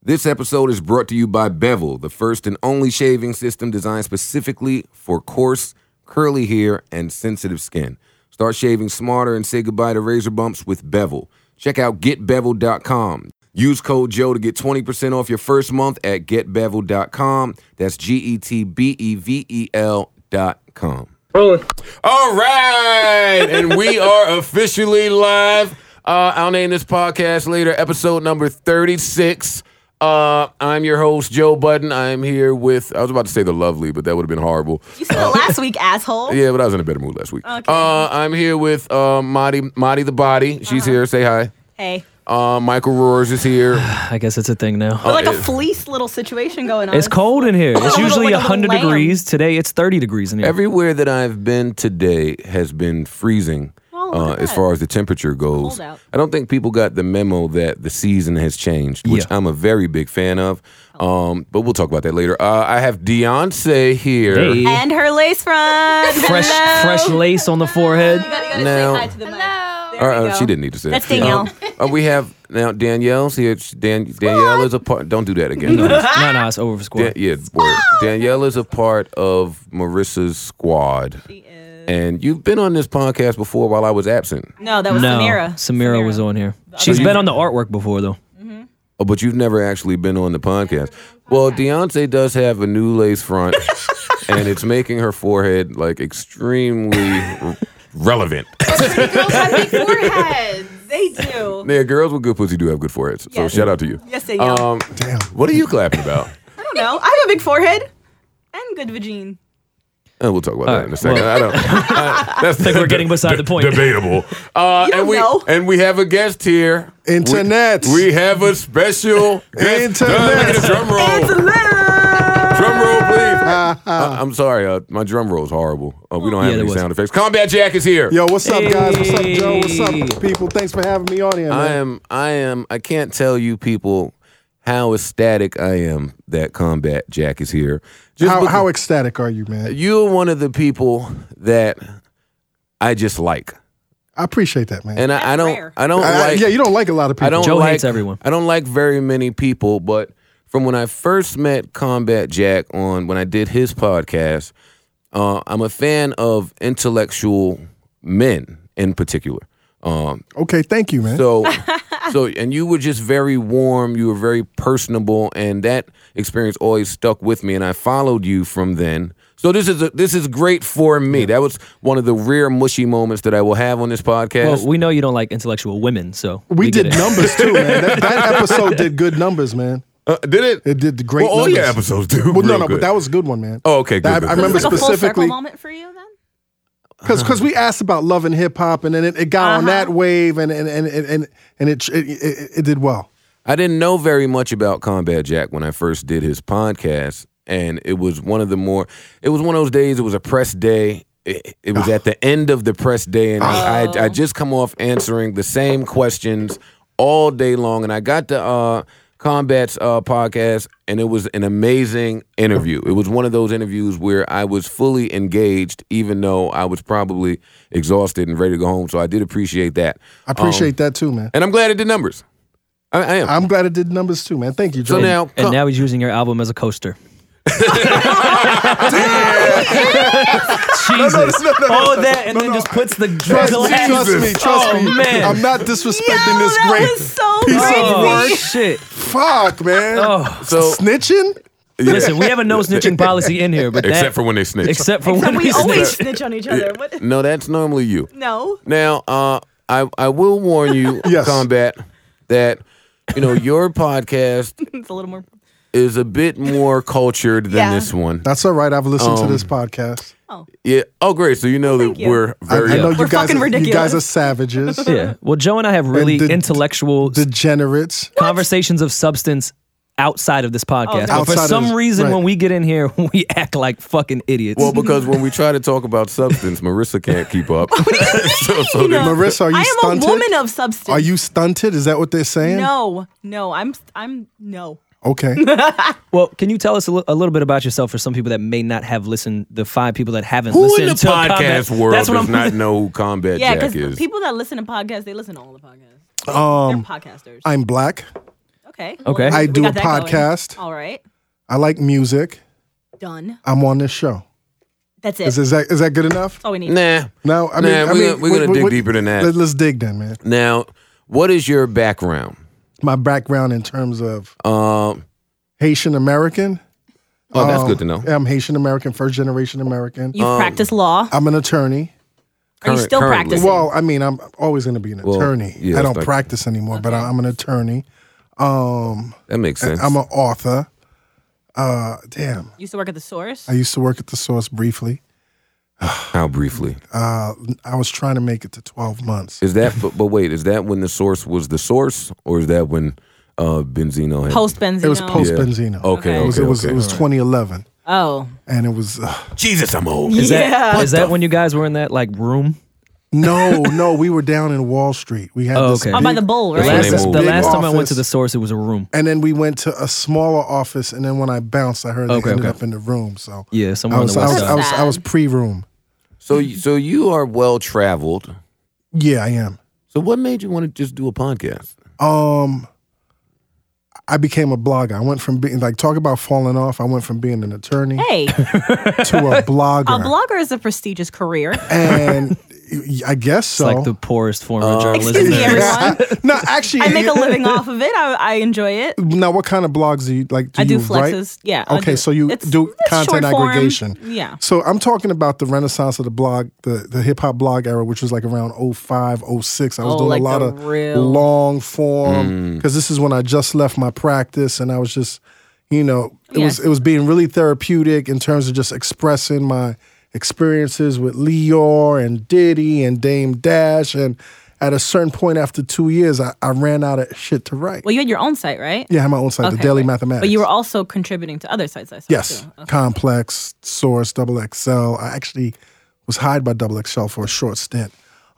This episode is brought to you by Bevel, the first and only shaving system designed specifically for coarse, curly hair and sensitive skin. Start shaving smarter and say goodbye to razor bumps with Bevel. Check out getbevel.com. Use code Joe to get 20% off your first month at getbevel.com. That's G E T B E V E L.com. Rolling. All right, and we are officially live. Uh, I'll name this podcast later, episode number 36. Uh, I'm your host, Joe Budden. I am here with, I was about to say the lovely, but that would have been horrible. You said it last week, asshole. Yeah, but I was in a better mood last week. Okay. Uh, I'm here with uh, Madi, Madi the Body. She's here. Say hi. Hey. Uh, Michael Roars is here. I guess it's a thing now. We're like a it- fleece little situation going on. Oh, It's cold in here. It's Like a usually little hundred lamb. degrees. Today it's thirty degrees in here. Everywhere that I've been today has been freezing Oh, look uh, at as that. far as the temperature goes. Cold out. I don't think people got the memo that the season has changed, which Yeah. I'm a very big fan of. Oh. Um, but we'll talk about that later. Uh, I have Beyonce here. Hey. And her lace front. fresh, Hello. fresh lace on the forehead. You gotta, you gotta Now- say hi to the mic. Uh, There we uh, go. she didn't need to say That's that. Danielle. Um, uh, we have now Danielle's here. She- Dan- Danielle is a part. Don't do that again. No, no, it's over for squad. Dan- yeah, word. Danielle is a part of Marissa's squad. And you've been on this podcast before while I was absent, No, that was no, Samira. Samira was on here. She's you- been on the artwork before though. Oh, but you've never actually been on the podcast. Well, Beyonce does have a new lace front, and it's making her forehead like extremely r- relevant. girls have big foreheads. They do. Yeah, girls with good pussy do have good foreheads. So Yes. shout out to you. Yes, Danielle. Um, What are you clapping about? I don't know. I have a big forehead and good vagine. Uh, we'll talk about that in a second. well- I don't. I, that's I think we're getting beside the point. debatable. Uh, You and we know. and we have a guest here. Internet. We have a special guest. Internet. Uh, look at the drum roll. It's a letter. Drum roll, please. Uh, I'm sorry, uh, my drum roll is horrible. Uh, we don't have Yeah, any there was. sound effects. Combat Jack is here. Yo, what's up, guys? What's up, Joe? What's Hey. up, people? Thanks for having me on here, I man. am. I am. I can't tell you people how ecstatic I am that Combat Jack is here. Just How, because- how ecstatic are you, man? you're one of the people that I just like, I appreciate that, man. and I, I That's don't. rare. I don't I- I- like. Uh, yeah, you don't like a lot of people. I don't Joe like, hates everyone. I don't like very many people, but from when I first met Combat Jack on when I did his podcast, uh, I'm a fan of intellectual men in particular. Um, Okay, thank you, man. so, so, and you were just very warm. You were very personable, and that experience always stuck with me. And I followed you from then. So this is a, this is great for me. That was one of the rare mushy moments that I will have on this podcast. Well, we know you don't like intellectual women, so we, get did it. numbers too, man. That, that episode did good numbers, man. Uh, did it? It did great. Well, all numbers. your episodes do. Well, no, real no, good. but that was a good one, man. Oh, okay, good, That- good, I good. remember It's like a full circle specifically moment for you then? because because we asked about love and hip hop, and then it, it got Uh-huh. on that wave, and and and and and, and it, it, it it did well. I didn't know very much about Combat Jack when I first did his podcast, and it was one of the more. It was one of those days. It was a press day. It, it was at the end of the press day, and I, Oh. I I just come off answering the same questions all day long, and I got to uh, Combat's uh, podcast, and it was an amazing interview. It was one of those interviews where I was fully engaged, even though I was probably exhausted and ready to go home. So I did appreciate that, I appreciate that too, man. Um, and I'm glad it did numbers. I, I am. I'm glad it did numbers too, man. Thank you, Joe. so now, And now he's using your album as a coaster. Jesus. All that and then just puts the Trust the me, last- trust me, trust oh, me. Man. I'm not Yo, disrespecting this that great was so piece of crazy. oh, work. shit. Fuck, man. Oh. so Snitching? Listen, we have a no snitching policy in here, but that, except for when they snitch. except for Except when we we always snitch. snitch on each other. What? no, that's normally you. No. Now, uh, I I will warn you, Yes. combat, that you know your podcast It's a little more. is a bit more cultured than Yeah. this one. That's all right. I've listened Um, to this podcast. Yeah. Oh, great. So you know that Thank you. we're I, very. I know We're you guys, fucking are, you ridiculous. guys are savages, Yeah. Well, Joe and I have really the- intellectual degenerates. conversations of substance outside of this podcast. Oh, no. But for Outside of some this- reason, right. when we get in here, we act like fucking idiots. well, because when we try to talk about substance, Marissa can't keep up. so, so No. Marissa, are you I am stunted? a woman of substance. Are you stunted? Is that what they're saying? No, no, I'm, I'm, no. Okay. Well, can you tell us a li- a little bit about yourself for some people that may not have listened? The five people that haven't who in listened the to podcast Combat- world That's what does I'm. not know who Combat Yeah, Jack because is? people that listen to podcasts, they listen to all the podcasts. They're podcasters. Um, I'm black. okay. Okay. Okay. Well, I we do got a that going. Oh. podcast. All right. I like music. Done. I'm on this show. That's it. Is, is that is that good enough? That's all we need. Nah. No, I mean, Nah, I we mean gonna- we gonna dig deeper than that. Let, us dig then, man. Now, what is your background? My background in terms of Um, Haitian American. oh, that's Um, good to know. I'm Haitian American, first generation American. You've practiced law. I'm an attorney. Are you Um, current- still currently. practicing? Well, I mean, I'm always going to be an Well, attorney. yeah, I that's don't like- practice anymore, but I, I'm an attorney. Um, That makes sense. I'm an author. Uh, damn, You used to work at the source. I used to work at the Source briefly. How briefly Uh, I was trying to make it to 12 months. is that? But, but wait, is that when the source was the source, or is that when uh, Benzino had Post Benzino. It was post Benzino. Okay, It was, okay, it was, okay. it was 2011, Oh. and it was uh, Jesus? I'm old. Is Yeah. that is that when you guys were in that like room? no, no. We were down in Wall Street. We had Oh, this okay. Oh, big- by the bull, That's The when right? they last, moved. the Big last time I went office. to the source, it was a room. and then we went to a smaller office, and then when I bounced, I heard they Okay, ended okay. up in the room. So Yeah, I somewhere on was, the I west was, side. I was, I was pre-room. So, you- so you are well traveled. Yeah, I am. So, what made you want to just do a podcast? Um, I became a blogger. I went from being like talk about falling off. I went from being an attorney Hey, a to a blogger, blogger is a prestigious career. and I guess It's so. like the poorest form of journalism. Excuse me, there is. everyone. no, actually, I make a living off of it. I, I enjoy it. now what kind of blogs do you like? Do I do you write? flexes. Yeah. I Okay, do- so you it's- do it's content short form. aggregation. Yeah. So I'm talking about the renaissance of the blog, the, the hip hop blog era, which was like around 05, 06. I was Oh, doing like a lot the of real- long form because this is when I just left my practice and I was just, you know, it was Yes. it was being really therapeutic in terms of just expressing my experiences with Lior and Diddy and Dame Dash and at a certain point after two years, I, I ran out of shit to write. Well, you had your own site, right? yeah, I had my own site, the Okay, Daily right. Mathematics. But you were also contributing to other sites. I saw Yes, Too. Okay. complex source double XL. I actually was hired by double XL for a short stint,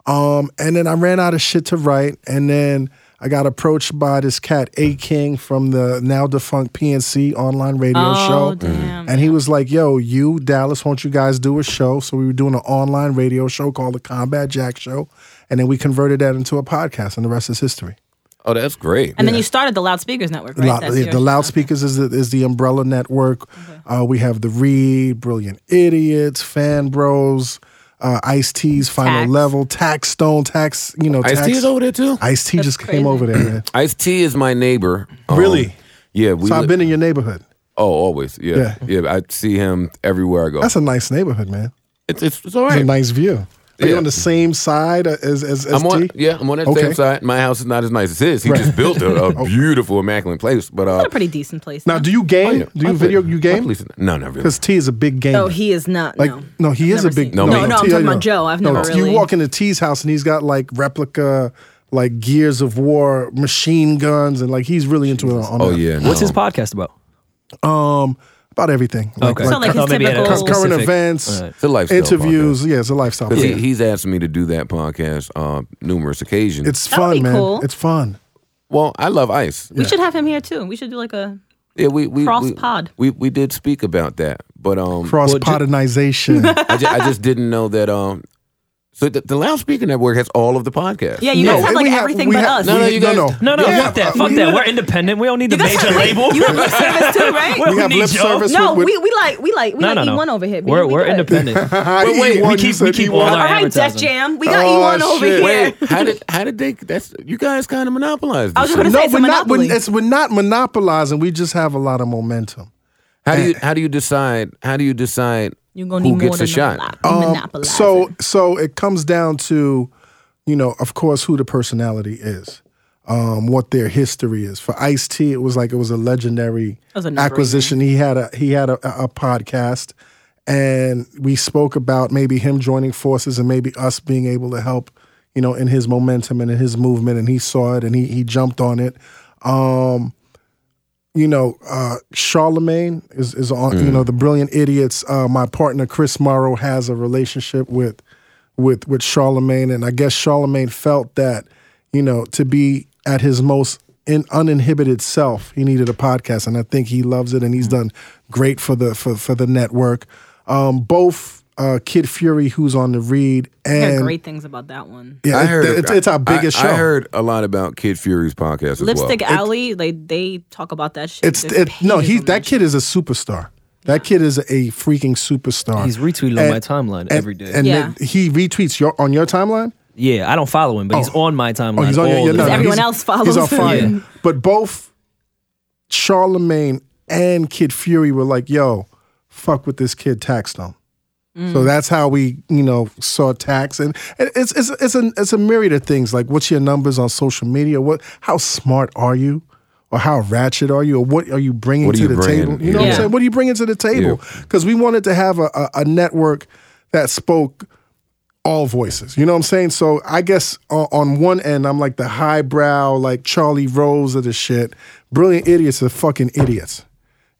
um, and then I ran out of shit to write, and then I got approached by this cat A King from the now defunct PNC online radio Oh, show, Mm-hmm. damn. and he was like, "Yo, you Dallas, won't you guys do a show?" So we were doing an online radio show called the Combat Jack Show, and then we converted that into a podcast, and the rest is history. Oh, that's great. And then you started the Loudspeakers Network, right? Loud- That's yeah, your- the loudspeakers is the, is the umbrella network. Uh, we have the Reed, Brilliant Idiots, Fan Bros, uh, Ice T's Final Tax. Level, Tax Stone, Tax. You know, Ice Tax. T is over there too. Ice T just came crazy. over there. Man. Ice T is my neighbor. Um, Really? Yeah. We so li- I've been in your neighborhood. Oh, always. Yeah. yeah. I see him everywhere I go. That's a nice neighborhood, man. it's, it's it's all It's a right. nice view. Are you Yeah. on the same side as as, as I'm on, T? yeah, I'm on that same Okay. side. My house is not as nice as his. He just built a, a beautiful, immaculate place. But uh, What a pretty decent place. Now, do you game? Oh, yeah, Do I you video? play- You I game? play some- No, not really. Because T is a big gamer. No, he is not. Like no. no, he is a never big seen- No, No, me. no, I'm T- talking no. about Joe. I've No, never You really- walk into T's house and he's got like replica, like Gears of War machine guns, and like he's really into it. On Oh that. yeah. What's no. his podcast about? Um, about everything. Like, Okay. So, like, cu- his Oh, maybe at a cu- typical- current specific- events, All right. It's a lifestyle interviews. Yeah, it's a lifestyle. podcast. He- Yeah. he's asked me to do that podcast uh, numerous occasions. It's That would fun, be man. cool. It's fun. well, I love ice. we should have him here too. We should do like a. Yeah, we we Cross we, pod. We, we did speak about that, but um, Cross podinization. I, ju- I just didn't know that um. So the, the loudspeaker network has all of the podcasts. Yeah, you No, guys have we like have- everything we but have- us. No, no, we- you no, guys- no. No, no, Yeah. fuck that. Fuck that. We're independent. We don't need the major label. You have lip service too, right? We We have need lip Joe. service. no, with, with, we, we like we like we No, like no, no. E1 over here. baby. We're We we're good. independent. wait, wait, we keep- we keep all All our- right, Def advertising. Jam. We got Oh, E1 over shit. here. Wait, how did how did they? That's you guys kind of monopolized. I was this gonna shit. say No, it's a we're not. We're, monopoly. it's, we're not monopolizing. We just have a lot of momentum. How do you how do you decide how do you decide You're gonna who need gets more a than shot? Monopolize. Um, So so it comes down to, you know, of course, who the personality is, um, what their history is. For Ice T, it was like it was a legendary was a no-brainer. acquisition. He had a he had a, a podcast, and we spoke about maybe him joining forces and maybe us being able to help, you know, in his momentum and in his movement. And he saw it and he he jumped on it. Um, you know, uh, Charlemagne is, is on, Mm. you know, the brilliant idiots. Uh, my partner, Chris Morrow, has a relationship with, with, with Charlemagne. And I guess Charlemagne felt that, you know, to be at his most in, uninhibited self, he needed a podcast. And I think he loves it and he's done great for the, for, for the network. Um, both uh, Kid Fury, who's on the read, I heard and great things about that one. yeah, I it- heard it's, it's our biggest I, show. I heard a lot about Kid Fury's podcast as Lipstick well. Alley, they they talk about that shit. it's There's it, no, pages he on that kid is a superstar. That kid is a freaking superstar. He's retweeted on my timeline and- every day. and Yeah. then he retweets your on your timeline. yeah, I don't follow him, but he's on my timeline. Oh, he's on your, all your the no, no, time. everyone he's- else follows He's on him. fire. Yeah. But both Charlemagne and Kid Fury were like, "Yo, fuck with this kid, tax them." So Mm. that's how we, you know, saw tax, and and it's it's it's a it's a myriad of things like what's your numbers on social media, what how smart are you, or how ratchet are you, or what are you bringing What are to you the bringing? table? You know what I'm Yeah. saying? What are you bringing to the table? Because we wanted to have a, a, a network that spoke all voices. You know what I'm saying? So I guess on, on one end, I'm like the highbrow, like Charlie Rose of the shit. Brilliant idiots are fucking idiots.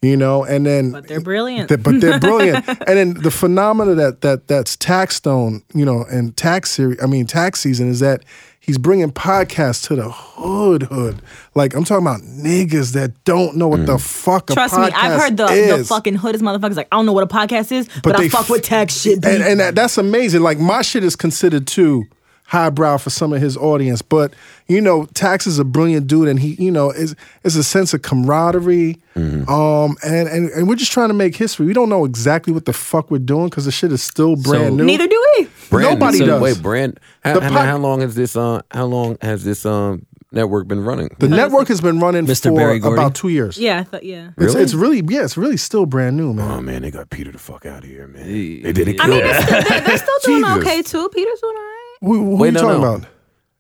You know, and then But they're brilliant. Th- but they're brilliant. and then the phenomena that that that's Tax Stone, you know, and tax series, I mean tax season is that he's bringing podcasts to the hood hood. Like I'm talking about niggas that don't know what the fuck. Trust a me, podcast I've heard the, the is. fucking hoodest motherfuckers like, I don't know what a podcast is, but, I they fuck f- with tech shit. and, B." and that, that's amazing. Like my shit is considered too highbrow for some of his audience, but you know, Tax is a brilliant dude, and he, you know, is is a sense of camaraderie. Mm-hmm. Um, and, and and we're just trying to make history. We don't know exactly what the fuck we're doing because the shit is still brand So- new. Neither do we. Brand- Nobody so does. Wait, Brand. How, The how, pod- how long has this? Uh, how long has this um, network been running? the network has been running Mr. for Barry Gordy? about two years. Yeah, I thought, yeah. It's, Really? it's really yeah, it's really still brand new, man. oh man, they got Peter the fuck out of here, man. They didn't I kill mean, him. they're still, they're, they're still doing Jesus. okay too. Peter's doing all right. Who, who are Wait, you no, talking no. about?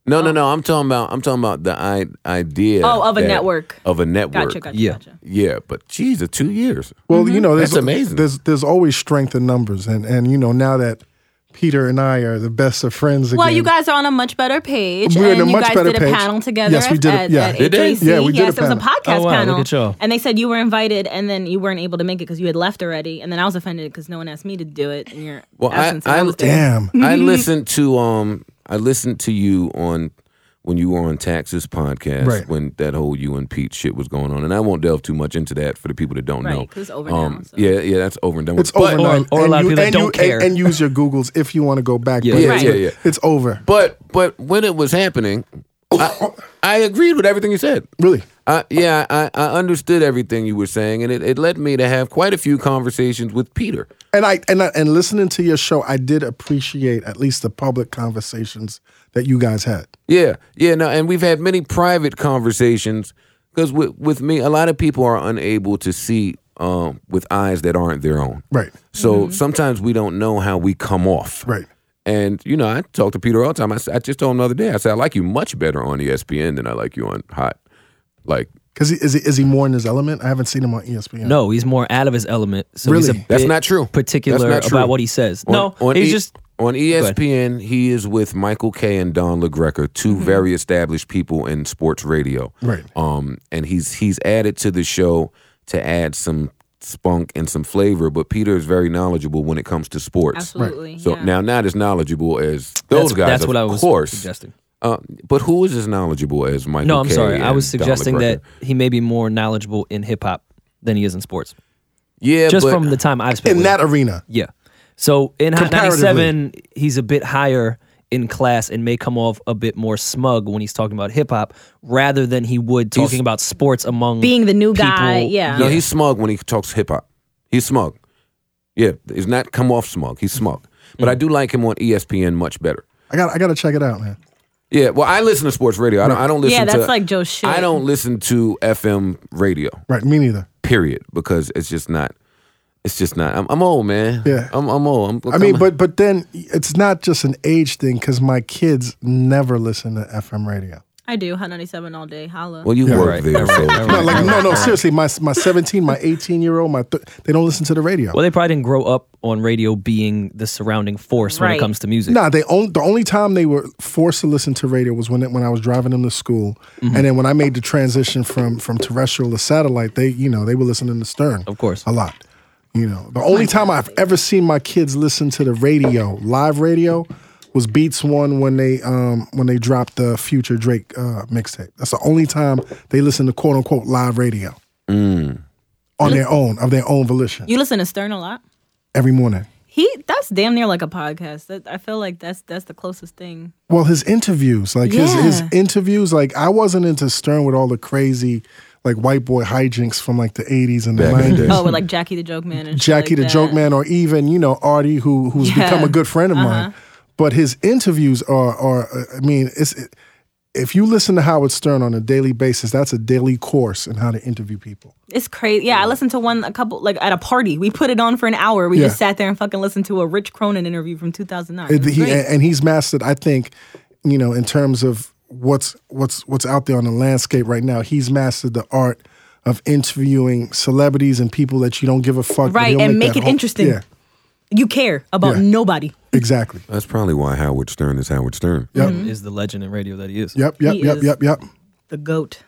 No, no, no. I'm talking about. I'm talking about the I- idea. Oh, of a that- network. Of a network. Gotcha, Mm-hmm. gotcha, Yeah. gotcha. Yeah, but Jesus, two years. Well, you know, there's That's amazing. There's there's always strength in numbers, and and you know now that Peter and I are the best of friends again. Well, you guys are on a much better page. We're on and a much you guys better did a page. panel together Yes, we did a- at, yeah. at Did they? HAC. Yeah, we did a yes, it was a panel. podcast Oh, wow, panel. look at y'all. And they said you were invited and then you weren't able to make it because you had left already. And then I was offended because no one asked me to do it in your Well, I- absence. and I- was there. Damn. I listened to um I listened to you on when you were on Tax's podcast Right. when that whole you and Pete shit was going on, and I won't delve too much into that for the people that don't Right, know. Um, 'cause it's over now, so. Yeah, yeah, that's over and done. It's with. over Or- now. or a lot of people that and don't and- care. And, use your Googles if you want to go back. Yeah. but Yeah, it's, yeah, yeah. It's over. But but when it was happening, I, I agreed with everything you said. Really. I, yeah, I, I understood everything you were saying, and it, it led me to have quite a few conversations with Peter. And I and I, and listening to your show, I did appreciate at least the public conversations that you guys had. Yeah, yeah, no, and we've had many private conversations because with, with me, a lot of people are unable to see um, with eyes that aren't their own. Right. So Mm-hmm. sometimes we don't know how we come off. Right. And you know, I talk to Peter all the time. I, s- I just told him the other day. I said I like you much better on E ESPN than I like you on Hot. Like Because is he, is he more in his element? I haven't seen him on E ESPN. No, he's more out of his element. So he's a Really? bit That's not true. That's Particular not true. about what he says. on, no, on he's E- just on ESPN. He is with Michael Kay and Don LaGreca, 2 Mm-hmm. very established people in sports radio. Right. Um, and he's he's added to the show to add some spunk and some flavor. But Peter is very knowledgeable when it comes to sports. Absolutely. So yeah. now, not as knowledgeable as that's, those guys. That's of what I was course. suggesting. Uh, but who is as knowledgeable as Michael? No, I'm Kay sorry. I and was suggesting Don that LaGreca? he may be more knowledgeable in hip hop than he is in sports. Yeah, Just but, from the time I've spent In with that him. arena. Yeah. So in Hot Comparatively. 97, he's a bit higher in class and may come off a bit more smug when he's talking about hip hop rather than he would talking about sports among Being the new guy, people. yeah. No, he's smug when he talks hip hop. He's smug. Yeah, it's not come off smug. He's smug. But I do like him on E ESPN much better. I got I got to check it out, man. Yeah, well, I listen to sports radio. I don't. I don't listen. Yeah, that's to, like Joe's shit. I don't listen to FM radio. Right. Me neither. Period. Because it's just not. It's just not. I'm, I'm old, man. Yeah. I'm, I'm old. I'm, I mean, but but then it's not just an age thing because my kids never listen to FM radio. I do. Hot 97 all day. Holla. well, you work right. there, so No, like no, no. Seriously, my my seventeen, my eighteen year old, my th- they don't listen to the radio. Well, they probably didn't grow up on radio being the surrounding force when it Right. comes to music. Nah, they on, the only time they were forced to listen to radio was when it, when I was driving them to school, Mm-hmm. and then when I made the transition from from terrestrial to satellite, they you know they were listening to Stern Of course. a lot. You know, the only time I've ever seen my kids listen to the radio, live radio, was Beats One when they um when they dropped the Future Drake uh, mixtape. That's the only time they listened to quote unquote live radio Mm. on their own of their own volition you listen to Stern a lot? every morning. He that's damn near like a podcast. That, I feel like that's that's the closest thing. Well, his interviews, like his Yeah. his interviews, like I wasn't into Stern with all the crazy like white boy hijinks from like the '80s and the Back in the day. '90s. Oh, with like Jackie the Joke Man and shit Jackie like the that. Joke Man, or even you know Artie, who who's Yeah. Uh-huh. become a good friend of mine. But his interviews are are uh, I mean it's if you listen to Howard Stern on a daily basis, that's a daily course in how to interview people. It's crazy. Yeah, I listened to one a couple like at a party. We put it on for an hour. We just Yeah. sat there and fucking listened to a Rich Cronin interview from 2009. It It- was he, great. and and he's mastered, I think, you know, in terms of what's what's what's out there on the landscape right now. He's mastered the art of interviewing celebrities and people that you don't give a fuck. but Right, he'll and make that it interesting. Yeah, you care about Yeah. nobody. exactly. That's probably why Howard Stern is Howard Stern. Is the legend in radio that he is. Yep, yep, He yep, is- yep, yep. The goat.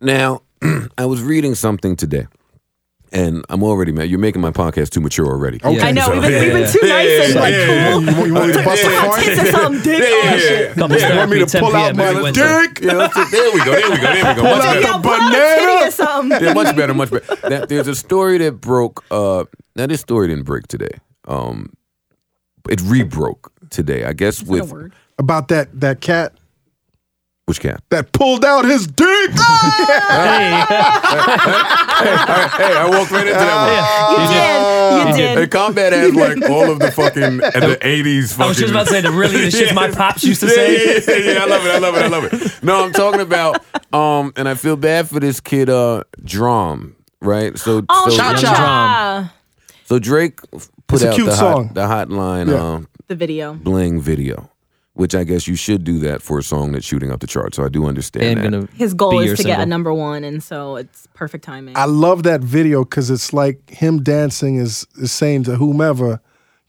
Now, I was reading something today, and I'm already mad. You're making my podcast too mature already. Okay. I know. So- we've, been, we've been too Yeah, nice yeah, and yeah, like yeah, cool. You want, you want me to bust a Hot tits fart? or something, dick. Yeah, yeah, Oh, shit. yeah. Come to Yeah. therapy, 10 p.m. every Wednesday. Yeah, that's it. there we go. There we go. There we go. Much out better. the Yo, pull out a titty banana. or something. Yeah, much better, much better. Now, there's a story that broke. Uh, now this story didn't break today. Um, it re-broke today. I guess What a with word. About that that cat which cat? that pulled out his dick. Hey, I walked right into that You did. You one. did. And combat has like all of the fucking and the '80s. Fucking I was just about to say the really the shit my pops used to yeah, say. yeah, yeah, yeah, I love it. I love it. I love it. No, I'm talking about um, and I feel bad for this kid, uh, Drum, right? So, Oh, so, Cha Cha. Cha. so Drake put It's a out cute the, song. Hot, the hotline Yeah. um, The video. bling video, which I guess you should do that for a song that's shooting up the chart. So I do understand And that. gonna His goal be is your to get a single. number one, and so it's perfect timing. I love that video because it's like him dancing is, is saying to whomever,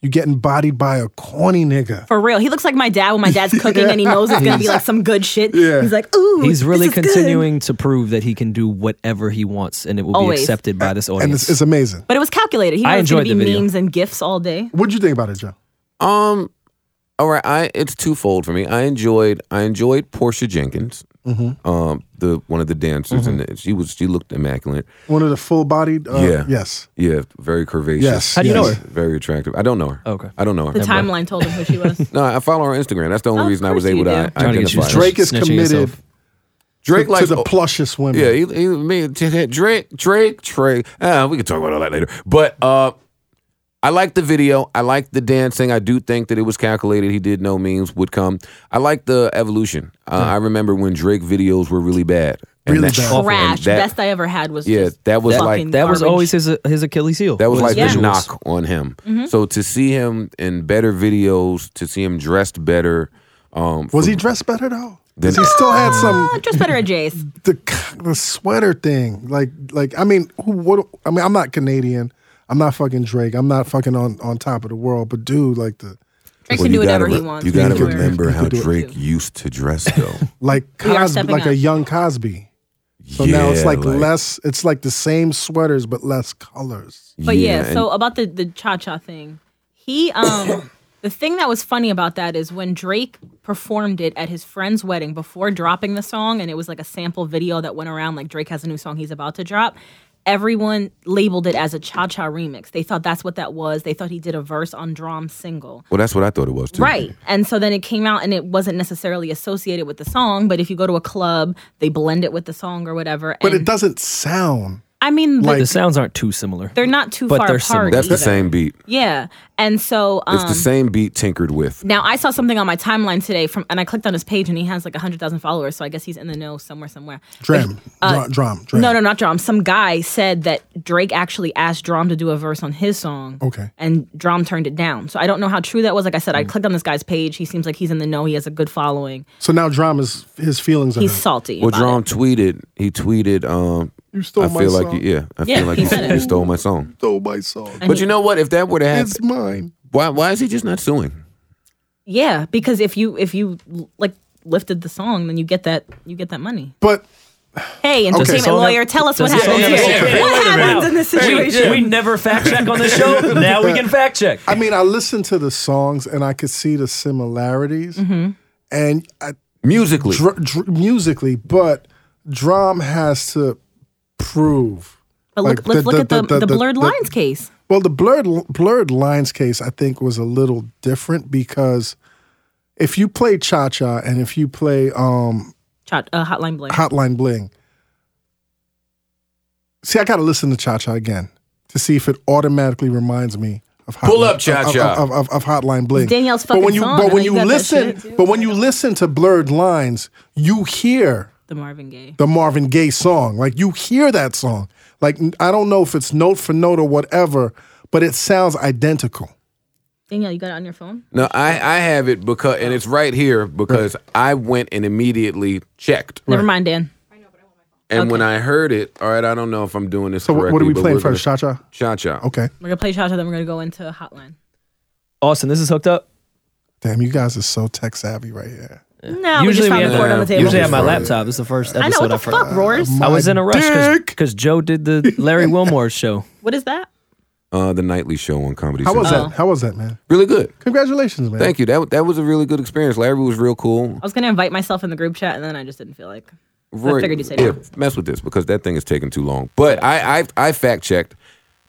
you getting bodied by a corny nigga. For real. He looks like my dad when my dad's cooking and he knows it's going to be like some good shit. Yeah. He's like, ooh. He's really this is good." continuing to prove that he can do whatever he wants, and it will Always. be accepted by this And audience. it's, it's amazing. But it was calculated. He I knows it's going enjoyed to the be video. memes and gifs all day. What'd you think about it, Joe? Um, all right. I it's twofold for me. I enjoyed I enjoyed Portia Jenkins, Mm-hmm. um, the one of the dancers, and she was she looked immaculate. One of the full bodied? Uh, Yeah. Yes. Yeah, very curvaceous. Yes. How do you know yes. her? Very attractive. I don't know her. Okay. I don't know her. The timeline told him who she was. No, I follow her on Instagram. That's the only Of reason I course was able you to do. i- Trying to get you identify. to her. strike Drake is Snitching committed yourself. Drake to, to likes the plushest women. Yeah, he, he me, t- t- Drake, Drake, Drake. Ah, we can talk about all that later. But uh, I like the video. I like the dancing. I do think that it was calculated. He did know memes would come. I like the evolution. Uh, I remember when Drake videos were really bad. And Hmm. Really that- bad. and Trash. that- Best I ever had was yeah, just that was fucking like that was garbage. always his uh, his Achilles heel. that was his like Yeah. Mm-hmm. the visuals. knock on him. So to see him in better videos, to see him dressed better. Um, Was he dressed better though? Then- Because he still had some Uh, just better at Jay's. the the sweater thing. Like like I mean, who what I mean, I'm not Canadian. I'm not fucking Drake. I'm not fucking on on top of the world, but dude, like the Drake Well, can you do whatever gotta he re- wants. You gotta He can do it. remember He can how do it. Drake used to dress, though. like We are Cosby, stepping like a up. young Cosby. So now it's Yeah, like, less. It's like the same sweaters but less colors. But yeah, and- so about the the cha cha thing, he um the thing that was funny about that is when Drake performed it at his friend's wedding before dropping the song, and it was like a sample video that went around like Drake has a new song he's about to drop. Everyone labeled it as a cha cha remix. They thought that's what that was. They thought he did a verse on Drum's single. Well, that's what I thought it was too. Right. And so then it came out and it wasn't necessarily associated with the song, but if you go to a club, they blend it with the song or whatever. But and it doesn't sound. I mean, like- The sounds aren't too similar. they're not too But far they're apart. similar. That's the either. same beat. Yeah. And so um, It's the same beat tinkered with. now I saw something on my timeline today from, and I clicked on his page, and he has like hundred thousand followers. So I guess he's in the know somewhere, somewhere. Dram, uh, drum, drum, drum. No, no, not Drum. Some guy said that Drake actually asked Drum to do a verse on his song. Okay. And Drum turned it down. So I don't know how true that was. Like I said, I Mm. clicked on this guy's page. He seems like he's in the know. He has a good following. So now drum is his feelings. Are He's Uh-huh. hurt. salty. Well, about Drum tweeted. He tweeted. Um, you stole I my feel song. like you, yeah. I Yeah, feel like he you, said it. Mm-hmm. you stole my song. Stole my song. And But he- you know what? If that were to happen, It's mine. why why is he just not suing? it. Yeah, because if you if you like lifted the song, then you get that you get that money. But Hey, entertainment song have- lawyer, tell us what does the happens. song have a here. song? What happens in this situation? We never fact check on this show. now we can fact check. I mean, I listened to the songs and I could see the similarities, and uh, I, Musically, dr- dr- musically, but drum has to prove But Like look, let's the- look the- at the, the- the, the- the- blurred the- lines case. Well, the blurred blurred lines case I think was a little different because if you play cha cha and if you play um, Chat, uh, hotline bling. Hotline Bling, see, I got to listen to cha cha again to see if it automatically reminds me of Hotline, Pull up of- Cha Cha. of, of, of, of Hotline Bling. Danielle's but when fucking you song, but I know when you got you that listen shit. but when you listen to blurred lines, you hear the Marvin Gaye. the Marvin Gaye song. Like you hear that song. Like n- I don't know if it's note for note or whatever, but it sounds identical. Danielle, you got it on your phone? No, I, I have it because, and it's right here because I went and immediately checked. Never mind, Dan. And when I heard it, all right, I don't know if I'm doing this So correctly. wh- what are we but playing we're gonna- first? Cha cha. Cha-cha. Okay. We're gonna play Cha Cha, then we're gonna go into Hotline. Austin, this is hooked up. Damn, you guys are so tech savvy right here. No, we just we found have- the cord on the table. Usually I have my Just found it. laptop. This is the first I episode know what the I've heard. fuck, Roars. I was in a rush dick. because Joe did the Larry Wilmore show. What is that? Uh, the nightly show on Comedy How Central. was that? How was that, man? Really good. Congratulations, man. Thank you. That that was a really good experience. Larry was real cool. I was gonna invite myself in the group chat, and then I just didn't feel like. Roy, figured you'd say yeah, no. mess with this because that thing is taking too long. But I I, I fact checked,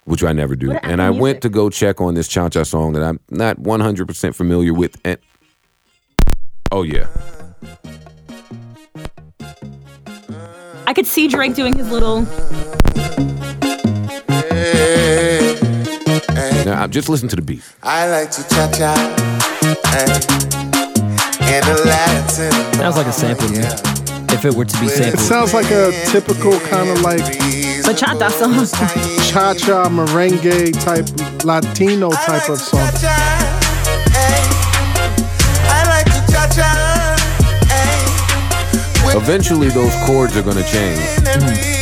which I never do, What and Apple I went Music? to go check on this cha cha song that I'm not 100 percent familiar with. And oh yeah, I could see Drake doing his little. now I'm just listen to the beat. I like to cha cha and a Latin. Sounds like a sample to me. If it were to be It sampled, sounds like a typical kind of like Bachata song. cha cha merengue type Latino type of song. I like to cha cha. Eventually, those chords are gonna change,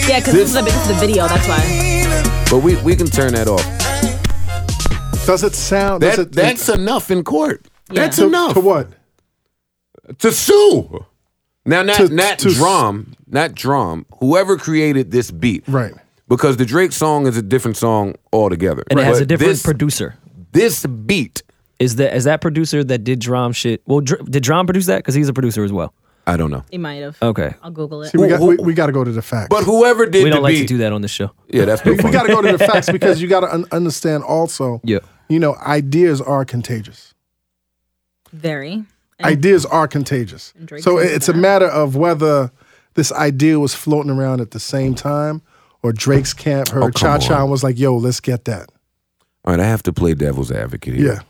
Yeah, because this, is the this is the video. That's why. but we we can turn that off. Does it sound? does That it, that's enough in court. Yeah. That's to, enough to what? to sue. Now, not To- not to s- drum, not drum. Whoever created this beat, Right. Because the Drake song is a different song altogether, and it has But a different this, producer. this beat. Is that is that producer that did Drum shit? Well, Dr- did Drum produce that? Because he's a producer as well. I don't know. He might have. Okay, I'll Google it. See, we got who- we, we got to go to the facts. But whoever did we don't the like beat, to do that on this show. yeah, that's no we fun. got to go to the facts because you got to un- understand also. Yeah. You know, ideas are contagious. Very. ideas are contagious. And Drake So says it's a that. matter of whether this idea was floating around at the same time or Drake's camp heard Oh, come Cha Cha on. and was like, yo, let's get that. All right, I have to play devil's advocate here. Yeah. Mm-hmm.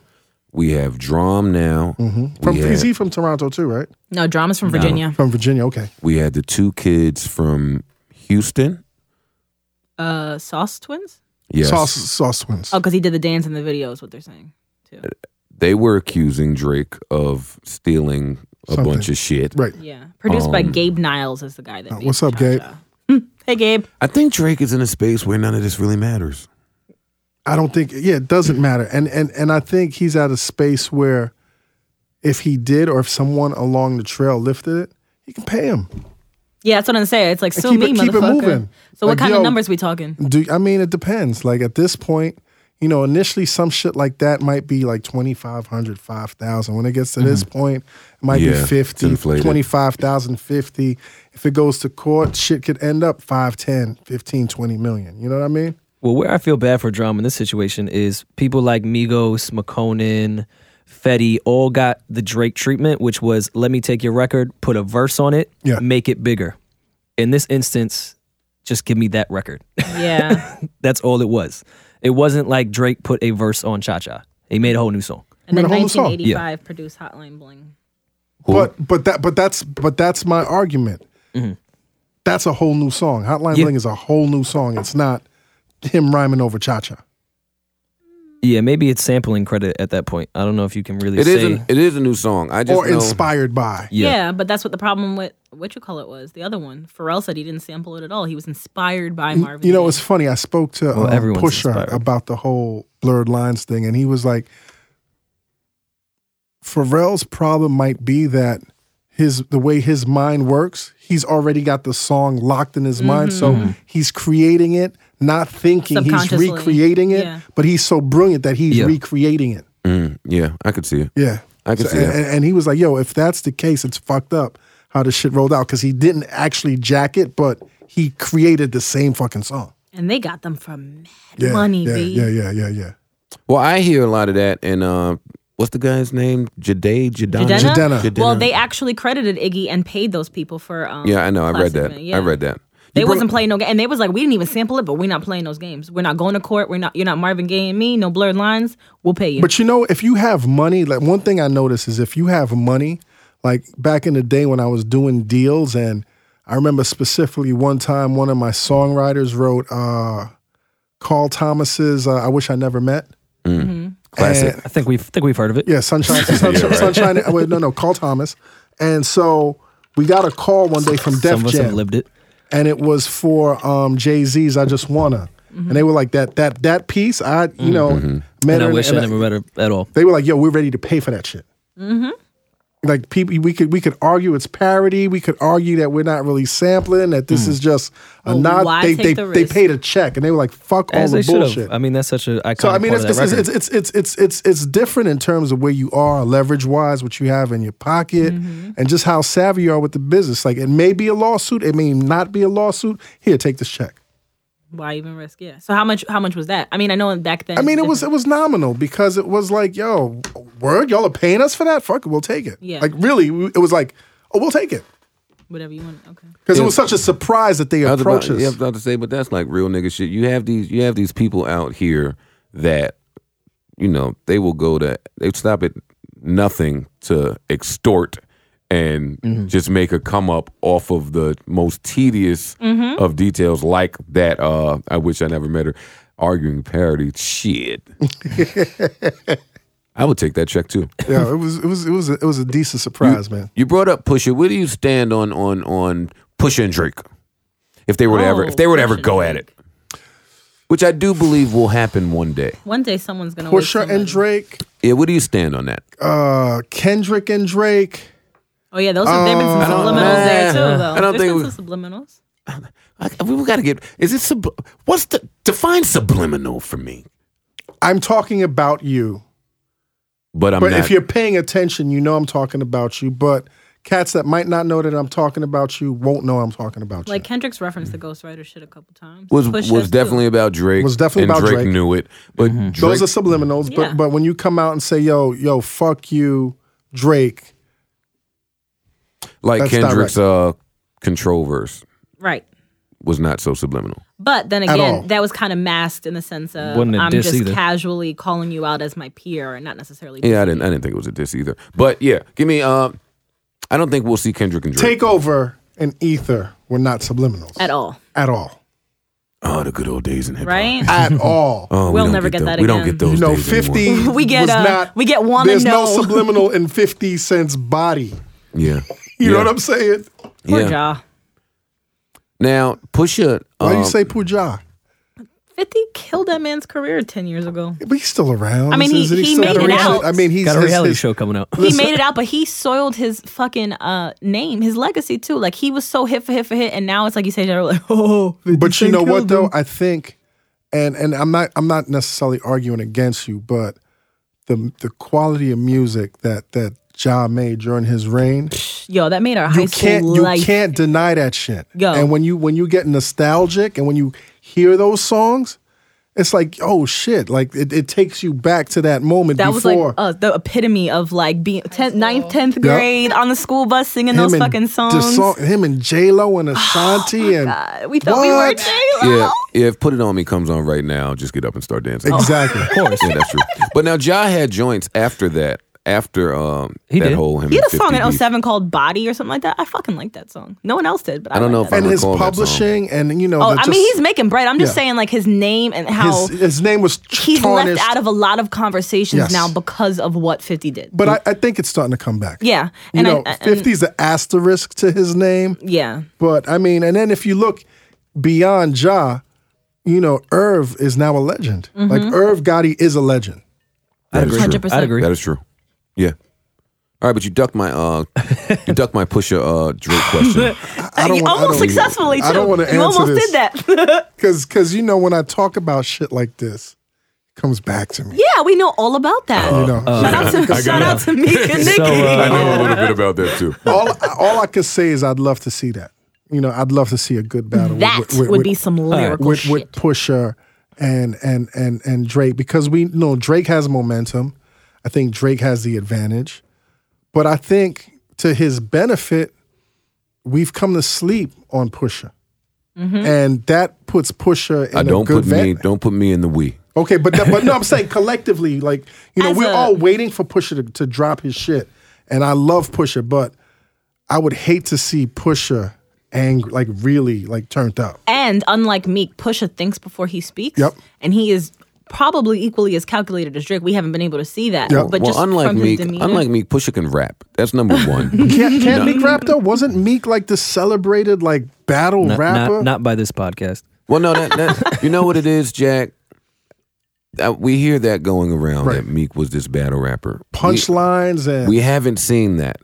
we have drum now. From we, is had, he from Toronto too, right? No, drama's from Virginia. From Virginia, okay. we had the two kids from Houston. Uh, Sauce Twins. Yes, Sauce Sauce Twins. Oh, because he did the dance in the video. Is what they're saying. Too. they were accusing Drake of stealing a Something. bunch of shit. Right. Yeah. Produced by Gabe Niles is the guy that. Uh, made what's up, Gabe? Cha-Cha. Hmm. Hey, Gabe. I think Drake is in a space where none of this really matters. I don't think yeah, it doesn't matter. And and and I think he's at a space where if he did or if someone along the trail lifted it, he can pay him. Yeah, that's what I'm saying. It's like sue keep me, it- keep it motherfucker. moving. So Like, what kind yo, of numbers we talking? Do I mean it depends. Like at this point, you know, initially some shit like that might be like 2500 5000 When it gets to this point, it might Mm-hmm. Yeah, be it's 50 inflated. 25000 50. If it goes to court, shit could end up 5 10 15 20 million. You know what I mean? Well, where I feel bad for Drum in this situation is people like Migos, McConan, Fetty all got the Drake treatment, which was let me take your record, put a verse on it, Yeah. make it bigger. In this instance, just give me that record. Yeah. That's all it was. It wasn't like Drake put a verse on Cha Cha. He made a whole new song. And then Made a whole song. 1985 produced Hotline Bling. But but that but that's but that's my argument. That's a whole new song. Hotline Yeah. Bling is a whole new song. It's not him rhyming over cha cha. Yeah, maybe it's sampling credit at that point. I don't know if you can really It say. is. An, it is a new song. I just Or know- inspired by. Yeah. Yeah. but that's what the problem with what you call it was the other one. Pharrell said he didn't sample it at all. He was inspired by Marvin. Mm, You know, Gaye. it's funny. I spoke to Well, um, everyone's Pusher inspired. about the whole blurred lines thing, and he was like, "Pharrell's problem might be that his the way his mind works, he's already got the song locked in Mm-hmm. his mind, Mm-hmm. so he's creating it, not thinking he's Subconsciously. recreating it, Yeah. but he's so brilliant that he's Yeah. recreating it." Mm, yeah, I could see it. Yeah, I could So- see that. and, and he was like, "Yo, if that's the case, it's fucked up how this shit rolled out because he didn't actually jack it, but he created the same fucking song." and they got them for mad Yeah, money, yeah, B. yeah, yeah, yeah, yeah. Well, I hear a lot of that, and uh, what's the guy's name? Jade Jadana. Jadena? Jadena. Well, they actually credited Iggy and paid those people for. Um, Yeah, I know. I read classic that. man, yeah. I read that. They You brought- wasn't playing no game, and they was like, "We didn't even sample it, but we're not playing those games. We're not going to court. We're not. You're not Marvin Gaye and me. No blurred lines. We'll pay you." But you know, if you have money, like one thing I notice is if you have money, like back in the day when I was doing deals, and I remember specifically one time one of my songwriters wrote uh, Carl Thomas's uh, "I Wish I Never Met." Mm-hmm. Classic. And- I think we've think we've heard of it. yeah, Sunshine, Sunshine, Sunshine. Wait, no, no, Carl Thomas. And so we got a call one day from Def Some of us have Jam lived it. and it was for um, Jay Z's "I Just Wanna," and they were like that that that piece. I you know met And I her, wish I and never read it at all. they were like, "Yo, we're ready to pay for that shit." Mm-hmm. Like people, we could we could argue it's parody. We could argue that we're not really sampling. That Mm. this is just a Well, nod. why They take they, the they risk? paid a check, and they were like, "Fuck all As the they should bullshit." have. I mean, that's such an iconic So I mean, part it's of it's, that record. it's it's it's it's it's it's different in terms of where you are leverage wise, what you have in your pocket, and just how savvy you are with the business. Like it may be a lawsuit, it may not be a lawsuit. Here, take this check. Why even risk? Yeah. So how much? How much was that? I mean, I know back then. I mean, it was different. it was nominal because it was like, yo, word, y'all are paying us for that. Fuck it, we'll take it. Yeah. Like really, we- it was like, oh, we'll take it whatever you want. Okay. because it was such a surprise that they I was about, approached us. yeah, I was about to say, but that's like real nigga shit. You have these, you have these people out here that, you know, they will go to, they stop at nothing to extort and just make a come up off of the most tedious of details, like that. Uh, I wish I never met her. Arguing parody shit. I would take that check too. Yeah, it was it was it was a, it was a decent surprise, man. You brought up Pusha. Where do you stand on on on Pusha and Drake? If they were to ever, Oh, if they were to ever Pusha go and at it, which I do believe will happen one day. One day someone's gonna. wake Pusha somebody. and Drake, Yeah, where do you stand on that? uh, Kendrick and Drake. Oh yeah, those have there been some don't- Um, subliminals there too. nah, Though I don't There's think been some subliminals. I, we got to get. Is it sub? What's the define subliminal for me? I'm talking about you. But I'm but not. if you're paying attention, you know I'm talking about you. But cats that might not know that I'm talking about you won't know I'm talking about Like you. Kendrick's referenced Mm. the Ghostwriter shit a couple times. was Pusha was too. Mm-hmm. definitely about Drake. Was definitely and about Drake, Drake. Knew it, but Drake, Those are subliminals. Yeah. But but when you come out and say, yo, yo, fuck you, Drake, like that's not Kendrick's uh, control verse right. was not so subliminal. But then At all. again, that was kind of masked in the sense of Wasn't a I'm diss just either. casually calling you out as my peer and not necessarily. Yeah, I didn't. I didn't think it was a diss either. But yeah, give me. Uh, I don't think we'll see Kendrick and Drake. Takeover and Ether were not subliminals. at all, At all. Oh, the good old days in hip hop. right? At all. Oh, we We'll don't never get get tho- that We don't again. get those. You know, days anymore. 50 We get, was uh, not, we get wanna There's no know. subliminal in 50 Cent's body. Yeah. You know what I'm saying? Poor Yeah. Ja. Now, Pusha. Why do um, you say Pooja? Fifty killed that man's career ten years ago. But he's still around. I mean, Is- he- is he still made got a it reality- out. I mean, he's Got a his- reality his- show coming out. He made it out, but he soiled his fucking uh, name, his legacy too. Like he was so hit for hit for hit, and now it's like you say, they're like, oh, 50 but you Cent know what killed him. though i think and and i'm not i'm not necessarily arguing against you but the the quality of music that that Ja made during his reign Yo, that made our high you can't school you life. can't deny that shit Yo. and when you when you get nostalgic and when you hear those songs it's like oh shit like it, it takes you back to that moment that was before like uh, the epitome of like being 10th, 9th, 10th Yeah. grade on the school bus singing those and fucking the songs. Uh, Oh, song- him and J Lo and Ashanti and we thought we were What? J-Lo. Yeah, yeah, if Put It On Me comes on right now, just get up and start dancing. exactly of course Yeah, that's true. But now, Ja had joints after that. After um, He that did. whole him. He had a and song 50 in beef. 07 called Body or something like that. I fucking like that song. No one else did, but I, I don't know like if that I and his recall that song. publishing and you know song. the Oh, just, I mean, he's making bread. I'm just yeah. saying, like, his name and how his, his name was he's tarnished. left out of a lot of conversations Yes. now because of what 50 did. But I, I think it's starting to come back. yeah. You know, I, I- and- 50's an asterisk to his name. yeah. But I mean, and then if you look beyond Ja, you know, Irv is now a legend. Mm-hmm. Like Irv Gotti is a legend. That is agree. true. 100%. I'd agree. That is true. Yeah. All right, but you ducked my uh, you ducked my Pusha uh Drake question. I don't you want- Uh, I almost don't- successfully, too. I don't want to You answer almost this. did that. Cause cause you know when I talk about shit like this, it comes back to me. yeah, we know all about that. You know. Uh, shout out to, shout out to Meek and Nicki. So, uh, know a little bit about that too. all all I could say is I'd love to see that. you know, I'd love to see a good battle. with- That with- with- would be some lyrical with shit. with Pusher and and and and Drake because we know Drake has momentum. I think Drake has the advantage, but I think to his benefit, we've come to sleep on Pusher, Mm-hmm. and that puts Pusher in I a don't good put me van- don't put me in the we. Okay, but that, but no, I'm saying collectively, like you know, As we're a- all waiting for Pusher to, to drop his shit, and I love Pusher, but I would hate to see Pusher angry, like really, like turned up. And unlike Meek, Pusha thinks before he speaks. Yep. And he is probably equally as calculated as Drake. We haven't been able to see that. Yep. But well, just unlike from me, his demeanor, unlike me, Pusha can rap. That's number one. Can't, can't Meek rap though? Wasn't Meek like the celebrated like battle Not, rapper? not, not by this podcast. well, no, that, that you know what it is, Jack. That, we hear that going around Right. that Meek was this battle rapper. We- Punchlines and We, haven't seen that.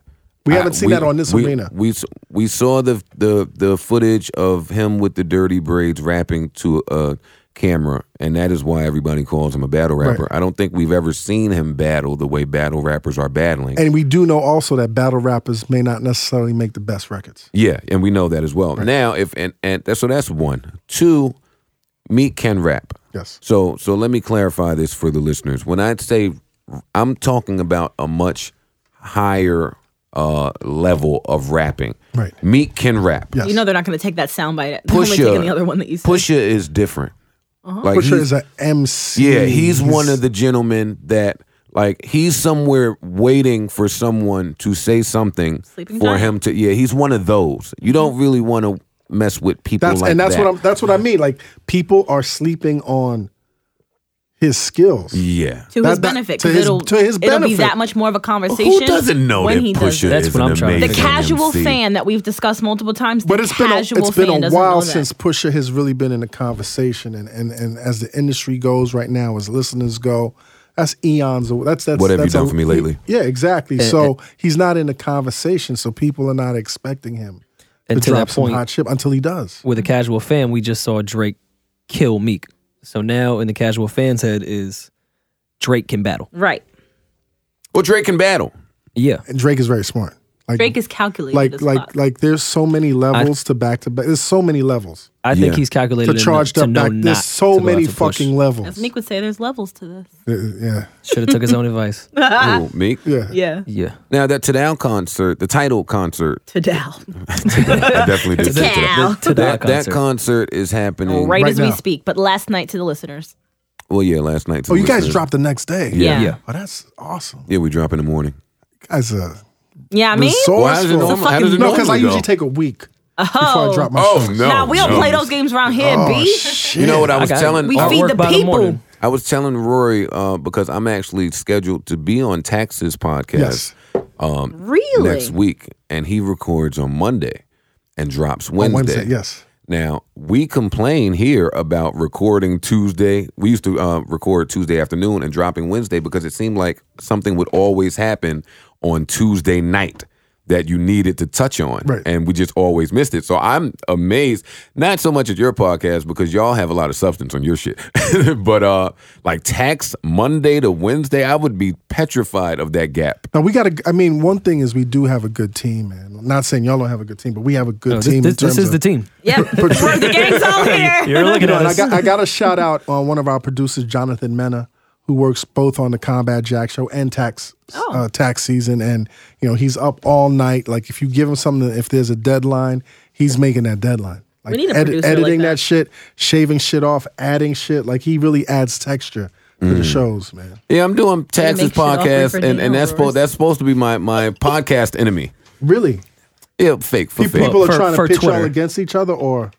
We haven't seen that on this we, arena. We s- we saw the the the footage of him with the dirty braids rapping to a camera, and that is why everybody calls him a battle rapper. I don't think we've ever seen him battle the way battle rappers are battling. and we do know also that battle rappers may not necessarily make the best records. Yeah, and we know that as well. Now, if and and that's so that's one. Two, Meek can rap. Yes. So so let me clarify this for the listeners. When I say I'm talking about a much higher uh level of rapping. Right. Meek can rap. Yes. you know they're not going to take that soundbite. They're only Pusha. taking the other one that you said. Pusha is different. Like Pusher he's- is an MC. yeah, he's one of the gentlemen that like he's somewhere waiting for someone to say something Sleeping Mm. for giant. him to yeah, he's one of those. You don't really want to mess with people That's like and that's that. what I'm. That's what I mean. Like people are sleeping on his skills. Yeah. To That- his that- benefit, to 'cause his- it'll, to his it'll be benefit. that much more of a conversation. Who doesn't know when that he does Pusha it. That's is what an I'm trying to The amazing figure out. casual MC. fan that we've discussed multiple times. But the it's been a, casual it's been fan a doesn't know while that. since Pusha has really been in the conversation, and, and and as the industry goes right now, as listeners go, that's eons. Away. That's that's What have you that's done for me lately? Yeah, exactly. so he's not in the conversation, so people are not expecting him And to to that drop some point- hot shit until he does. With a casual fan, we just saw Drake kill Meek. So now in the casual fan's head is Drake can battle. Right. Well, Drake can battle. Yeah. And Drake is very smart. Like Drake is calculated. like as like fuck. like. There's so many levels to back to back. There's so many levels I think Yeah. he's calculated to enough charged to up know back. not There's so to go out many to push. fucking As levels. Meek would say, there's levels to this. Uh, Yeah, Should have took his own advice. Ah. Ooh, Meek. yeah. Yeah. Yeah. Now that Tadal concert, the title concert, To Dow. I definitely did say Tadal. Dow. To That, that concert. concert is happening. Right, Right as now. we speak. But last night to the listeners. Well, yeah, last night. to Oh, the you guys listeners. dropped the next day. Yeah. Yeah. Oh, that's awesome. Yeah, we drop in the morning. You guys are Yeah, I mean, resourceful. Well, how does it normal- how does it no, because I normally go? usually take a week before I Oh. drop my show. nah, we don't play those games around here, Oh, B. You know what I was got it. telling? We I, feed work the by the people. morning. I was telling Rory uh, because I'm actually scheduled to be on Tax's podcast Yes. really? next week, and he records on Monday and drops On Wednesday. Wednesday, yes. Now we complain here about recording Tuesday. We used to uh, record Tuesday afternoon and dropping Wednesday because it seemed like something would always happen on Tuesday night that you needed to touch on, Right. and we just always missed it. So I'm amazed, not so much at your podcast because y'all have a lot of substance on your shit, but uh, like tax Monday to Wednesday, I would be petrified of that gap. Now we got to. I mean, one thing is we do have a good team, man. I'm not saying y'all don't have a good team, but we have a good No, this, team. this- in terms this is of, the team. Yeah. We're the gang's all here. You're looking You know, at and I us. got I got a shout out on one of our producers, Jonathan Mena, who works both on the Combat Jack Show and Tax Oh. uh, Tax Season, and you know he's up all night. Like if you give him something, if there's a deadline, he's making that deadline. Like need a producer like editing that. shit, shaving shit off, adding shit. Like he really adds texture to the shows, man. Yeah, I'm doing taxes make shit awkward podcast, for and, and that's dinosaurs. supposed that's supposed to be my my podcast enemy. Really, Yeah, fake for people, fake. people are For- trying for to pitch y'all Twitter. against each other, or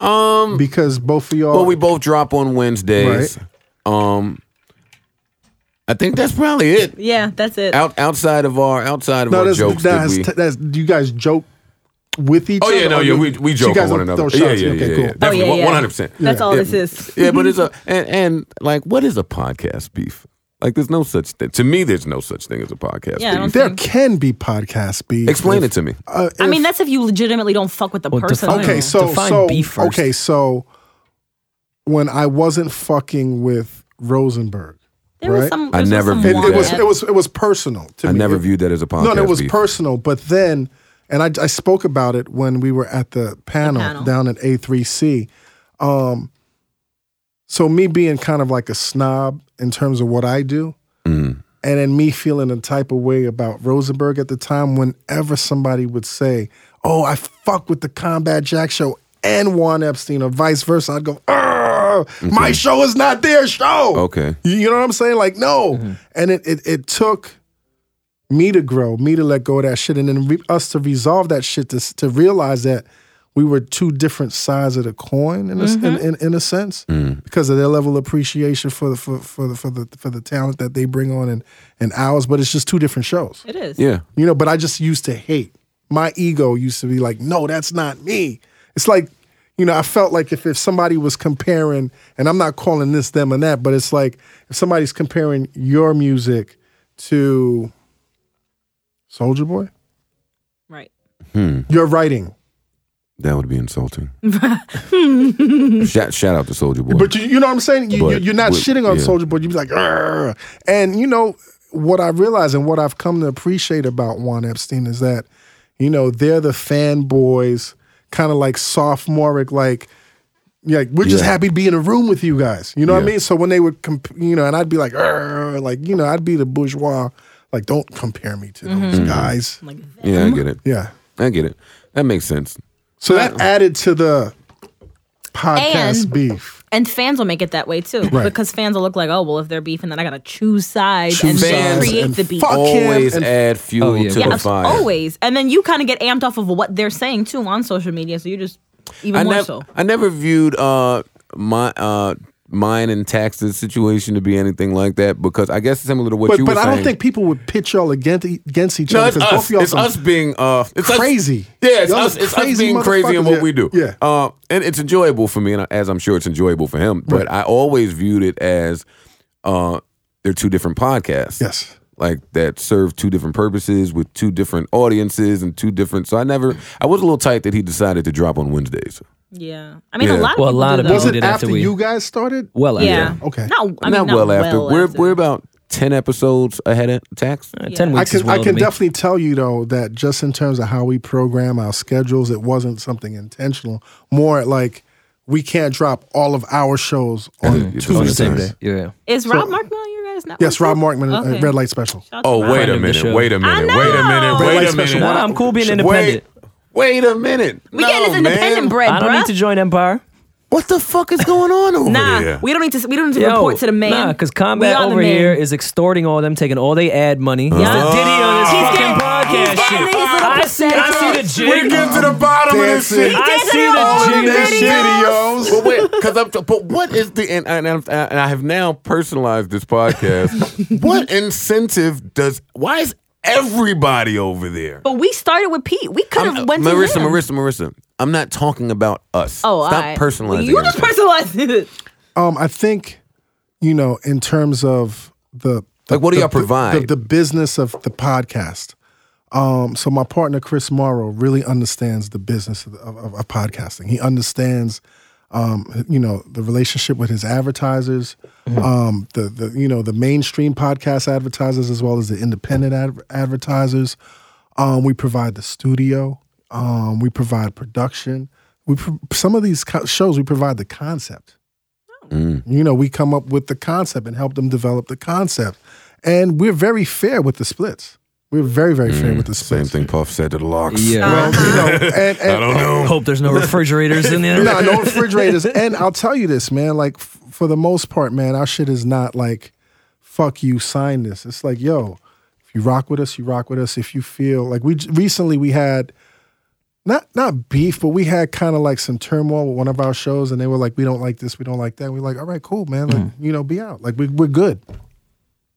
um because both of y'all. Well, we both drop on Wednesdays. Um, I think that's probably it. Yeah, that's it. Out outside of our outside of no, our that's, jokes that that's, we. that's you guys joke with each oh other. yeah, no, or yeah, you- we we so joke you guys on one don't throw another. Yeah, shots? yeah, okay, yeah, yeah. cool. Oh, yeah, Definitely, yeah. one hundred percent. That's all yeah. this is. Yeah, but it's a and, and like what is a podcast beef? Like there's no such thing to me. There's no such thing as a podcast Yeah, I don't beef. There can be podcast beef. Explain it if- to me. Uh, I if- mean, that's if you legitimately don't fuck with the Well, person. define- okay. no. So Define so beef first. okay. So when I wasn't fucking with Rosenberg, there was right? some. I there never some viewed and Wow. it was wine. it was it was personal to I me. never It- viewed that as a podcast. No, no, it was beef. personal. But then, and I, I spoke about it when we were at the panel, panel. down at A3C. Um, so me being kind of like a snob in terms of what I do, Mm-hmm. and then me feeling a type of way about Rosenberg at the time, whenever somebody would say, "Oh, I fuck with the Combat Jack show." And Juan Epstein, or vice versa, I'd go, "Argh, my show is not their show. Okay. You, you know what I'm saying? Like, no. And it, it it took me to grow, me to let go of that shit, and then re- us to resolve that shit to s- to realize that we were two different sides of the coin in a, s- in, in, in a sense because of their level of appreciation for the for, for the for the for the talent that they bring on and and ours. But it's just two different shows, It is. Yeah. you know. But I just used to hate. My ego used to be like, no, that's not me. It's like. You know, I felt like if, if somebody was comparing, and I'm not calling this them and that, but it's like if somebody's comparing your music to Soldier Boy, Right. your writing. That would be insulting. shout, shout out to Soldier Boy. But you, you know what I'm saying? You, But you, are not with- shitting on yeah. Soldier Boy. You'd be like, "Argh." and you know what I realize and what I've come to appreciate about Juan Epstein is that, you know, they're the fanboys, kind of like sophomoric, like, yeah, like, we're just Yeah. happy to be in a room with you guys. You know what I Yeah. mean? So when they would, comp- you know, and I'd be like, "Argh," like, you know, I'd be the bourgeois, like, don't compare me to those guys. Mm-hmm. Like yeah, I get it. Yeah. I get it. That makes sense. So that added to the podcast And- beef. And fans will make it that way too, Right. because fans will look like, oh well, if they're beefing, then I gotta choose sides Choose and then sides create and the beef. fuck him Always and- add fuel Oh, yeah, to of the yeah, fire. always. And then you kind of get amped off of what they're saying too on social media, so you just even I more never, so. I never viewed uh my uh mine and taxes situation to be anything like that because I guess similar to what But, you were but I don't saying- think people would pitch y'all against, e, against each No, other it's because both us. of y'all It's some- us being uh, it's us- Crazy. Yeah, it's Y'all us. are It's us crazy being crazy in motherfuckers. what Yeah, we do. yeah. Uh, and it's enjoyable for me, and I- as I'm sure it's enjoyable for him. But I always viewed it as uh, they're two different podcasts. Yes. Like that serve two different purposes with two different audiences and two different. So I never. I was a little tight that he decided to drop on Wednesdays. Yeah, I mean Yeah. a lot of Well, a people lot do of though. Was people it did after, after we- you guys started? Well, after. yeah. Okay. Not, I mean, not, well, after. we're after. we're about ten episodes ahead of tax. Uh, Ten I weeks is can, well I to can me. definitely tell you though that just in terms of how we program our schedules, it wasn't something intentional. More like we can't drop all of our shows on it's Tuesday. on the same day. Yeah. Is Rob Markman on you guys? Network? Yes, Rob Markman, uh, Okay. Red Light Special. Shout out to Oh Rob. wait Friend a of the minute! show. Wait a I minute! Wait a know! minute! Red Wait Light a Special. minute! Why Nah, I'm cool being Wait, independent. wait a minute. We getting No, this man. independent bread, I don't bruh. need to join Empire. What the fuck is going on over Nah, there? we don't need to. We don't need to Yo, report to the man. Nah, because We combat are the over man. here is extorting all them, taking all they ad money. He's the Diddy on this He's fucking getting- podcast he's getting shit. these little I see, I percentages. see the We jig. get to the bottom of this Dancing. shit. I Dancing see all the over jig. the That shit. videos. But wait, because I'm. But what is the and, and, I'm- and I have now personalized this podcast. what incentive does? Why is everybody over there? But we started with Pete. We could I'm- uh, have went Marissa, to him. Marissa, Marissa. I'm not talking about us. Oh, stop alright. personalizing. You just everything. personalized it. Um, I think, you know, in terms of the, the Like, what do the- y'all the- provide? The, the business of the podcast. Um, so my partner Chris Morrow really understands the business of, of, of podcasting. He understands, um, you know, the relationship with his advertisers, um, the the you know the mainstream podcast advertisers as well as the independent ad- advertisers. Um, we provide the studio. Um, we provide production. We pro- some of these co- shows we provide the concept. Oh. Mm. You know, we come up with the concept and help them develop the concept. And we're very fair with the splits. We're very, very fair with the Mm. Same splits. thing Puff said to the locks. Yeah. Well, you know, and, and, I don't know. Hope there's no refrigerators in there. no, no refrigerators. And I'll tell you this, man. Like f- for the most part, man, our shit is not like, fuck you, sign this. It's like, yo, if you rock with us, you rock with us. If you feel like we j- recently we had not not beef, but we had kind of like some turmoil with one of our shows, and they were like, we don't like this, we don't like that. And we're like, all right, cool, man. Like, Hmm. you know, be out. Like we, we're good.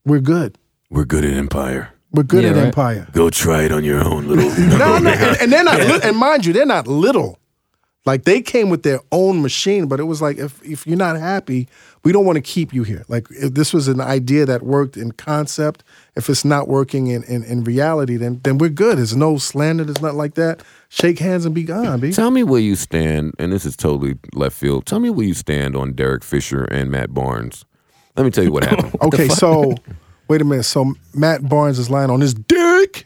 We're good. We're good at Empire. We're good Yeah, at right. Empire. Go try it on your own, little. No, no, and, and they're not. Li- and mind you, they're not little. Like they came with their own machine, but it was like if if you're not happy, we don't want to keep you here. Like if this was an idea that worked in concept, if it's not working in in, in reality, then then we're good. There's no slander. There's nothing like that. Shake hands and be gone, b. Tell me where you stand, and this is totally left field. Tell me where you stand on Derek Fisher and Matt Barnes. Let me tell you what happened. Okay, so wait a minute. So Matt Barnes is lying on his dick,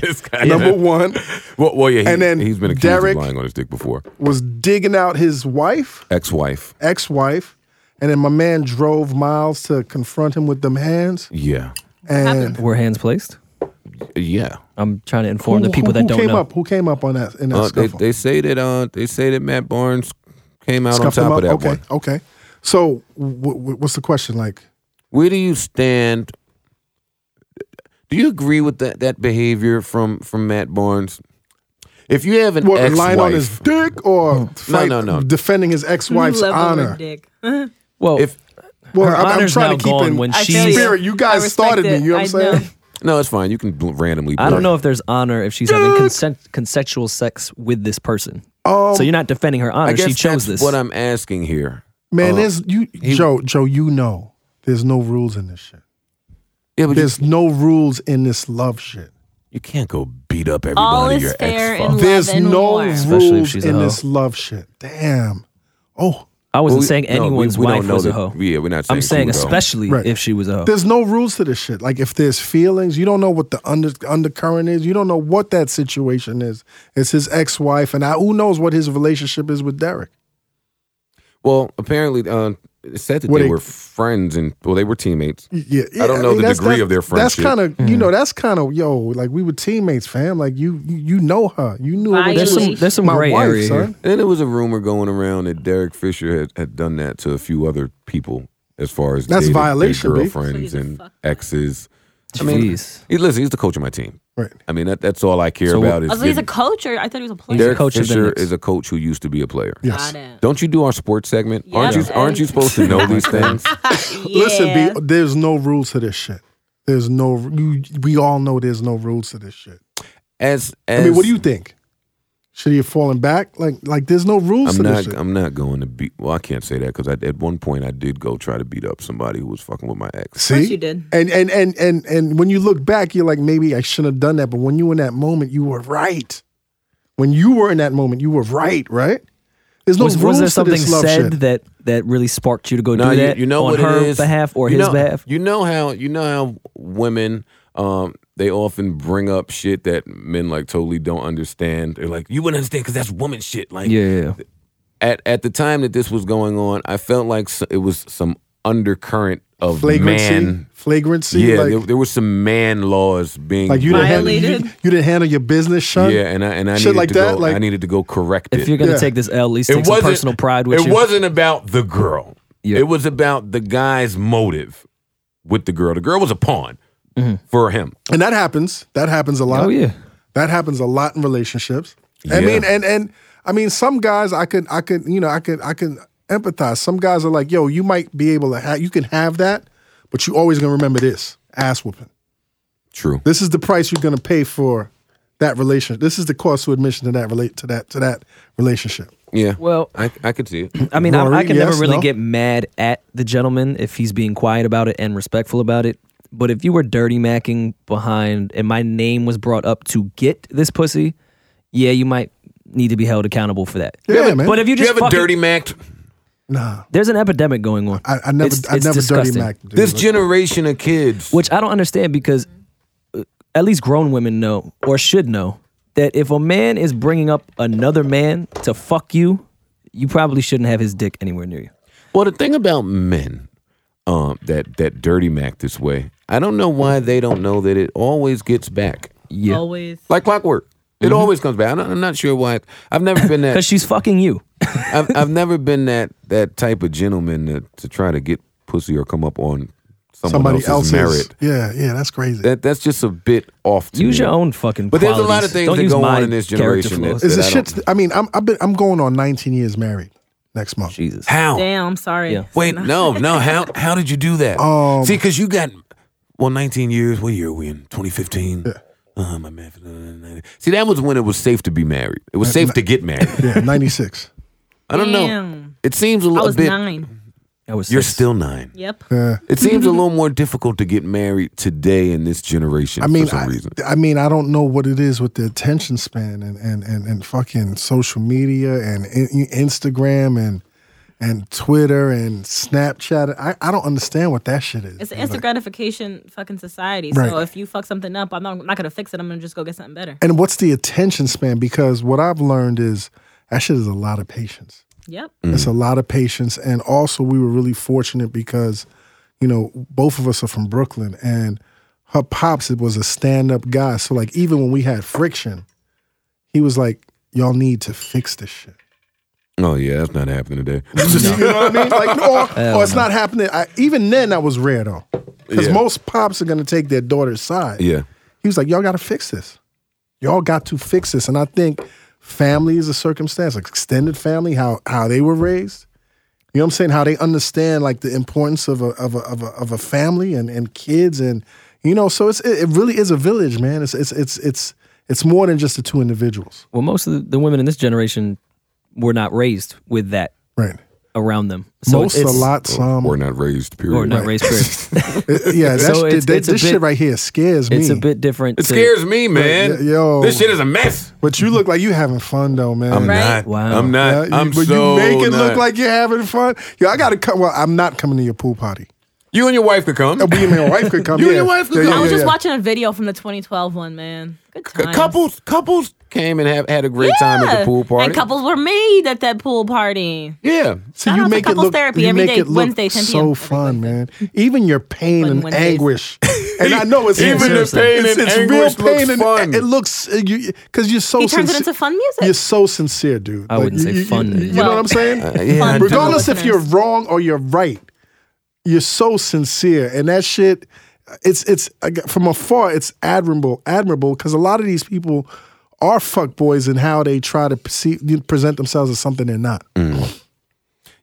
This guy- Number one Well, well, yeah, he, And then he's been accused Derek- of lying on his dick before. was digging out his wife, Ex-wife. ex-wife, and then my man drove miles to confront him with them hands. Yeah, And Were hands placed? yeah. I'm trying to inform Who- the people who- that who don't came know. Oh, Up, who came up on that in that Uh, they, scuffle? they say that. Uh, they say that Matt Barnes came out Scuffed on him top of that okay, one. okay. So w- w- what's the question like? Where do you stand? Do you agree with that that behavior from from Matt Barnes? If you have an What, ex-wife, lying on his dick or fight, no, no. defending his ex-wife's Level of honor? dick. Well, if Well, Her I'm, I'm honor's now trying to keep gone in when I she- feel spirit. You guys I respect started me, it. you know what I'm I saying? know. no, it's fine. You can bl- randomly. I blur. don't know if there's honor if she's having consent, consensual sex with this person. Oh, so you're not defending her I honor. guess She chose that's this. what I'm asking here. Oh. man, there's you, Joe. Joe, you know, there's no rules in this shit. Yeah, but you, There's no rules in this love shit. you can't go beat up everybody. All is your fair ex in fuck. love. There's and no war. Especially if rules she's a in hoe. this love shit. Damn. Oh, I Well, wasn't we- saying no, we- anyone's we don't wife know was a that- hoe. Yeah, we're not. Saying I'm saying she was a hoe. especially Right. if she was a hoe. there's no rules to this shit. Like if there's feelings, you don't know what the under undercurrent is. You don't know what that situation is. It's his ex-wife, and I, who knows what his relationship is with Derek. Well, apparently, uh, it said that What they they- were friends and well, they were teammates. Yeah, yeah, I don't know the that's- degree that's- of their friendship. That's kind of you know. That's kind of yo. Like we were teammates, fam. Like you, you, you know her. You knew her. when There's she some was there's some my gray wife, area son. here. And there was a rumor going around that Derek Fisher had, had done that to a few other people, as far as That's dated their violation, B. So girlfriends he's a and fuck. exes. I mean, Jeez. he, listen, he's the coach of my team. Right. I mean, that, that's all I care So- about. Is Oh, so he's a getting- coach, or I thought he was a player. He's a Derek coach of the Fisher Knicks. is a coach who used to be a player. Yes. Got it. Don't you do our sports segment? Yeah, aren't you? but- Aren't you supposed to know these things? Listen, Yeah. B, there's no rules to this shit. There's no. You, we all know there's no rules to this shit. As, as I mean, what do you think? Should he have fallen back? Like, like there's no rules I'm to not. this shit. I'm not going to beat. Well, I can't say that because at one point I did go try to beat up somebody who was fucking with my ex. See, course you did. And and and and and when you look back, you're like, maybe I shouldn't have done that. But when you were in that moment, you were right. When you were in that moment, you were right. Right? There's no was, was rules there to something this love said shit. that that really sparked you to go No, do you, that you know on what her it is? behalf or You his know- behalf? You know how you know how women um they often bring up shit that men like totally don't understand. They're like, you wouldn't understand because that's woman shit. Like Yeah, yeah, yeah. at at the time that this was going on, I felt like s it was some undercurrent of flagrancy, man. flagrancy. Yeah, like, there, there was some man laws being like you didn't handle, you, Violated. you didn't handle your business, son. Yeah, and I and I Shit needed like to that, go. like- I needed to go correct If it. you're gonna Yeah. take this L, at least take some wasn't- personal pride with it you. wasn't about the girl. Yeah. It was about the guy's motive with the girl. The girl was a pawn Mm-hmm. for him. and that happens. That happens a lot. Oh yeah. That happens a lot in relationships. Yeah. I mean, and and I mean, some guys I could I could you know I could I can empathize. Some guys are like, yo, you might be able to have you can have that, but you always gonna remember this ass whooping. True. This is the price you're gonna pay for that relationship. This is the cost of admission to that relate to that to that relationship. Yeah. Well, I, I could see it. I mean, I- I, Rory, can never yes, really no? get mad at the gentleman if he's being quiet about it and respectful about it. But if you were dirty macking behind and my name was brought up to get this pussy, yeah, you might need to be held accountable for that. Yeah, man. But if you Do you just have a fucking- dirty Mac? Nah, there's an epidemic going on. I, I never It's- I it's never dirty disgusting. Mac. dude. This Like, generation of kids. which I don't understand because uh, at least grown women know or should know that if a man is bringing up another man to fuck you, you probably shouldn't have his dick anywhere near you. Well, the thing about men um, that that dirty Mac this way, I don't know why they don't know that it always gets back Yeah, Always. like clockwork. It Mm-hmm. always comes back. I'm not, I'm not sure why. I've never been that. because she's fucking you. I've, I've never been that that type of gentleman to, to try to get pussy or come up on someone somebody else's, else's merit. Yeah, yeah, that's crazy. That that's just a bit off. To Use me. your own fucking. But there's a lot qualities. of things Don't that use go on my in this character generation that- flaws. is that the I shit? don't- I mean, I'm I've been, I'm going on 19 years married next month. Jesus. how. Damn, I'm sorry. Yeah. Wait, no, no. How how did you do that? Um, See, because you got well, 19 years. What year are we in? 2015. Uh, my man. See, that was when it was safe to be married. It was safe to get married. Yeah, 96. I don't know. Damn. It seems a I little was bit. nine. I was You're six. still nine. Yep. Yeah. It seems a little more difficult to get married today in this generation. I mean, for some I, reason. I mean, I don't know what it is with the attention span and and and, and fucking social media and in, Instagram and and Twitter and Snapchat. I, I don't understand what that shit is. It's an instant gratification fucking society. So Right. if you fuck something up, I'm not, I'm not gonna fix it. I'm gonna just go get something better. and what's the attention span? Because what I've learned is that shit is a lot of patience. Yep. It's a lot of patience. And also, we were really fortunate because, you know, both of us are from Brooklyn and her pops was a stand up guy. So, like, even when we had friction, he was like, y'all need to fix this shit. Oh yeah, that's not happening today. you know what I mean? Like, or, or it's not happening. I, even then, that was rare though. Because Yeah. most pops are going to take their daughter's side. yeah, He was like, y'all got to fix this. Y'all got to fix this. And I think family is a circumstance, like extended family, how how they were raised. You know what I'm saying? How they understand like the importance of a of a of a, of a family and, and kids and you know. So it's it, it really is a village, man. It's it's it's it's it's more than just the two individuals, Well, most of the, the women in this generation were not raised with that right? around them. So Most a it's, Oh, lot some we're not raised. Period. or not raised. Period. yeah. That's, So it's- that- it's a this bit- shit right here scares me. it's a bit different. It to- scares me, man. y- yo. this shit is a mess. But you look like you having fun though, man. I'm Right? not. Wow. I'm Yeah, not. you- I'm but so you make it not. look like you're having fun. Yo, I gotta come. Well, I'm not coming to your pool party. you and your wife could come. Uh, We, my wife could come. You yeah. and your wife could Yeah, come. yeah, I was yeah, just yeah. watching a video from the 2012 one, man. Good C- times. couples, couples came and have, had a great time at the Yeah. pool party. And couples were made at that pool party. yeah, So Shout out you to make it couples look. therapy you every make day, it look Wednesday, 10 so p.m. fun, man. Even your pain Fun and Wednesdays. anguish. And I know it's Even the it's- pain it's, and it's anguish real pain looks and fun. it looks because you, 'cause you're so He turns it sincere- into fun music. You're so sincere, dude. I wouldn't you- say you, fun uh, You, you music. know Well, what I'm saying? yeah, Fun I do. for the regardless if you're listeners. wrong or you're right, you're so sincere, and that shit, it's it's from afar, it's admirable, admirable, because a lot of these people are fuckboys in how they try to perceive, present themselves as something they're not.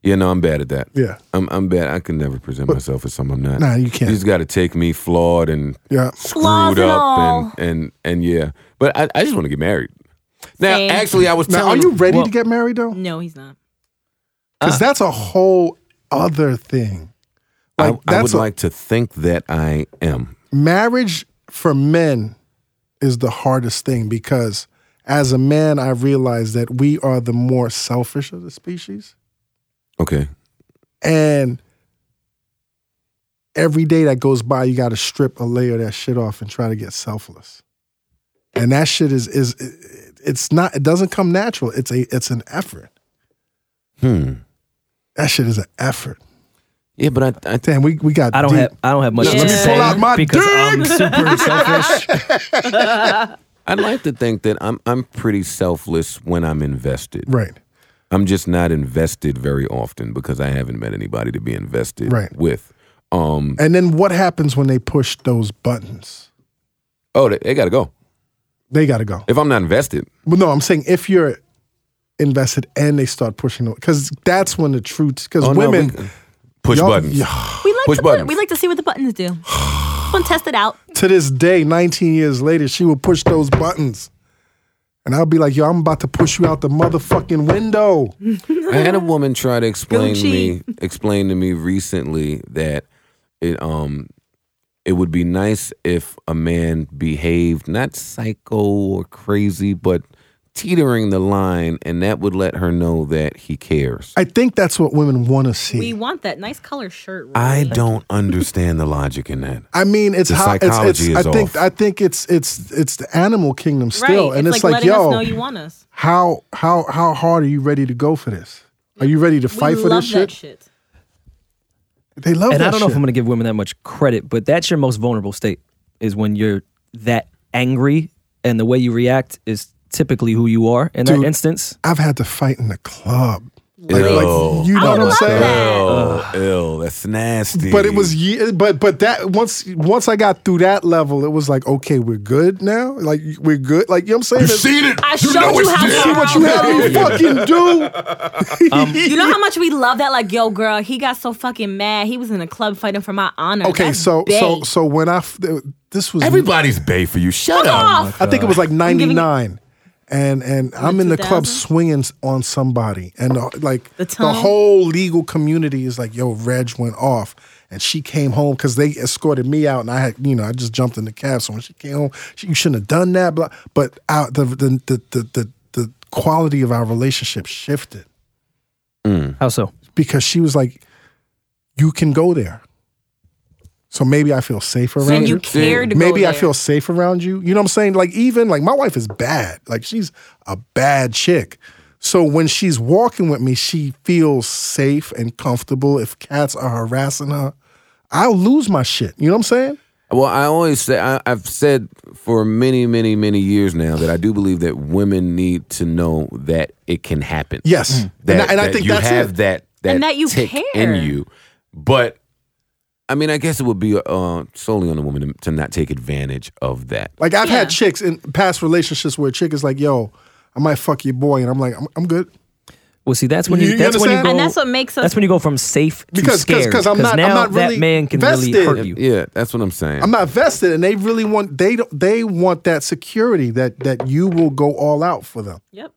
Yeah, no, I'm bad at that. Yeah. I'm I'm bad. I can never present myself as something I'm not. Nah, you can't. You just got to take me flawed and Yeah, screwed Flaws and up all. and and and yeah. But I, I just want to get married. Now, Same. actually, I was now are telling you ready well- to get married though? no, he's not. Because that's a whole other thing. I, Like I would that's a, like to think that I am. marriage for men is the hardest thing because as a man, I realize that we are the more selfish of the species. Okay. And every day that goes by, you got to strip a layer of that shit off and try to get selfless. And that shit is is it's not it doesn't come natural. It's a it's an effort. Hmm. That shit is an effort. Yeah, but I, I Damn, we we got. I don't deep. have. I don't have much Let to me say pull out my because I'm super selfish. I'd like to think that I'm I'm pretty selfless when I'm invested. right. I'm just not invested very often because I haven't met anybody to be invested Right. with. Um. And then what happens when they push those buttons? Oh, they, they got to go. They got to go. If I'm not invested, Well, no, I'm saying if you're invested and they start pushing them, because that's when the truth. Because Oh, no, women, we- push y'all- buttons. yeah, We like Push to buttons. we like to see what the buttons do. Just want to test it out. to this day, 19 years later, she will push those buttons, and I'll be like, "Yo, I'm about to push you out the motherfucking window." I had a woman try to explain to me Gucci. explain to me recently that it um it would be nice if a man behaved not psycho or crazy but teetering the line and that would let her know that he cares. I think that's what women want to see. We want that nice color shirt. Really. I don't understand the logic in that. I mean, it's The how it's, it's. psychology is I think. off. I think it's. It's. It's the animal kingdom still, right. and it's, like, letting yo, us know you want us. how how how hard are you ready to go for this? Are you ready to fight we for love this that shit? shit. They love and that I don't know shit. if I'm going to give women that much credit, but that's your most vulnerable state is when you're that angry, and the way you react is typically who you are in Dude. that instance. I've had to fight in the club. Like, Ew. like, you I would know what I'm love saying? that. Ew, ew, that's nasty. But it was ye- but but that once once I got through that level, it was like, okay, we're good now. Like we're good. Like you know what I'm saying? You It's- seen it. I you showed know you it's how there. to See what you had me fucking do. You know how much we love that? Like, yo, girl, he got so fucking mad. He was in a club fighting for my honor. Okay, That's so so bae. so when I f- this was Everybody's bay for you. Shut Fuck up. off. I think it was like giving you- 99. And and I'm in the 2000? club swinging on somebody, and the, like The the, tongue? whole legal community is like, "Yo, Reg went off," and she came home because they escorted me out, and I had, you know, I just jumped in the cab. So when she came home, she, you shouldn't have done that. Blah. But out the the, the the the the quality of our relationship shifted How so? because she was like, "You can go there." So maybe I feel safe around And you you. cared to go Maybe I there. feel safe around you. You know what I'm saying? Like even like my wife is bad. Like she's a bad chick. So when she's walking with me, she feels safe and comfortable. If cats are harassing her, I'll lose my shit. You know what I'm saying? Well, I always say I, I've said for many, many, many years now that I do believe that women need to know that it can happen. Yes. And Mm-hmm. that, I- and I that think you that's have it. that that And that you tick care. in you. But I mean, I guess it would be uh, solely on the woman to, to not take advantage of that. Like I've Yeah. had chicks in past relationships where a chick is like, "Yo, I might fuck your boy," and I'm like, "I'm, I'm good." Well, see, that's when you, You- you that's when you understand? go. And that's what makes us that's when you go from safe to Because- 'cause- scared. 'cause I'm not- I'm now not that really man can really vested. hurt you. Yeah, that's what I'm saying. I'm not vested, and they really want they don't they want that security that that you will go all out for them. Yep.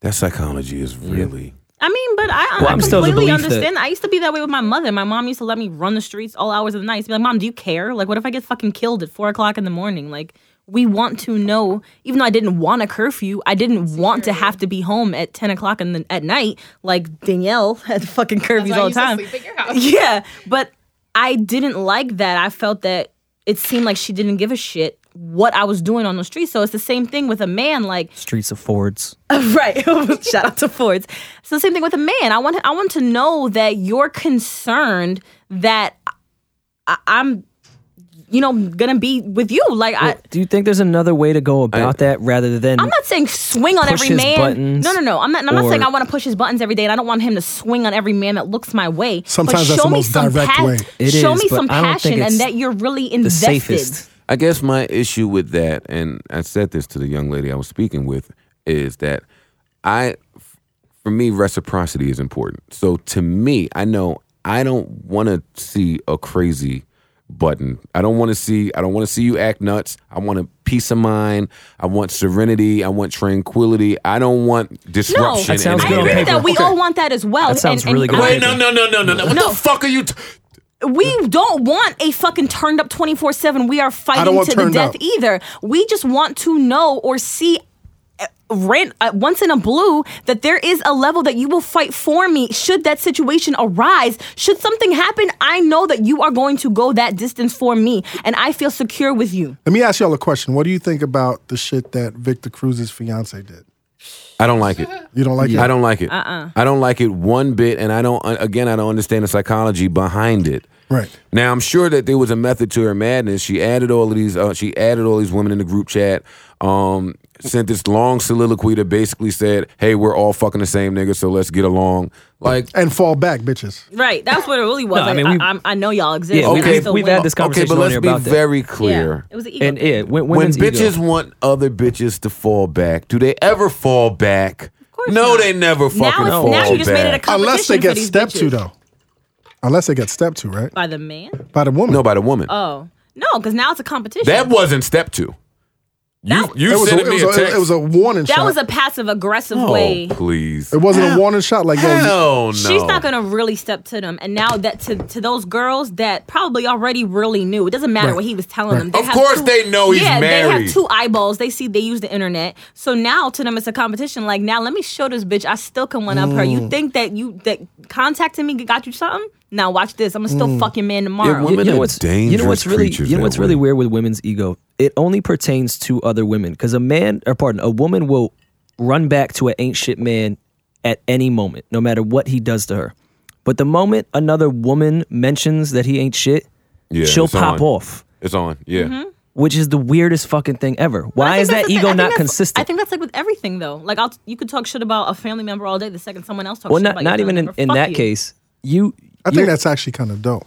that psychology is really. I mean, but I, Well, I I'm still of the completely belief that- understand. I used to be that way with my mother. My mom used to let me run the streets all hours of the night. She'd be like, "Mom, do you care? Like, what if I get fucking killed at four o'clock in the morning? Like, we want to know. Even though I didn't want a curfew, I didn't want to have to be home at ten o'clock in the, at night. Like Danielle had fucking curfews why I all the used to time. sleep at your house. Yeah, but I didn't like that. I felt that it seemed like she didn't give a shit what I was doing on the street. So it's the same thing with a man. Like Streets of Fords. Right. Shout out to Ford's. So same thing with a man. I want I want to know that you're concerned that I, I'm you know gonna be with you. Like I Do you think there's another way to go about that rather than I'm not saying swing on Push every his man. buttons no, no, no. I'm not. I'm not or- saying I want to push his buttons every day, and I don't want him to swing on every man that looks my way. Sometimes but that's show the me most some direct pa- way. It show is, me but some I don't think passion, it's and that you're really the invested. safest? I guess my issue with that, and I said this to the young lady I was speaking with, is that I, f- for me, reciprocity is important. So to me, I know I don't want to see a crazy button. I don't want to see. I don't want to see you act nuts. I want a peace of mind. I want serenity. I want tranquility. I don't want disruption. That sounds in good I any on of agree paper. with that. We all want that as well. That sounds and, really and good on I- paper. No, no, no, no, no, no. What the fuck are you? T- We don't want a fucking turned up 24 7. We are fighting want to the turned death up. either. We just want to know or see. uh, Rant, uh, once in a blue, that there is a level that you will fight for me should that situation arise. Should something happen, I know that you are going to go that distance for me, and I feel secure with you. Let me ask y'all a question. What do you think about the shit that Victor Cruz's fiance did? I don't like it. You don't like I it? don't like it. Uh-uh. I don't like it one bit, and I don't. Again, I don't understand the psychology behind it. Right. Now, I'm sure that there was a method to her madness. She added all of these. Uh, she added all these women in the group chat. Um, sent this long soliloquy that basically said, "Hey, we're all fucking the same nigga, so let's get along." Like, And fall back, bitches. Right. That's what it really was. No, I Like, mean, I- we- I, I'm- know y'all exist. Yeah, and okay, I still we've win. had this okay, conversation but let's earlier be about that. very clear. It was an ego. And yeah, when, When women's bitches ego. want other bitches to fall back, do they ever fall back? Of course no, not. they never fucking now, it's, fall now you just back. made it a competition Unless they for get these stepped to bitches. though. Unless they get stepped to, right? By the man? By the woman. no, by the woman. Oh. No, because now it's a competition. That wasn't step two. You, That- it you was, a, sent it, me was a a, text. it was a warning That shot. was a passive aggressive oh, way. please. it wasn't a warning shot like yo, you- Hell no. She's not gonna really step to them, and now that to, to those girls that probably already really knew, it doesn't matter what he was telling them. Of course they know he's yeah, they married. have two eyeballs. They see they use the internet, so now to them it's a competition. Like now, let me show this bitch I still can one up her. You Mm. think that you that contacting me got you something? Now watch this. I'm gonna still Mm. fuck your man tomorrow. women- you are know what's you know dangerous what's really creatures you know that what's really way. weird with women's ego. It only pertains to other women because a man or pardon a woman will run back to an ain't shit man at any moment, no matter what he does to her. But the moment another woman mentions that he ain't shit, Yeah, she'll it's on. pop off, It's on. Yeah. Mm-hmm. which is the weirdest fucking thing ever. I Why think is that's that the thing. I ego think not that's- I consistent? think that's like with everything though. Like I'll, you could talk shit about a family member all day. The second someone else talks Well, shit not about not your even family in, member, fuck in that you. case. You, I you're- think that's actually kind of dope.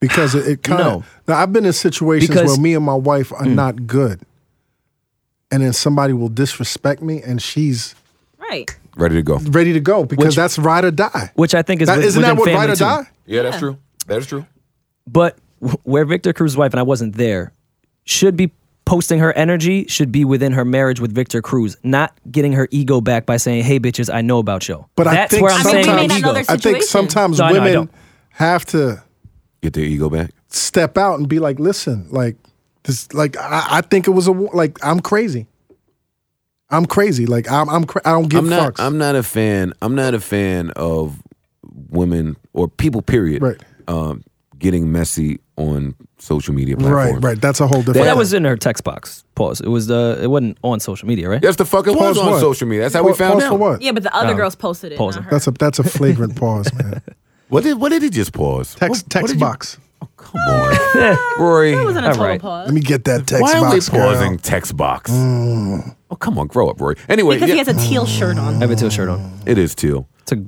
Because it, it kind of No. now I've been in situations Because- Hmm. where me and my wife are not good. And then somebody will disrespect me and she's right? Ready to go. ready to go because Which- that's ride or die. which I think is That, with- isn't that within what family ride or too. die? Yeah, that's true. That is true. but wh- where Victor Cruz's wife and I wasn't there should be posting her energy should be within her marriage with Victor Cruz, not getting her ego back by saying, "Hey, bitches, I know about you." But I that's think where I'm mean, we sometimes saying may not know ego. their I think situation. sometimes No, I know, I women don't. have to Get their ego back. step out and be like, listen, like this, like I, I think it was a wa- like I'm crazy. I'm crazy. Like I'm, I'm cra- I don't give I'm not. fucks. I'm not a fan. I'm not a fan of women or people. Period. Right. Um, getting messy on social media platforms. right, right. That's a whole different. Well, that was in her text box. Pause. It was the. It wasn't on social media, right? That's the fucking Pause was on what? social media. That's how we Pa- found pause out. for what? Yeah, but the other Um, girls posted it. pause Not it. her. That's a that's a flagrant pause, man. What did What did he just pause? Text What- what text did you- box. Come Eh, on, Rory. It wasn't a total Alright. pause. Let me get that text Why are we box. girl. Mm. pausing text box? Oh, come on, grow up, Rory. Anyway, because yeah, he has a teal shirt on, I have a teal shirt on. it is too. It's a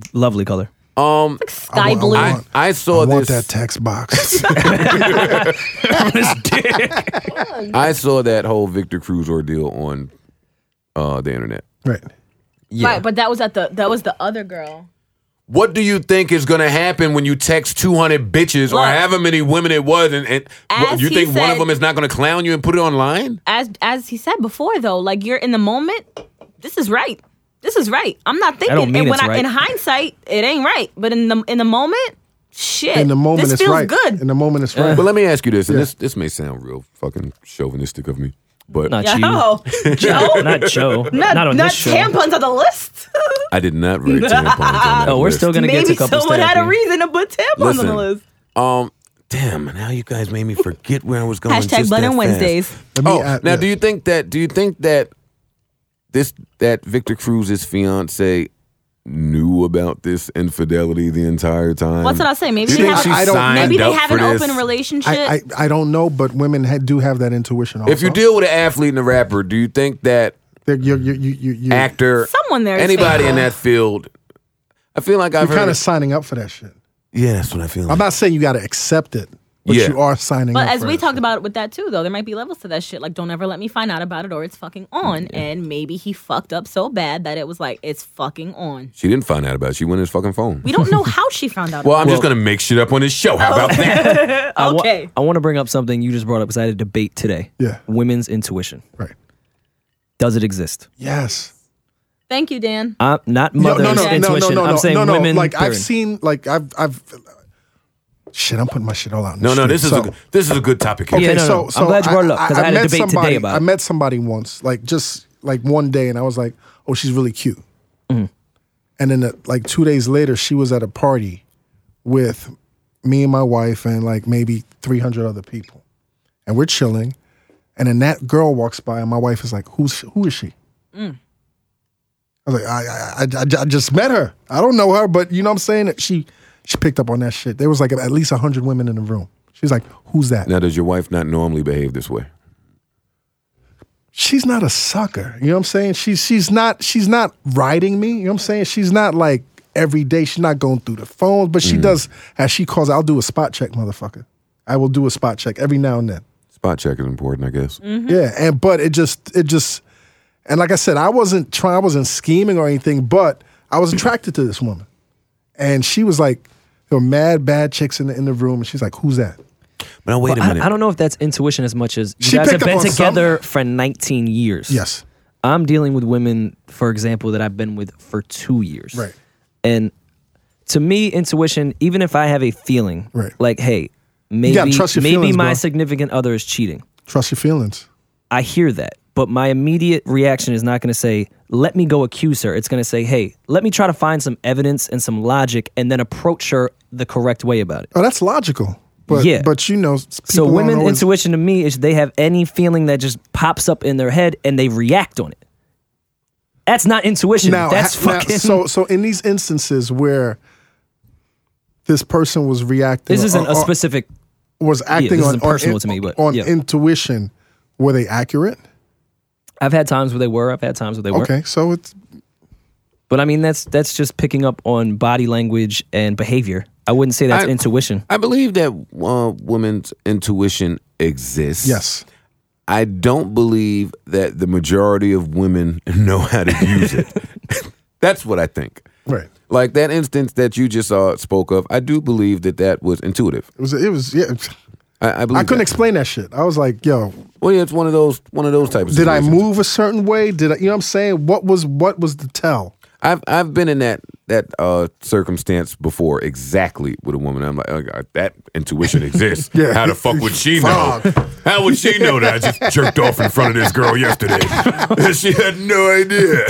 lovely color. Um, like sky want- I blue. I, I saw I want this. that text box. I saw that whole Victor Cruz ordeal on uh, the internet. right. Yeah. Right, but that was at the that was the other girl. What do you think is going to happen when you text 200 bitches or Look. however many women it was? And, and As what, you he think one of said- them is not going to clown you and put it online? As as he said before, though, like you're in the moment. This is right. This is right. I'm not thinking. don't mean and it's right. in hindsight, it ain't right. But in the in the moment, shit. In the moment, this it's feels right. good. In the moment, it's right. But let me ask you this, and this this may sound real fucking chauvinistic of me, but not Yo, you. Joe, Not Joe. not, not, on not this show. tampons on the list. I did not write tampons on that Oh, we're list. still gonna get to Maybe a couple someone had a therapy. reason to put tampons on the Listen. list. Um, damn! Now you guys made me forget where I was going. Hashtag just Bun that and fast. Wednesdays. Let me Oh, add- now yeah. do you think that? Do you think that this that Victor Cruz's fiance knew about this infidelity the entire time? What's what I say? Maybe You they think have, she a- signed maybe they up have for an this? open relationship. I, I I don't know, but women ha- do have that intuition. Also. If you deal with an athlete and a rapper, do you think that They're- you you you you you actor, Someone there is anybody in faithful. that field? I feel like I've you're kind heard. of signing up for that shit. yeah, that's what I feel. I'm Like. not saying you got to accept it, but Yeah. you are signing But up. as for we it. talked about with that too, though, there might be levels to that shit. Like, don't ever let me find out about it, or it's fucking on. And maybe he fucked up so bad that it was like it's fucking on. She didn't find out about. it. She went in his fucking phone. We don't know how she found out. Well, I'm just gonna make shit up on this show. How Oh. about that? I wa- Okay. I want to bring up something you just brought up because I had a debate today. Yeah. Women's intuition. right. Does it exist? Yes. Thank you, Dan. I'm not mother's intuition. I'm saying women. Like I've period. seen, like I've, I've. Shit, I'm putting my shit all out. in the No, no. street, This is so- a, this is a good topic. Here. Yeah, Okay, no, no, so, no. I'm so glad you brought it up, 'cause I had a met debate somebody, today about I it. met somebody once, like just like one day, and I was like, "Oh, she's really cute." Mm-hmm. And then, uh, like two days later, she was at a party with me and my wife and like maybe three hundred other people, and we're chilling. And then that girl walks by, and my wife is like, "Who's who is she?" Mm. I was like, I, I, I, I just met her. I don't know her, but you know what I'm saying? She she picked up on that shit. There was like at least hundred women in the room. She's like, "Who's that?" Now, does your wife not normally behave this way? she's not a sucker. You know what I'm saying? She's she's not she's not riding me. You know what I'm saying? She's not like every day. She's not going through the phone, but Mm. she does as she calls. I'll do a spot check, motherfucker. I will do a spot check every now and then. Spot check is important, I guess. Mm. Yeah, and but it just it just and like I said, I wasn't trying, I wasn't scheming or anything, but I was attracted to this woman, and she was like, there were mad bad chicks in the in the room, and she's like, who's that? But now, wait a I, minute. I don't know if that's intuition as much as you She guys have picked up been on together for 19 years. Yes, I'm dealing with women, for example, that I've been with for two years. Right. And to me, intuition, even if I have a feeling, Right. like, hey, maybe, trust your maybe feelings, my bro. significant other is cheating. trust your feelings. I hear that. But my immediate reaction is not going to say, let me go accuse her. It's going to say, hey, let me try to find some evidence and some logic and then approach her the correct way about it. Oh, that's logical, but Yeah. but you know, people So don't women always- intuition to me is they have any feeling that just pops up in their head and they react on it. That's not intuition. That's ha- now, fucking. so so in these instances where this person was reacting this or- isn't or- a specific. was acting this on, isn't on personal in- to me, but, on yeah. intuition were they accurate I've had times where they were. I've had times where they weren't. okay so it's But I mean, that's that's just picking up on body language and behavior. I wouldn't say that's I- intuition. I believe that uh, women's intuition exists. yes I don't believe that the majority of women know how to use it. That's what I think. right Like that instance that you just uh, spoke of, I do believe that that was intuitive. it was it was yeah I, I believe. i couldn't that. explain that shit i was like yo Well, yeah, it's one of those one of those types. did i situations. move a certain way did i you know what i'm saying what was what was the tell I've I've been in that that uh, circumstance before, exactly with a woman. I'm like, oh, God, that intuition exists. Yeah. How the fuck would she know? Fuck. How would she know that I just jerked off in front of this girl yesterday? she had no idea.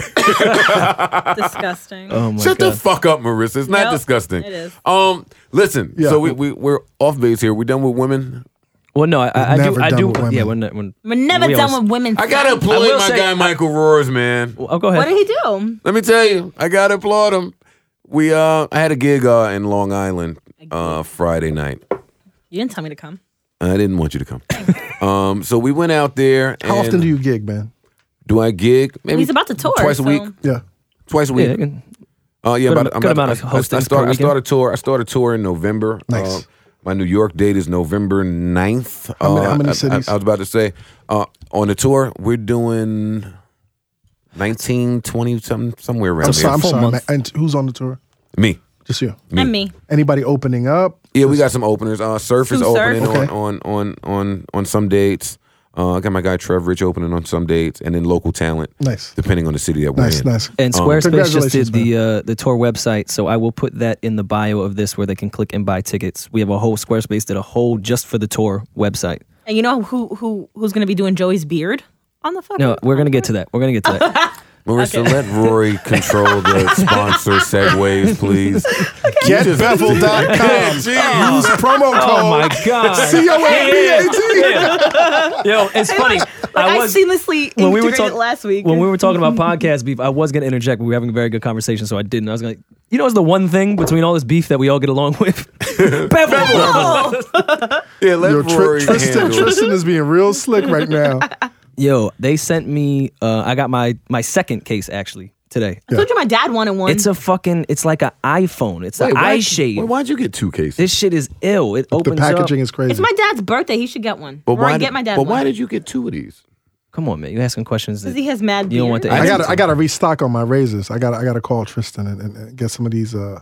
Disgusting. Oh my Shut god. uh, the fuck up, Marissa. It's not Yep, disgusting. it is. Um, listen. Yeah. So we we we're off base here. We're done with women. well, no, I, I, I do. never I done do. with women. Yeah, when, when We're never we done always- with women. I gotta sex. applaud will my say- guy Michael Roars, man. Oh, go What ahead. did he do? Let me tell you, I gotta applaud him. We uh, I had a gig uh, in Long Island uh, Friday night. You didn't tell me to come. I didn't want you to come. um, so we went out there. How and often do you gig, man? do I gig? Maybe He's about to tour. twice a so- week. Yeah. Twice a week. Yeah, I can- Uh, yeah, Good about, am- I'm good about- amount of I- I- hostings I, per start, I weekend. start a tour. I start a tour in November. Nice. Uh, my New York date is November 9th. How many- Uh, how many I- I- cities? I, was about to say uh, on the tour we're doing 19, 20, something somewhere around I'm there. sorry. I'm full sorry. month. man. And who's on the tour? Me. Just you. And me. Anybody opening up? Yeah, we got some openers. Uh, Surf is Who's Surf? opening Okay. on, on on on on some dates. Uh, I got my guy Trev Rich opening on some dates, and then local talent, Nice. depending on the city that we're Nice. in. Nice. And Squarespace just Congratulations, did the uh, the tour website, so I will put that in the bio of this where they can click and buy tickets. We have a whole Squarespace did a whole just for the tour website. And you know who who who's gonna be doing Joey's beard on the fucking? No, we're gonna get to that. We're gonna get to that. Marissa, let Rory control the sponsor segues, please. GetBevel.com. Use promo oh my code god! C-O-M-B-A-T. Yo, it's funny. Like I, seamlessly integrated talk- last week. When we were talking about podcast beef, I was gonna interject, but we were having a very good conversation, so I didn't. I was going, you know, it's the one thing between all this beef that we all get along with. Bevel. Yeah, let Yo, Rory Tr- Tristan, handle it. Tristan is being real slick right now. Yo, they sent me. Uh, I got my my second case actually today. I told you my dad wanted one. It's a fucking. It's like an iPhone. It's an eye shade. Why'd you get two cases? This shit is ill. It The opens packaging up. is crazy. It's my dad's birthday. He should get one. But why Roy, did- get my dad But one. why did you get two of these? Come on, man. You asking questions that Because he has mad you beard. don't want the I answers gotta, to. I gotta restock on my razors. I gotta, I gotta call Tristan and, and, and get some of these. Uh,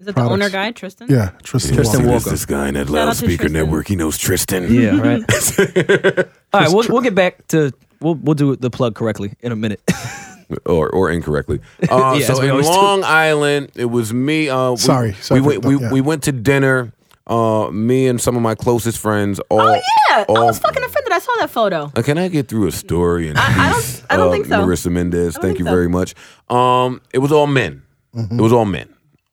Is that products. the owner guy, Tristan? yeah, Tristan. Tristan Walker. Walker. Welcome. guy in that out to Tristan. He knows Tristan. Yeah, right. all right, we'll, we'll get back to we'll we'll do the plug correctly in a minute. or or incorrectly. Uh, Yeah, as so we in always do. Long Island, it was me. Uh, we, Sorry, sorry we for went the- we, yeah. we went to dinner. Uh, me and some of my closest friends. All, Oh yeah, all, I was fucking offended. I saw that photo. Uh, can I get through a story? And uh, I don't- I don't think so. Marissa Mendez, don't thank think you so. very much. Um, it was all men. Mm-hmm. It was all men.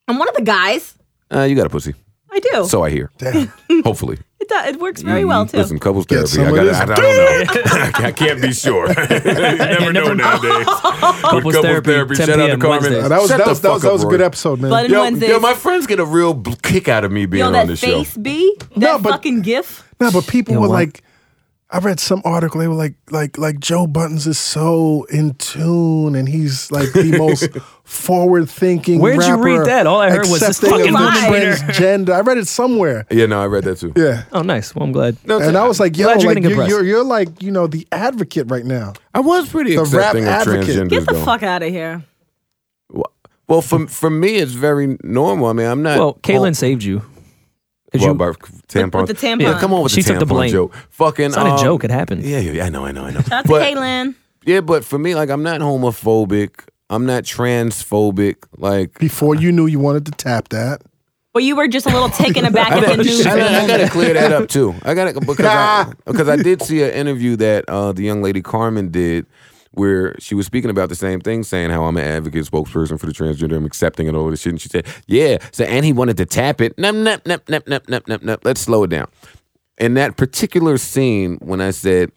I'm one of the guys. Uh, you got a pussy, I do. so I hear. Damn. Hopefully, it, do- it works very well too. Mm, Listen, couples Get therapy. some I, of gotta, this I, I don't know. I can't be sure. you never know nowadays. Couples Couples therapy, therapy. 10 Shout out to p.m. Carmen. Wednesdays. Uh, that was, Shut that the was, that was, fuck that was a up, good Rory. episode, man. Blood and Yo, Wednesdays. yo, my friends get a real bl- kick out of me being Yo, on that this face show. B, that but- fucking gif. No, but people You know were what? like, I read some article. They were like, like, like Joe Buttons is so in tune, and he's like the most forward thinking. Where'd you read that? All I heard was this fucking woman. gender. I read it somewhere. Yeah, no, I read that too. Yeah, Oh, nice. Well, I'm glad. No, and I was like, yo, Glad you're like getting you're, impressed. you're, you're like, you know, the advocate right now. I was pretty The rap accepting of advocate. transgenders. Get the though. fuck out of here. Well, for for me, it's very normal. I mean, I'm not. Well, Kaylin Kaylin, saved you. 'Cause well, you- about tampons. With the tampon. Yeah, Come on with She the tampon took the blame. joke. Fucking, it's not um, a joke. It happened. Yeah, yeah, yeah, I know, I know, I know. Shout out to but, Caitlin. Yeah, but for me, like, I'm not homophobic. I'm not transphobic. Like, Before you knew you wanted to tap that, But you were just a little taken aback I, at the gotta- news. I gotta- I gotta clear that up too. I gotta because I, because I did see an interview that uh, the young lady Carmen did where she was speaking about the same thing, saying how I'm an advocate spokesperson for the transgender, I'm accepting and all this shit. And she said, Yeah. So and he wanted to tap it. Nup, nup, nup, nup, nup, nup, nup, nup. Let's slow it down. In that particular scene, when I said,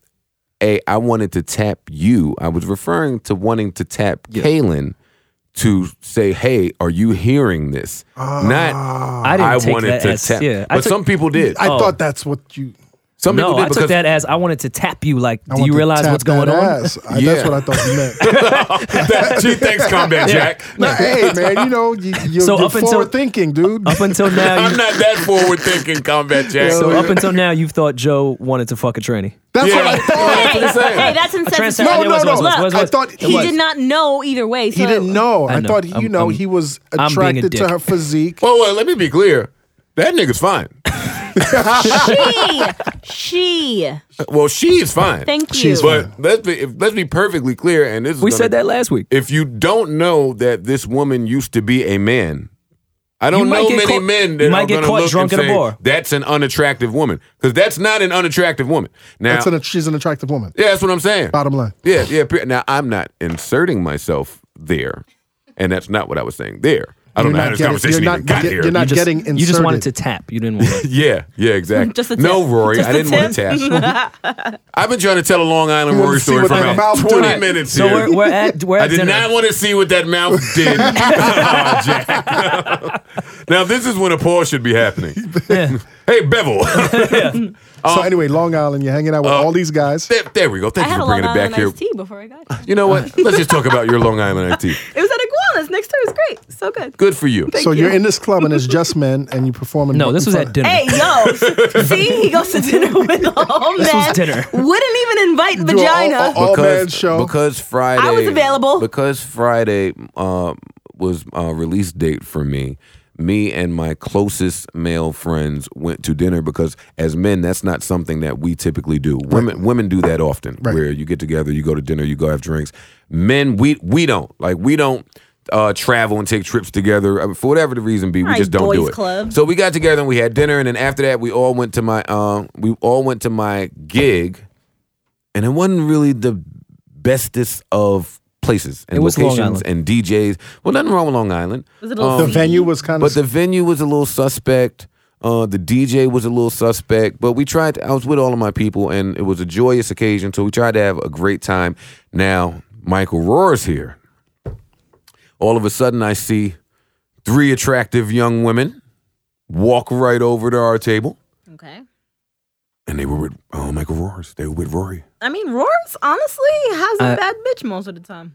Hey, I wanted to tap you, I was referring to wanting to tap Kaylin to say, Hey, are you hearing this? Not I didn't I take wanted that to as, tap. Yeah, I but took- some people did. I Oh. thought that's what you. some no, people I did took because that as I wanted to tap you. Like, I do want you to realize tap what's going that on? ass. I- That's Yeah. what I thought you meant. she thinks combat Jack. no, hey, man, you know, you, you're, So you're up until- forward thinking, dude. Up until now, I'm you, not that forward thinking combat Jack. so up until now, you've thought Joe wanted to fuck a tranny. That's what Yeah. I thought. hey, hey, that's insensitive. I No, knew it was, no, no. was, was, was, I was. thought he did not know either way. So He didn't know. I I, know. thought he- you I'm- know I'm- he was I'm being a attracted to dick. her physique. Well, well, let me be clear. That nigga's fine. she, she. Well, she is fine. Thank you. She's fine. But let's be if, let's be perfectly clear, and this is We gonna- said that last week. If you don't know that this woman used to be a man, I don't You might know get many caught- men you that might are get going to caught look drunk and at a say, bar. "That's an unattractive woman," because that's not an unattractive woman. Now, That's an, she's an attractive woman. yeah, that's what I'm saying. Bottom line. Yeah, yeah. per- Now I'm not inserting myself there, and that's not what I was saying there. I don't You're know how not this getting- conversation you're even not got get- here. you're not You just- getting You just wanted to inserted. tap. You didn't want. yeah, yeah, exactly. Just a tip. No, Rory, Just I a didn't want to tap. I've been trying to tell a Long Island You Rory wanna see story for what that about mouth 20 did. minutes So here. we're, we're at we're at I did dinner. not want to see what that mouth did. Jack. now this is when a pause should be happening. Hey, Bevel. So anyway, Long Island, you're hanging out with all these guys. there, there we go. I Um, uh, Thank you had a for Long bringing it back Island here. iced tea before I got here. You know what? Let's just talk about your Long Island IT. It was at Iguanas next door. It was great. So good. Good for you. So you're in this club and it's just men and you perform. in- No, this was at dinner. Hey, yo. See, he goes to dinner with all men. This was dinner. Wouldn't even invite all- vagina. all- all- man show. Because Friday I was available. Because Friday um, was a release date for me. Me and my closest male friends went to dinner because, as men, that's not something that we typically do. Women women do that often, where you get together, you go to dinner, you go have drinks. Men, we we don't like we don't uh, travel and take trips together I mean, for whatever the reason be. We All right, just don't do boys it. club. So we got together and we had dinner, and then after that, we all went to my uh, we all went to my gig and it wasn't really the bestest of places and It was Long locations Island. and DJs. Well, nothing wrong with Long Island, Um, was it a little The seedy? venue was kind but of. the venue was a little suspect. Uh, the DJ was a little suspect, but we tried. To, I was with all of my people, and it was a joyous occasion. So we tried to have a great time. Now Michael Roar's here. All of a sudden, I see three attractive young women walk right over to our table, Okay. and they were with uh, Michael Roar's. They were with Rory. I mean, Roars, honestly, has a Uh, bad bitch most of the time.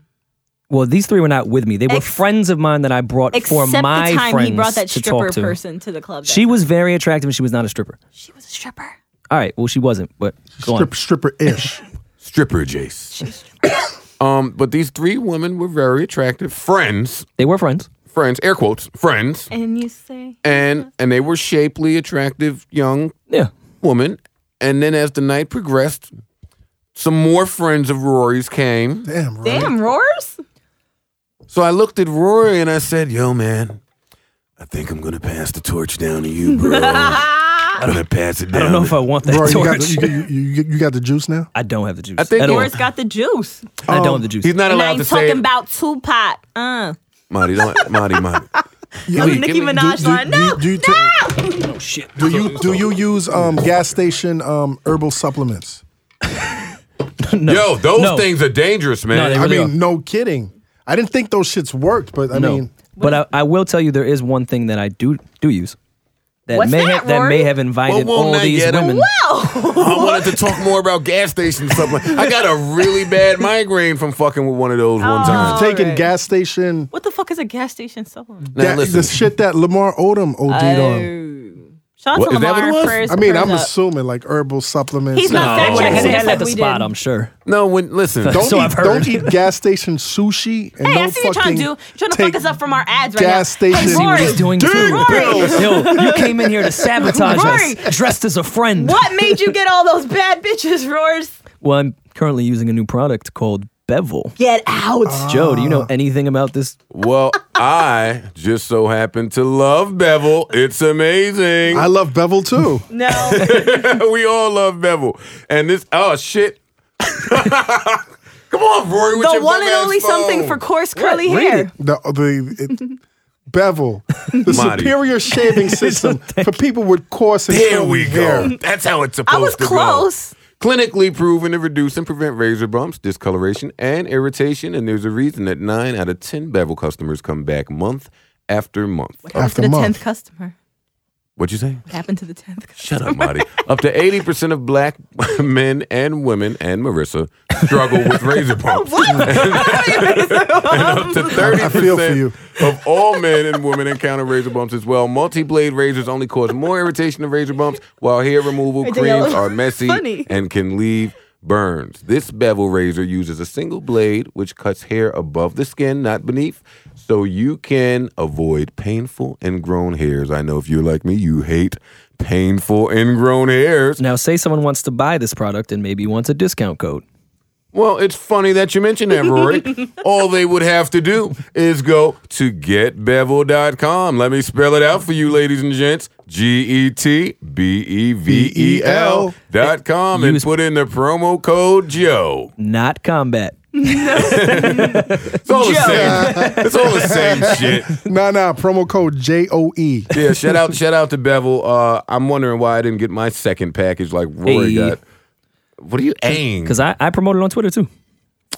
Well, these three were not with me. They were Ex- friends of mine that I brought for Except the my time friends he brought that to talk stripper to. person to the club. that She night. was very attractive, and she was not a stripper. She was a stripper. All right, well, she wasn't, but go on. Strip, stripper-ish. stripper Jace. um, but these three women were very attractive friends, They were friends. friends, air quotes, friends, And you say, and and they were shapely, attractive young Yeah. women. And then as the night progressed, some more friends of Rory's came. Damn, right. damn, Roars? So I looked at Rory and I said, "Yo, man, I think I'm gonna pass the torch down to you, bro. I'm gonna pass it down." I don't know if I want that Rory, you got, torch. the, you, you, you, you got the juice now. I don't have the juice. I think at all. Roars got the juice. I don't have the juice. He's not And I allowed to ain't say talking it. about Tupac. Uh. Marty, don't, Marty, Marty. That was Nicki give me- do- Minaj line. No, do, you ta- do you do you use um, gas station um, herbal supplements? Yo, those No. things are dangerous, man. No, they I really mean, no kidding. I didn't think those shits worked, but I no. mean, but I, I will tell you, there is one thing that I do do use that What's may that, have, that Rory? may have invited Well, won't all I these get 'em? women. wow. I wanted to talk more about gas station supplements. I got a really bad migraine from fucking with one of those Oh. one time. taking Alright. gas station What the fuck is a gas station supplement? Now that, listen, the shit that Lamar Odom Oh, OD'd on. Shout out What- to is that Lamar. what it was? Prayers, I mean, prayers I'm up. assuming like herbal supplements. He's No. not fact Well, They Oh. had checking they us had it like at the we spot, did. I'm sure. no, when listen, don't So eat, I've heard. don't eat gas station sushi and Hey, no I see what you're trying fucking to do. You're trying to take fuck us up from our ads right gas now. station- Hey, See Rory, what he's doing Dude, too. Rory. Yo, you came in here to sabotage Rory. us, dressed as a friend. What made you get all those bad bitches, Roars? Well, I'm currently using a new product called Bevel. Get out. Joe, do you Ah. know anything about this? well, I just so happen to love Bevel. It's amazing. I love Bevel too. No. we all love Bevel, and this oh shit. Come on, Rory, with the your one and bum-ass only something phone. for coarse curly Read hair. it. the the it, Bevel, the Marty. superior shaving system for people with coarse and There curly we hair. go. That's how it's supposed I was to go. close. Clinically proven to reduce and prevent razor bumps, discoloration, and irritation. And there's a reason that nine out of 10 Bevel customers come back month after month. After to the month. tenth customer. What'd you say? What happened to the tenth customer? Shut up, Marty. up to 80% of black men and women and Marissa struggle with razor bumps. and up to 30% I feel for you. of all men and women encounter razor bumps as well. Multi-blade razors only cause more irritation of razor bumps, while hair removal think I creams was are messy funny. and can leave burns. This bevel razor uses a single blade which cuts hair above the skin, not beneath, so you can avoid painful ingrown hairs. I know if you're like me, you hate painful ingrown hairs. Now, say someone wants to buy this product and maybe wants a discount code. Well, it's funny that you mentioned that, Rory. All they would have to do is go to getbevel.com. Let me spell it out for you, ladies and gents. G E T B E V E L dot com and Use- put in the promo code Joe. Not combat. It's all the same. It's all the same shit. Nah, nah. Promo code J O E. Yeah, shout out, shout out to Bevel. Uh, I'm wondering why I didn't get my second package like Rory Hey. got. What are you aiming? Because I, I promoted on Twitter too.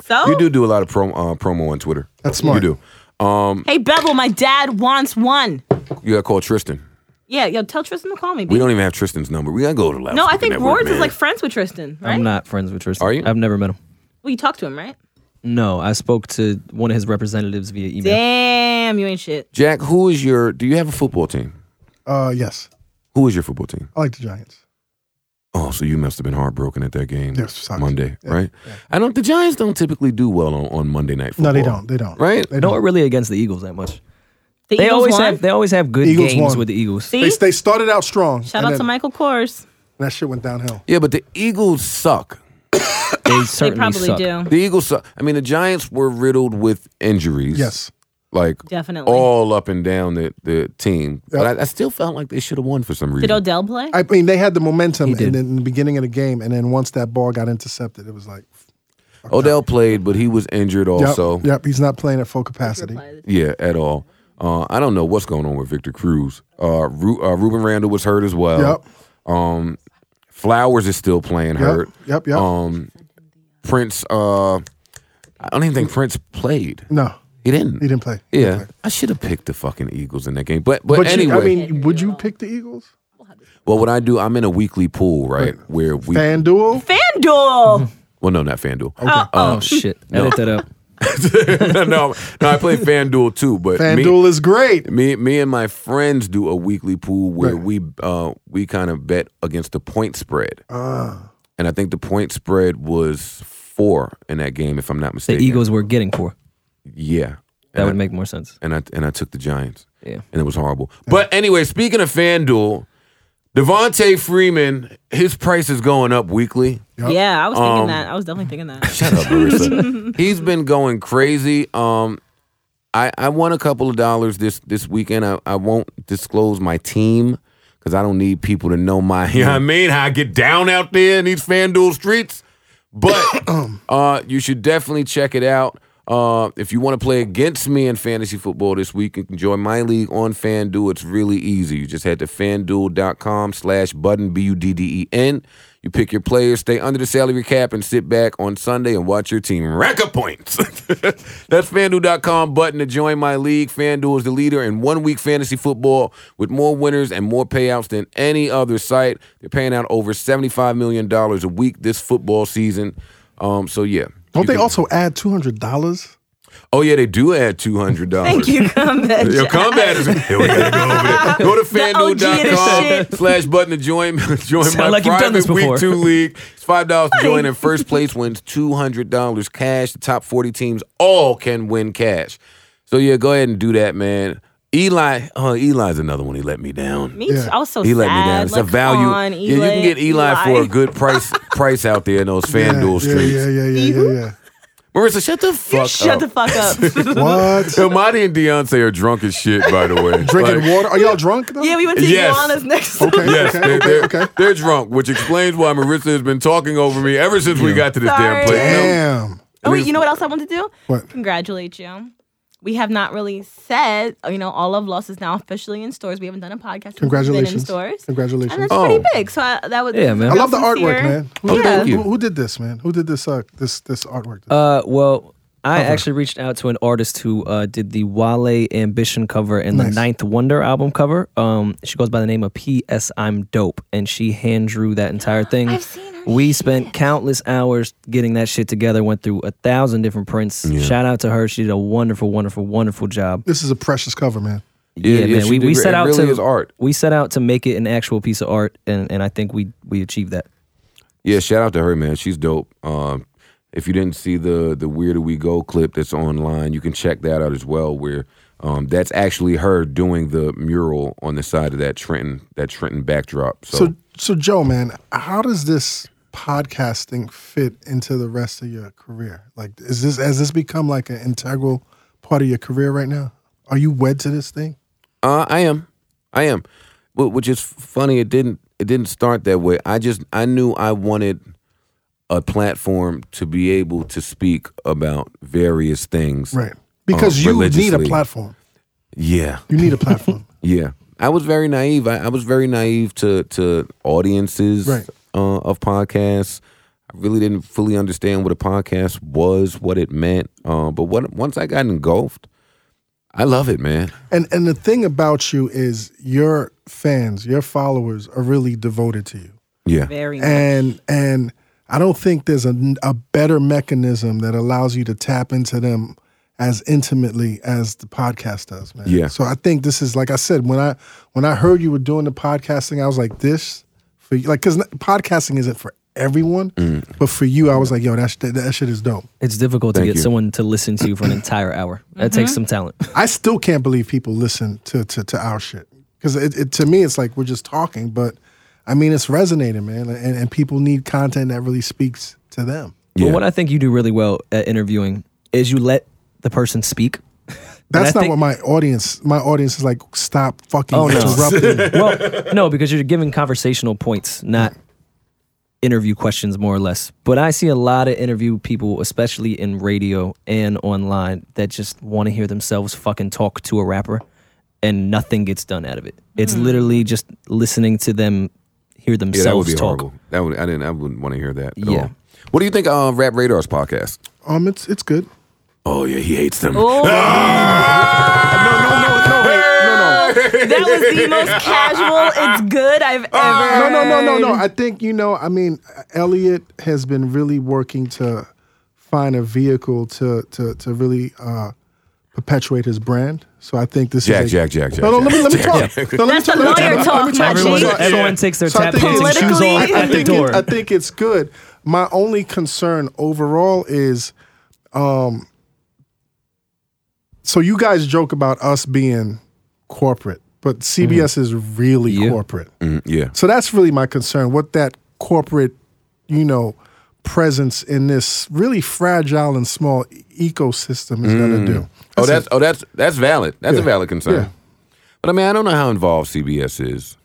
So you do do a lot of prom, uh, promo on Twitter. That's smart. You do. hey, Bevel, my dad wants one. You got to call Tristan. Yeah, yo, tell Tristan to call me. We babe. don't even have Tristan's number. We gotta go to loud. no, I Speaker think Network, Roars is man. like friends with Tristan, right? I'm not friends with Tristan. Are you? I've never met him. Well, you talked to him, right? No, I spoke to one of his representatives via email. Damn, you ain't shit. Jack. Who is your? Do you have a football team? Uh, yes. Who is your football team? I like the Giants. Oh, so you must have been heartbroken at that game They're sucked. Monday, right? I don't. The Giants don't typically do well on, on Monday night football. No, they don't. They don't. Right? They No, don't. we're really against the Eagles that much. The they Eagles always won. have they always have good Eagles games won. with the Eagles. See? They, they started out strong. Shout and out then to Michael Kors. That shit went downhill. Yeah, but the Eagles suck. They They certainly probably suck. do. The Eagles suck. I mean, the Giants were riddled with injuries. Yes. like Definitely. all up and down the the team. But I, I still felt like they should have won for some reason. Did Odell play? I mean, they had the momentum did. in, the- in the beginning of the game, and then once that ball got intercepted, it was like, Odell played, but he was injured yep, also. yep, he's not playing at full capacity. Yeah, at all. Uh, I don't know what's going on with Victor Cruz. Uh, Ru- uh, Ruben Randall was hurt as well. Um, Yep, Flowers is still playing yep, hurt. yep, yep. Um, Prince. Uh, I don't even think Prince played. no, He didn't. he didn't play. Yeah, I should have picked the fucking Eagles in that game. But but, But you, anyway, I mean, would you pick the Eagles? well, what I do, I'm in a weekly pool, right? Where we FanDuel? FanDuel. well, no, not FanDuel. Uh, Oh shit. Edit that up. no, no, I play FanDuel too, but FanDuel is great. me, me, me and my friends do a weekly pool where Right. we uh we kind of bet against the point spread. And I think the point spread was four in that game, if I'm not The mistaken. Eagles were getting four. yeah. That and would I, make more sense. and I and I took the Giants. Yeah. and it was horrible. But anyway, speaking of FanDuel, Devontae Freeman, his price is going up weekly. Yeah, I was thinking Um, that. I was definitely thinking that. Shut up, Marissa. He's been going crazy. Um, I I won a couple of dollars this this weekend. I, I won't disclose my team because I don't need people to know my. You know what I mean? How I get down out there in these FanDuel streets. But uh, you should definitely check it out. Uh, if you want to play against me in fantasy football this week, you can join my league on FanDuel. It's really easy. You just head to fanduel.com slash button, B U D D E N. You pick your players, stay under the salary cap, and sit back on Sunday and watch your team rack up points. That's fanduel.com button to join my league. FanDuel is the leader in one week fantasy football with more winners and more payouts than any other site. They're paying out over $75 million a week this football season. Um, so yeah. Don't You they can- also add two hundred dollars? Oh yeah, they do add two hundred dollars. Thank you, Combat. Your combat is here. We gotta go over there. Go to The OG of the fanduel.com shit. slash button to join join Sound my like you've private done this week before. two league. It's five dollars to join, and first place wins two hundred dollars cash. The top forty teams all can win cash. So yeah, go ahead and do that, man. Eli, oh, Eli's another one. He let me down. Me too. I was so He sad. let me down. It's like, a value. come on, yeah, you can get Eli, for a good price price out there in those FanDuel yeah, streets. yeah, yeah, yeah, yeah, Marissa, shut the fuck up. Shut the fuck up. yeah. What? Amadi and Deontay are drunk as shit, by the way. Drinking Like, water? Are y'all drunk? Though? yeah, we went to Yes. Oh, Iguanas next. Okay, Yes, okay, they're, okay, they're, okay. they're drunk, which explains why Marissa has been talking over me ever since we got to this damn Sorry. place. No. Damn. Oh wait, you know what else I want to do? What? Congratulate you. We have not really said, you know, all of Lost is now officially in stores. We haven't done a podcast. since it's Been in Congratulations. stores. And Congratulations. that's Oh. pretty big. So I, that was Yeah, man. I love the sincere. artwork, man. Who, Oh, did- thank who- you. who did this, man? Who did this? Uh, this this artwork. Uh, well, I actually reached out to an artist who uh, did the Wale Ambition cover and the Nice. Ninth Wonder album cover. Um, she goes by the name of P.S. I'm Dope, and she hand drew that entire thing. I've seen her we spent countless hours getting that shit together. Went through a thousand different prints. Shout out to her. She did a wonderful, wonderful, wonderful job. this is a precious cover, man. Yeah, yeah, she We, did great. we set It out really to is art. We set out to make it an actual piece of art, and, and I think we we achieved that. Yeah, shout out to her, man. She's dope. Um, if you didn't see the the Weirder We Go clip that's online, you can check that out as well. Where um, that's actually her doing the mural on the side of that Trenton that Trenton backdrop. So, So, so Joe, man, how does this podcasting fit into the rest of your career? Like, is this has this become like an integral part of your career right now? Are you wed to this thing? uh, I am, I am. Wh- Which is funny. It didn't it didn't start that way. I just I knew I wanted a platform to be able to speak about various things. Right. Because you need a Oh, religiously. platform. Yeah. You need a platform. Yeah, I was very naive. I, I was very naive to to audiences Right. uh, of podcasts. I really didn't fully understand what a podcast was, what it meant. Uh, but what, once I got engulfed, I love it, man. and and the thing about you is your fans, your followers are really devoted to you. Yeah, Very much. and and I don't think there's a, a better mechanism that allows you to tap into them as intimately as the podcast does, man. Yeah. So I think this is like I said when I when I heard you were doing the podcasting, I was like this for you, like because podcasting isn't for everyone, Mm. but for you, I was like, yo, that sh- that, that shit is dope. It's difficult to Thank get you. someone to listen to you for an entire hour. That takes some talent. I still can't believe people listen to to, to our shit because it, it, to me it's like we're just talking, but I mean it's resonating, man, and, and people need content that really speaks to them. yeah. But what I think you do really well at interviewing is you let the person speak. That's And I not think- what my audience. My audience is like. Stop fucking Oh, no. interrupting. well, no, because you're giving conversational points, not interview questions, more or less. But I see a lot of interview people, especially in radio and online, that just want to hear themselves fucking talk to a rapper and nothing gets done out of it. It's literally just listening to them hear yeah, themselves that would be talk. horrible. That would I didn't I wouldn't want to hear that. At Yeah. all. What do you think of Rap Radar's podcast? um, it's it's good. Oh yeah, he hates them. Oh, No, wait, that was the most casual. It's good I've ever. no, no, no, no, no, no. I think you know. I mean, Elliot has been really working to find a vehicle to to to really uh, perpetuate his brand. So I think this Jack, is a- Jack, Jack, Jack. No, no, let me let me Jack, talk. Jack. No, let me That's talk, a let me lawyer let me talk, my let me Everyone, Jeez. talk. everyone takes their So I tap think dancing it's- shoes off I at the think door. It, I think it's good. My only concern overall is, um, so you guys joke about us being corporate, but CBS is really Mm. Yeah. corporate. Mm, yeah, So that's really my concern. What that corporate, you know, presence in this really fragile and small e- ecosystem is Mm. going to do. Oh, That's it. that's oh that's that's valid. That's a Yeah. valid concern. Yeah. But I mean, I don't know how involved CBS is.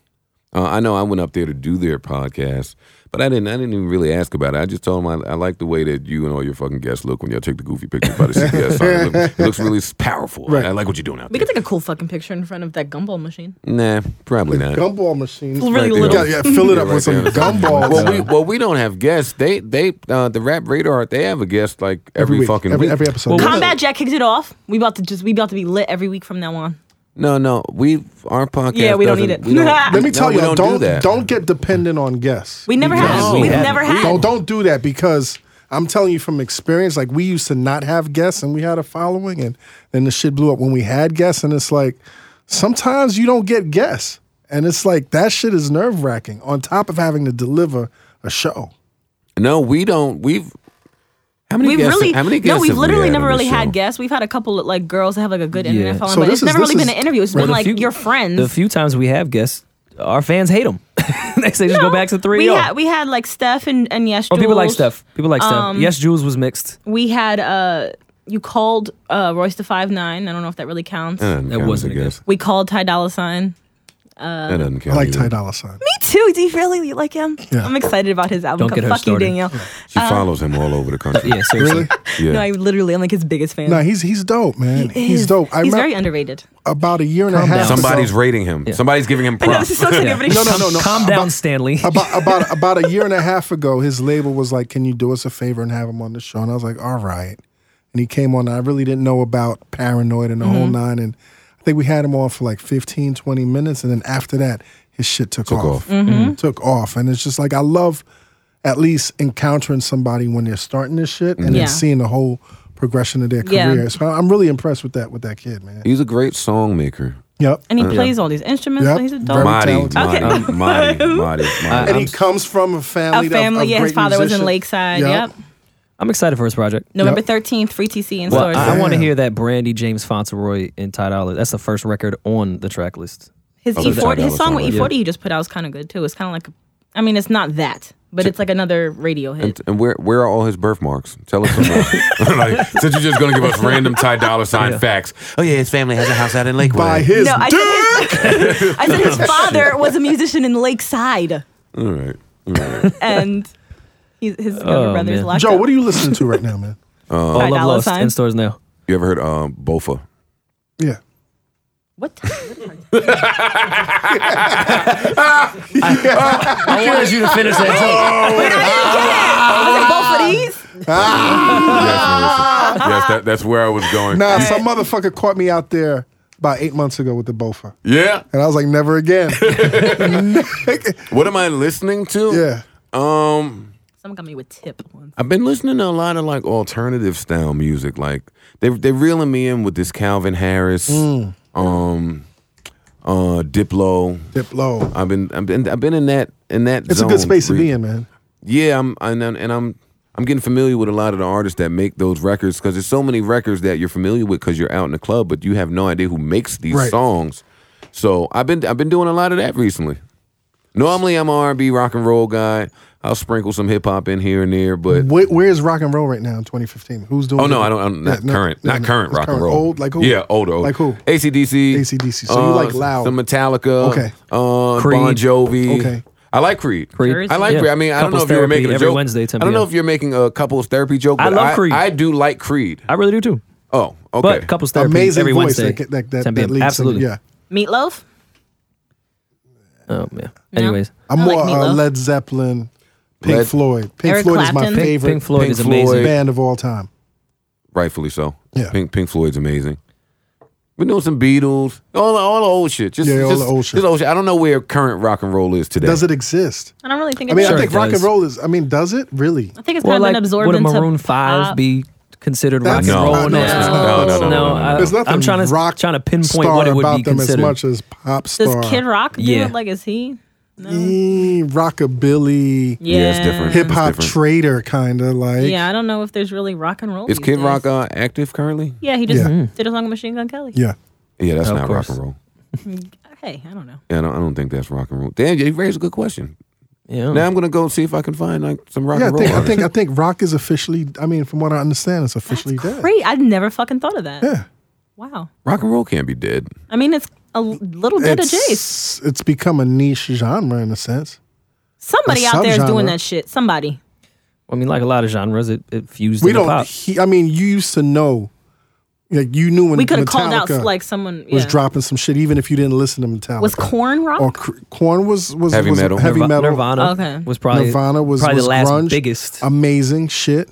Uh, I know I went up there to do their podcast, but I didn't. I didn't even really ask about it. I just told them I, I like the way that you and all your fucking guests look when y'all take the goofy picture by the CBS sign. It, look- it looks really s- powerful. Right. I like what you're doing out We there. could take a cool fucking picture in front of that gumball machine. Nah, probably not. gumball machine. Really there. You little. gotta- yeah, fill it up Yeah, with some right there. gumballs. Well, we well we don't have guests. They they uh, the Rap Radar they have a guest like every, week, fucking every, week. every episode. Well, Combat Jack kicks it off. We about to just we about to be lit every week from now on. No, no, we our podcast. Yeah, we don't need doesn't- it. we don't- Let me no, tell we you, don't do don't, that. get dependent on guests. We never Because- have. we We've haven't. never had. Don't don't do that because I'm telling you from experience. Like we used to not have guests and we had a following, and then the shit blew up when we had guests, and it's like sometimes you don't get guests, and it's like that shit is nerve wracking. On top of having to deliver a show, No, we don't. We've how many We've guests? really how many guests? no. We've have we literally had never on this really had show? guests. We've had a couple of, like girls that have like a good internet Yeah. following, So but this it's is- never this really been is- an interview. It's Well, been the like few- your friends. The few times we have guests, our fans hate them. they say just go No, back to three. We oh. had we had like Steph and and yes. oh, people like Jules. Steph. People like Steph. Um, yes, Jules was mixed. We had uh, you called uh Royce the five nine. I don't know if that really counts. That, doesn't count as wasn't a guest. We called Ty Dolla Sign. that doesn't count. I like either. Ty Dolla Sign. Me too. Do you really you like him? Yeah. I'm excited about his album. Don't get her Fuck started. you, Danielle. She follows him all over the country. Yeah, seriously. Really? Yeah. Uh, No, I literally I'm like his biggest fan. No, he's he's dope, man. he's Is- dope. I He's remember very underrated. about a year and a Calm half. down. ago- Somebody's rating him. Somebody's giving him No, props. this is so Yeah. significant. No, no, no, no. Calm down, Stanley. about about about a year and a half ago, his label was like, "Can you do us a favor and have him on the show?" And I was like, "All right." And he came on. And I really didn't know about Paranoid and the Mm-hmm. whole nine. And I think we had him on for like 15, 20 minutes, and then after that, his shit took, Took off. off. Mm-hmm. Took off, and it's just like I love at least encountering somebody when they're starting this shit and Yeah. then seeing the whole progression of their Yeah. career. So I'm really impressed with that with that kid, man. He's a great song maker. Yep. And he plays all these instruments. Yep. and He's a Very dope. Marty, talented. Marty, Okay. Marty, Marty, Marty. and he I'm- comes from a family. A of- of family. yeah, his great father was in musicians. Lakeside. Yep. I'm excited for his project. November Yep. thirteenth, free TC in Well, stores. I, want to Damn. hear that Brandy, James Fauntleroy, and Ty Dolla. That's the first record on the track list. his Oh, the E40, Ty Dolla his song with song, E40 right? he just put out was kind of good too. It's kind of like, a- I mean, it's not that, but it's like another radio hit. And, and where where are all his birthmarks? Tell us some more. like, since you're just gonna give us random Ty Dollar Sign facts. Oh yeah, his family has a house out in Lakewood. By his No, I dick. said, his, I said Oh, his father was a musician in Lakeside, all right. and he's, his younger Oh, brother's man. locked Joe, up. what are you listening to right now, man? Uh, All Love Dolla Lost Sign. in stores now. You ever heard um, Bofa? Yeah. What time? I wanted you to finish that joke. I Ah. was like, both of these. yes, Marissa. Yes, that, that's where I was going. Nah, some motherfucker caught me out there about eight months ago with the Bofa. Yeah. And I was like, never again. What am I listening to? yeah. Um. Someone got me with tip once. I've been listening to a lot of like alternative style music. Like they they reeling me in with this Calvin Harris, Mm. um, uh, Diplo. Diplo. I've been I've been I've been in that in that. It's a good space to be in, man. Yeah, I'm and, I'm- and I'm I'm getting familiar with a lot of the artists that make those records because there's so many records that you're familiar with because you're out in the club, but you have no idea who makes these Right. songs. So I've been I've been doing a lot of that recently. Normally I'm a R&B rock and roll guy. I'll sprinkle some hip hop in here and there, but Where, where is rock and roll right now in 2015? Who's doing? Oh no, it? I don't. I'm Yeah, not no, current. no, not no, current it's rock and roll. Old like who? Yeah, older. older. Like who? ACDC. AC/DC. So you like s- loud. uh, Some Metallica. Okay. Uh, Creed. Bon Jovi. Okay. I like Creed. Creed. I like Yeah. Creed. I mean, I don't know if Couples you were therapy making a every joke. Wednesday, 10 I don't know p.m. if you're making a couples therapy joke. I but love Creed. I do like Creed. I really do too. Oh, okay. But couples therapy Amazing every voice Wednesday. that that that, 10 that, p.m. leads. Absolutely. Yeah. Meatloaf. Oh man. Anyways, I'm I like more uh, Meatloaf. Led Zeppelin, Pink Led- Floyd. Pink Eric Floyd is Clapton. my Pink- favorite Pink Floyd Pink is amazing. Floyd. band of all time. Rightfully so. Yeah. Pink Pink Floyd's amazing. We're doing some Beatles. All the, all the old shit. Just, Yeah, all just- the old shit. just I don't know where current rock and roll is today. Does it exist? I don't really think. I It's mean, I Sure think it rock and does. roll is. I mean, does it really? I think it's Well, kind of like, been absorbed would a into Maroon Five pop. be considered rock That's and not- no, roll? now? it's not. No, no, no, no, no, no. There's nothing Uh, I'm trying to rock trying to pinpoint star what it would about be them considered. as much as pop Does star. Kid Rock do Yeah. it? Like, is he? Eh, rockabilly, Yeah. it's different. hip hop It's different. trader kind of like. Yeah, I don't know if there's really rock and roll. Is these Kid days. Rock uh, active currently? Yeah, he just Yeah. did a song with Machine Gun Kelly. Mm. Yeah. Yeah, that's Of not course. rock and roll. Hey, I don't know. Yeah, I don't, I don't think that's rock and roll. Damn, you raised a good question. Yeah. Now I'm gonna go see if I can find like some rock Hmm. Yeah, I and roll. think I artists. think I think rock is officially. I mean, from what I understand, it's officially dead. Great, I'd never fucking thought of that. Yeah. Wow. rock and roll can't be dead. I mean, it's a l- little bit of Jace. It's, it's become a niche genre in a sense. Somebody a out there is doing subgenre. that shit. Somebody. I mean, like a lot of genres, it, it fused We into don't. pop. He, I mean, you used to know. Like you knew when We could have Metallica called out like someone yeah. was dropping some shit, even if you didn't listen to Metallica. Was corn rock? or Cr- Corn was was Heavy was metal. Heavy Nirva- metal. Nirvana Okay. was probably Nirvana was probably was the last grunge, biggest. amazing shit.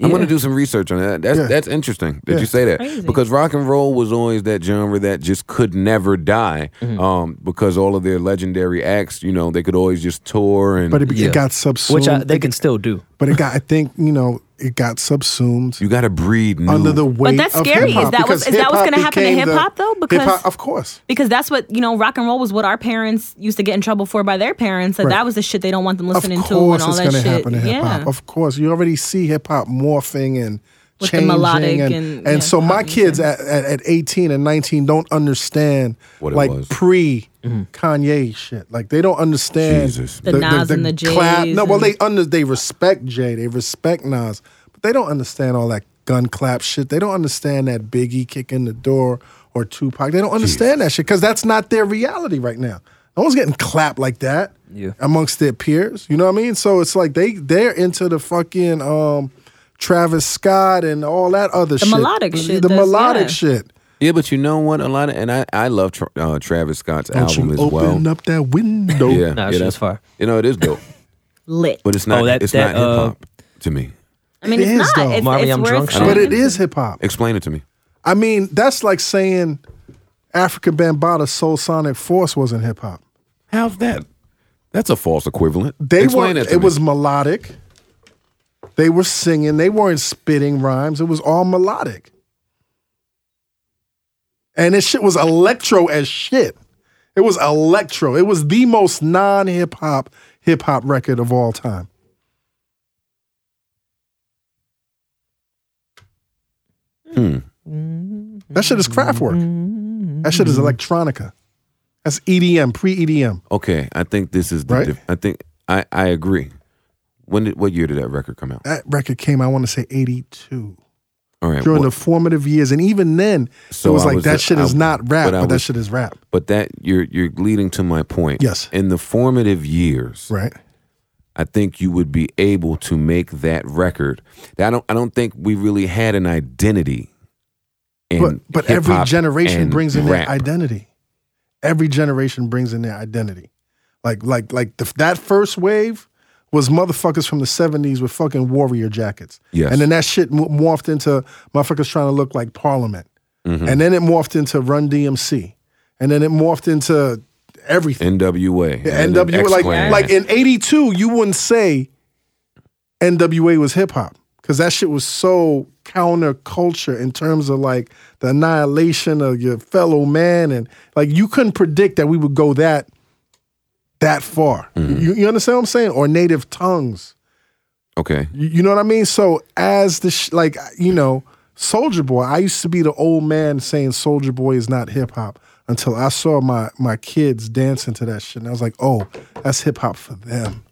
I'm gonna Yeah. do some research on that. That's Yeah. that's interesting that Yeah. you say that Crazy. because rock and roll was always that genre that just could never die. Mm-hmm. Um, because all of their legendary acts, you know, they could always just tour and But it, Yeah. it got subsumed. which I, they can still do. but it got. I think you know it got subsumed you got to breed new. under the weight. that's of scary. Is hip-hop, that was- because is that what's hip-hop gonna happen to became the- hip-hop, though? Because- hip-hop- of course. because that's what you know. Rock and roll was what our parents used to get in trouble for by their parents. That Right. that was the shit they don't want them Of listening to and course, all it's that going to shit. happen in hip hop. yeah. Of course, you already see hip hop morphing and With the changing, melodic and, and- yeah, so my pop music. kids at, at, at eighteen and nineteen don't understand What it like was. pre Mm-hmm. Kanye shit. Like they don't understand Jesus. The Nas and the Jays clap- No, well and- they under they respect Jay, they respect Nas, but they don't understand all that gun clap shit. They don't understand that Biggie kicking the door or Tupac. They don't understand that shit because that's not their reality right now. No one's getting clapped like that Yeah. amongst their peers. You know what I mean? So it's like they they're into the fucking um Travis Scott and all that other shit. melodic The- shit The that's- melodic yeah. shit. yeah, but you know what? A lot of and I I love tra- uh, Travis Scott's Don't album you as open well. up that window. Yeah, Nah, yeah, shit that's was fire. You know, it is dope, Lit. but it's not. Oh, that- it's that, not hip uh, hop to me. I mean, It it's is, not. though. It's, Marvin, it's I'm where drunk, it's I don't- But from. it is hip hop. Explain it to me. I mean, that's like saying African Bambaataa Soul Sonic Force wasn't hip hop. How's that? That's a false equivalent. They Explain were that it to me. was melodic. They were singing. They weren't spitting rhymes. It was all melodic. and this shit was electro as shit. It was electro. It was the most non hip hop hip hop record of all time. Hmm. That shit is craft work. That shit is electronica. That's E EDM, pre EDM. Okay, I think this is the. Right? diff- I think I I agree. When did what year did that record come out? That record came, I want to say, 82. All right, During well, the formative years. And even then, So it was I like, was that a- shit I- is not rap, but but, I that was- shit is rap. but that you're you're leading to my point. Yes. In the formative years, Right. I think you would be able to make that record. I don't I don't think we really had an identity. In But, but every hip-hop generation and brings in rap. their identity. Every generation brings in their identity. Like, like, like the, that first wave was motherfuckers from the 70s with fucking warrior jackets. Yes. And then that shit mo- morphed into motherfuckers trying to look like Parliament. Mm-hmm. And then it morphed into Run DMC. And then it morphed into everything. NWA. Yeah, and then NWA, like X-Clan. like in '82, you wouldn't say NWA was hip hop because that shit was so counterculture in terms of like the annihilation of your fellow man, and like you couldn't predict that we would go that that far. Mm-hmm. You, you understand what I'm saying? Or native tongues. okay. You, you know what I mean? So as the sh- like you know, Soldier Boy, I used to be the old man saying Soldier Boy is not hip hop until I saw my my kids dancing to that shit, and I was like, oh, that's hip hop for them.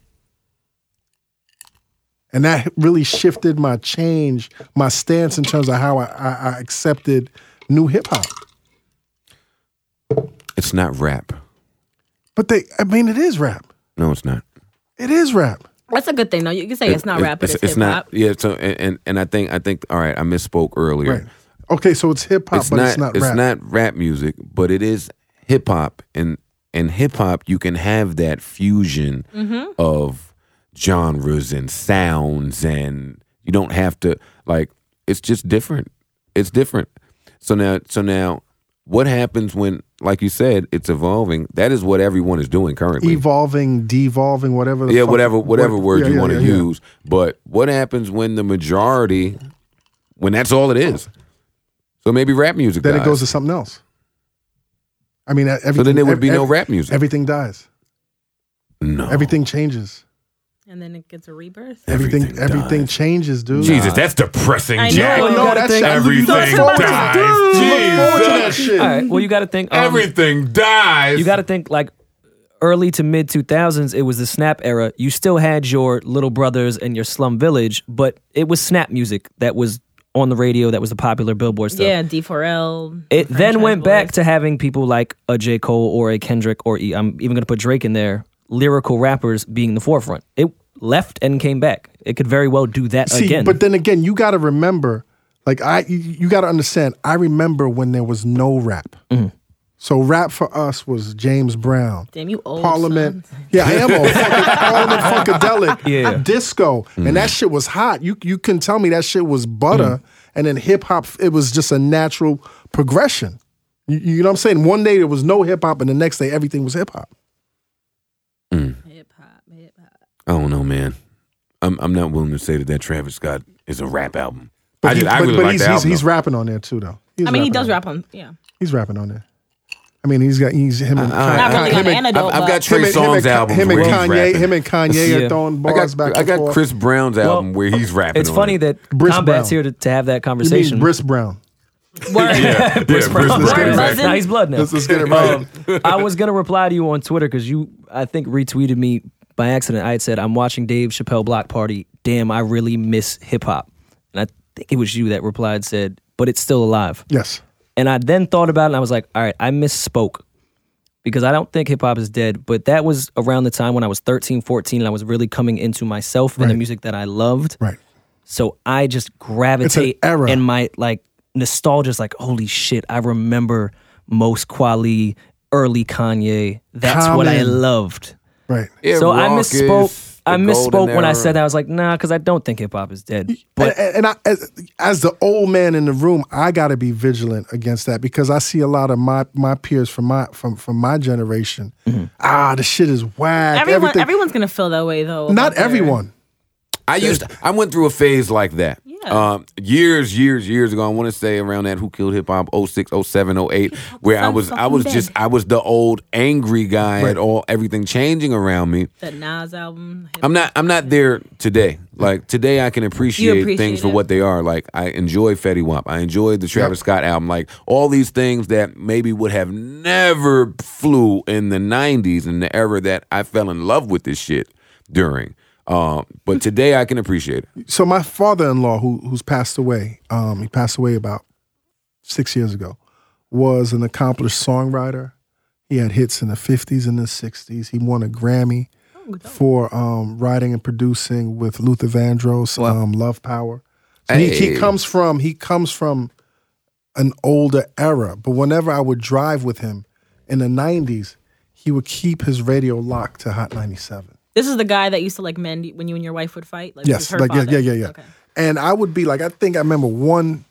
And that really shifted my change, my stance in terms of how I, I, I accepted new hip hop. It's not rap. But they, I mean, it is rap. No, it's not. It is rap. That's a good thing, though. You can say it's not It- rap, but it's, hip not. hop. Yeah. So and, and and I think I think all right. I misspoke earlier. Right. Okay, so it's hip hop, It's but not. it's not rap. not rap music, but it is hip hop, and and hip hop you can have that fusion Mm-hmm. of genres and sounds, and you don't have to like. It's just different. It's different. So now, so now, what happens when, like you said, it's evolving? That is what everyone is doing currently. Evolving, devolving, whatever. The yeah, fuck- whatever whatever what- word yeah, you yeah, want to yeah, yeah. use. But what happens when the majority, when that's all it is? So maybe rap music. then dies. it goes to something else. I mean, everything. so then there would be ev- no ev- rap music. Everything dies. no, Everything changes. And then it gets a rebirth. Everything. Everything, Everything dies. changes, dude. Jesus, that's depressing, I know. Jack. No, You no, gotta that's think- everything Everything dies. Look forward to that dies. shit. All right. Well, you got to think. um, Everything dies. You got to think like early to mid 2000s. It was the snap era. You still had your Little Brothers and your Slum Village, but it was snap music that was on the radio. That was the popular Billboard stuff. Yeah, D4L. It then Franchise went Boys. back to having people like a J. Cole or a Kendrick or i I'm even going to put Drake in there, lyrical rappers being the forefront. It left and came back. It could very well do that See, again. but then again, you got to remember, like I, you, you got to understand. I remember when there was no rap. So rap for us was James Brown. Damn, you old. Parliament. Yeah, I am old. fucking Parliament funkadelic. Yeah. Disco. Mm. And that shit was hot. You you couldn't tell me that shit was butter. And then hip hop, it was just a natural progression. You, you know what I'm saying? One day there was no hip hop, and the next day everything was hip hop. Hip hop, hip hop. I don't know, man. I'm I'm not willing to say that that Travis Scott is a rap album. I, he- just, I really but like he's, the he's, album, he's though. rapping on there too, though. He's I mean, he rapping does on rap on, yeah. there. He's rapping on there. I mean, he's got he's him and Kanye. Not really him on and- Antidote, I've- I've but- got Trey him and- Songz him and, albums him and where he's Kanye, rapping. him and Kanye Yeah. are throwing I bars got, back and I got forth. Chris Brown's album where he's rapping. it's on funny it. that Briss Combat's Brown. here to, to have that You mean conversation. Briss Brown? Word. Yeah, yeah, Chris Brown. Brown. Buzzing. Nah, he's blood now. Let's, let's get it right. I was gonna reply to you on Twitter because you, I think, retweeted me by accident. I had said, "I'm watching Dave Chappelle Block Party. Damn, I really miss hip hop." And I think it was you that replied, said, "But it's still alive." yes. And I then thought about it, and I was like, "All right, I misspoke." Because I don't think hip hop is dead, but that was around the time when I was 13, 14, and I was really coming into myself and the music that I loved. Right. So I just gravitate era. and my like nostalgia is like, holy shit, I remember most Quali, early Kanye. That's what I Common. loved. Right. Yeah, so I Raucous, misspoke. I the Golden misspoke when I Era. said that. I was like, nah, because I don't think hip hop is dead. But and, and I, as, as the old man in the room, I got to be vigilant against that because I see a lot of my my peers from my from from my generation. Ah, the shit is whack. Everyone, everything. everyone's gonna feel that way though. not about their- everyone. I used I went through a phase like that. Yeah. Um, years, years, years ago, I want to say around that Who Killed Hip Hop 06, 07, 08, where I Son was, I fucking was dead. just, I was the old angry guy at Right. all, everything changing around me. The Nas album. I'm not I'm not there today. Like today I can appreciate, appreciate things for it. what they are. Like I enjoy Fetty Wap. I enjoy the Travis Scott album. Like all these things that maybe would have never flew in the 90s in the era that I fell in love with this shit during. Um, but today I can appreciate it. so my father-in-law who who's passed away um he passed away about six years ago was an accomplished songwriter he had hits in the 50s and the 60s he won a grammy for um writing and producing with luther vandross um love power so he, he Hey. comes from he comes from an older era but whenever i would drive with him in the 90s he would keep his radio locked to hot 97 This is the guy that used to like mend when you and your wife would fight. Like, this is Yes, her like yeah, father. yeah, yeah, yeah. Okay. And I would be like, I think I remember one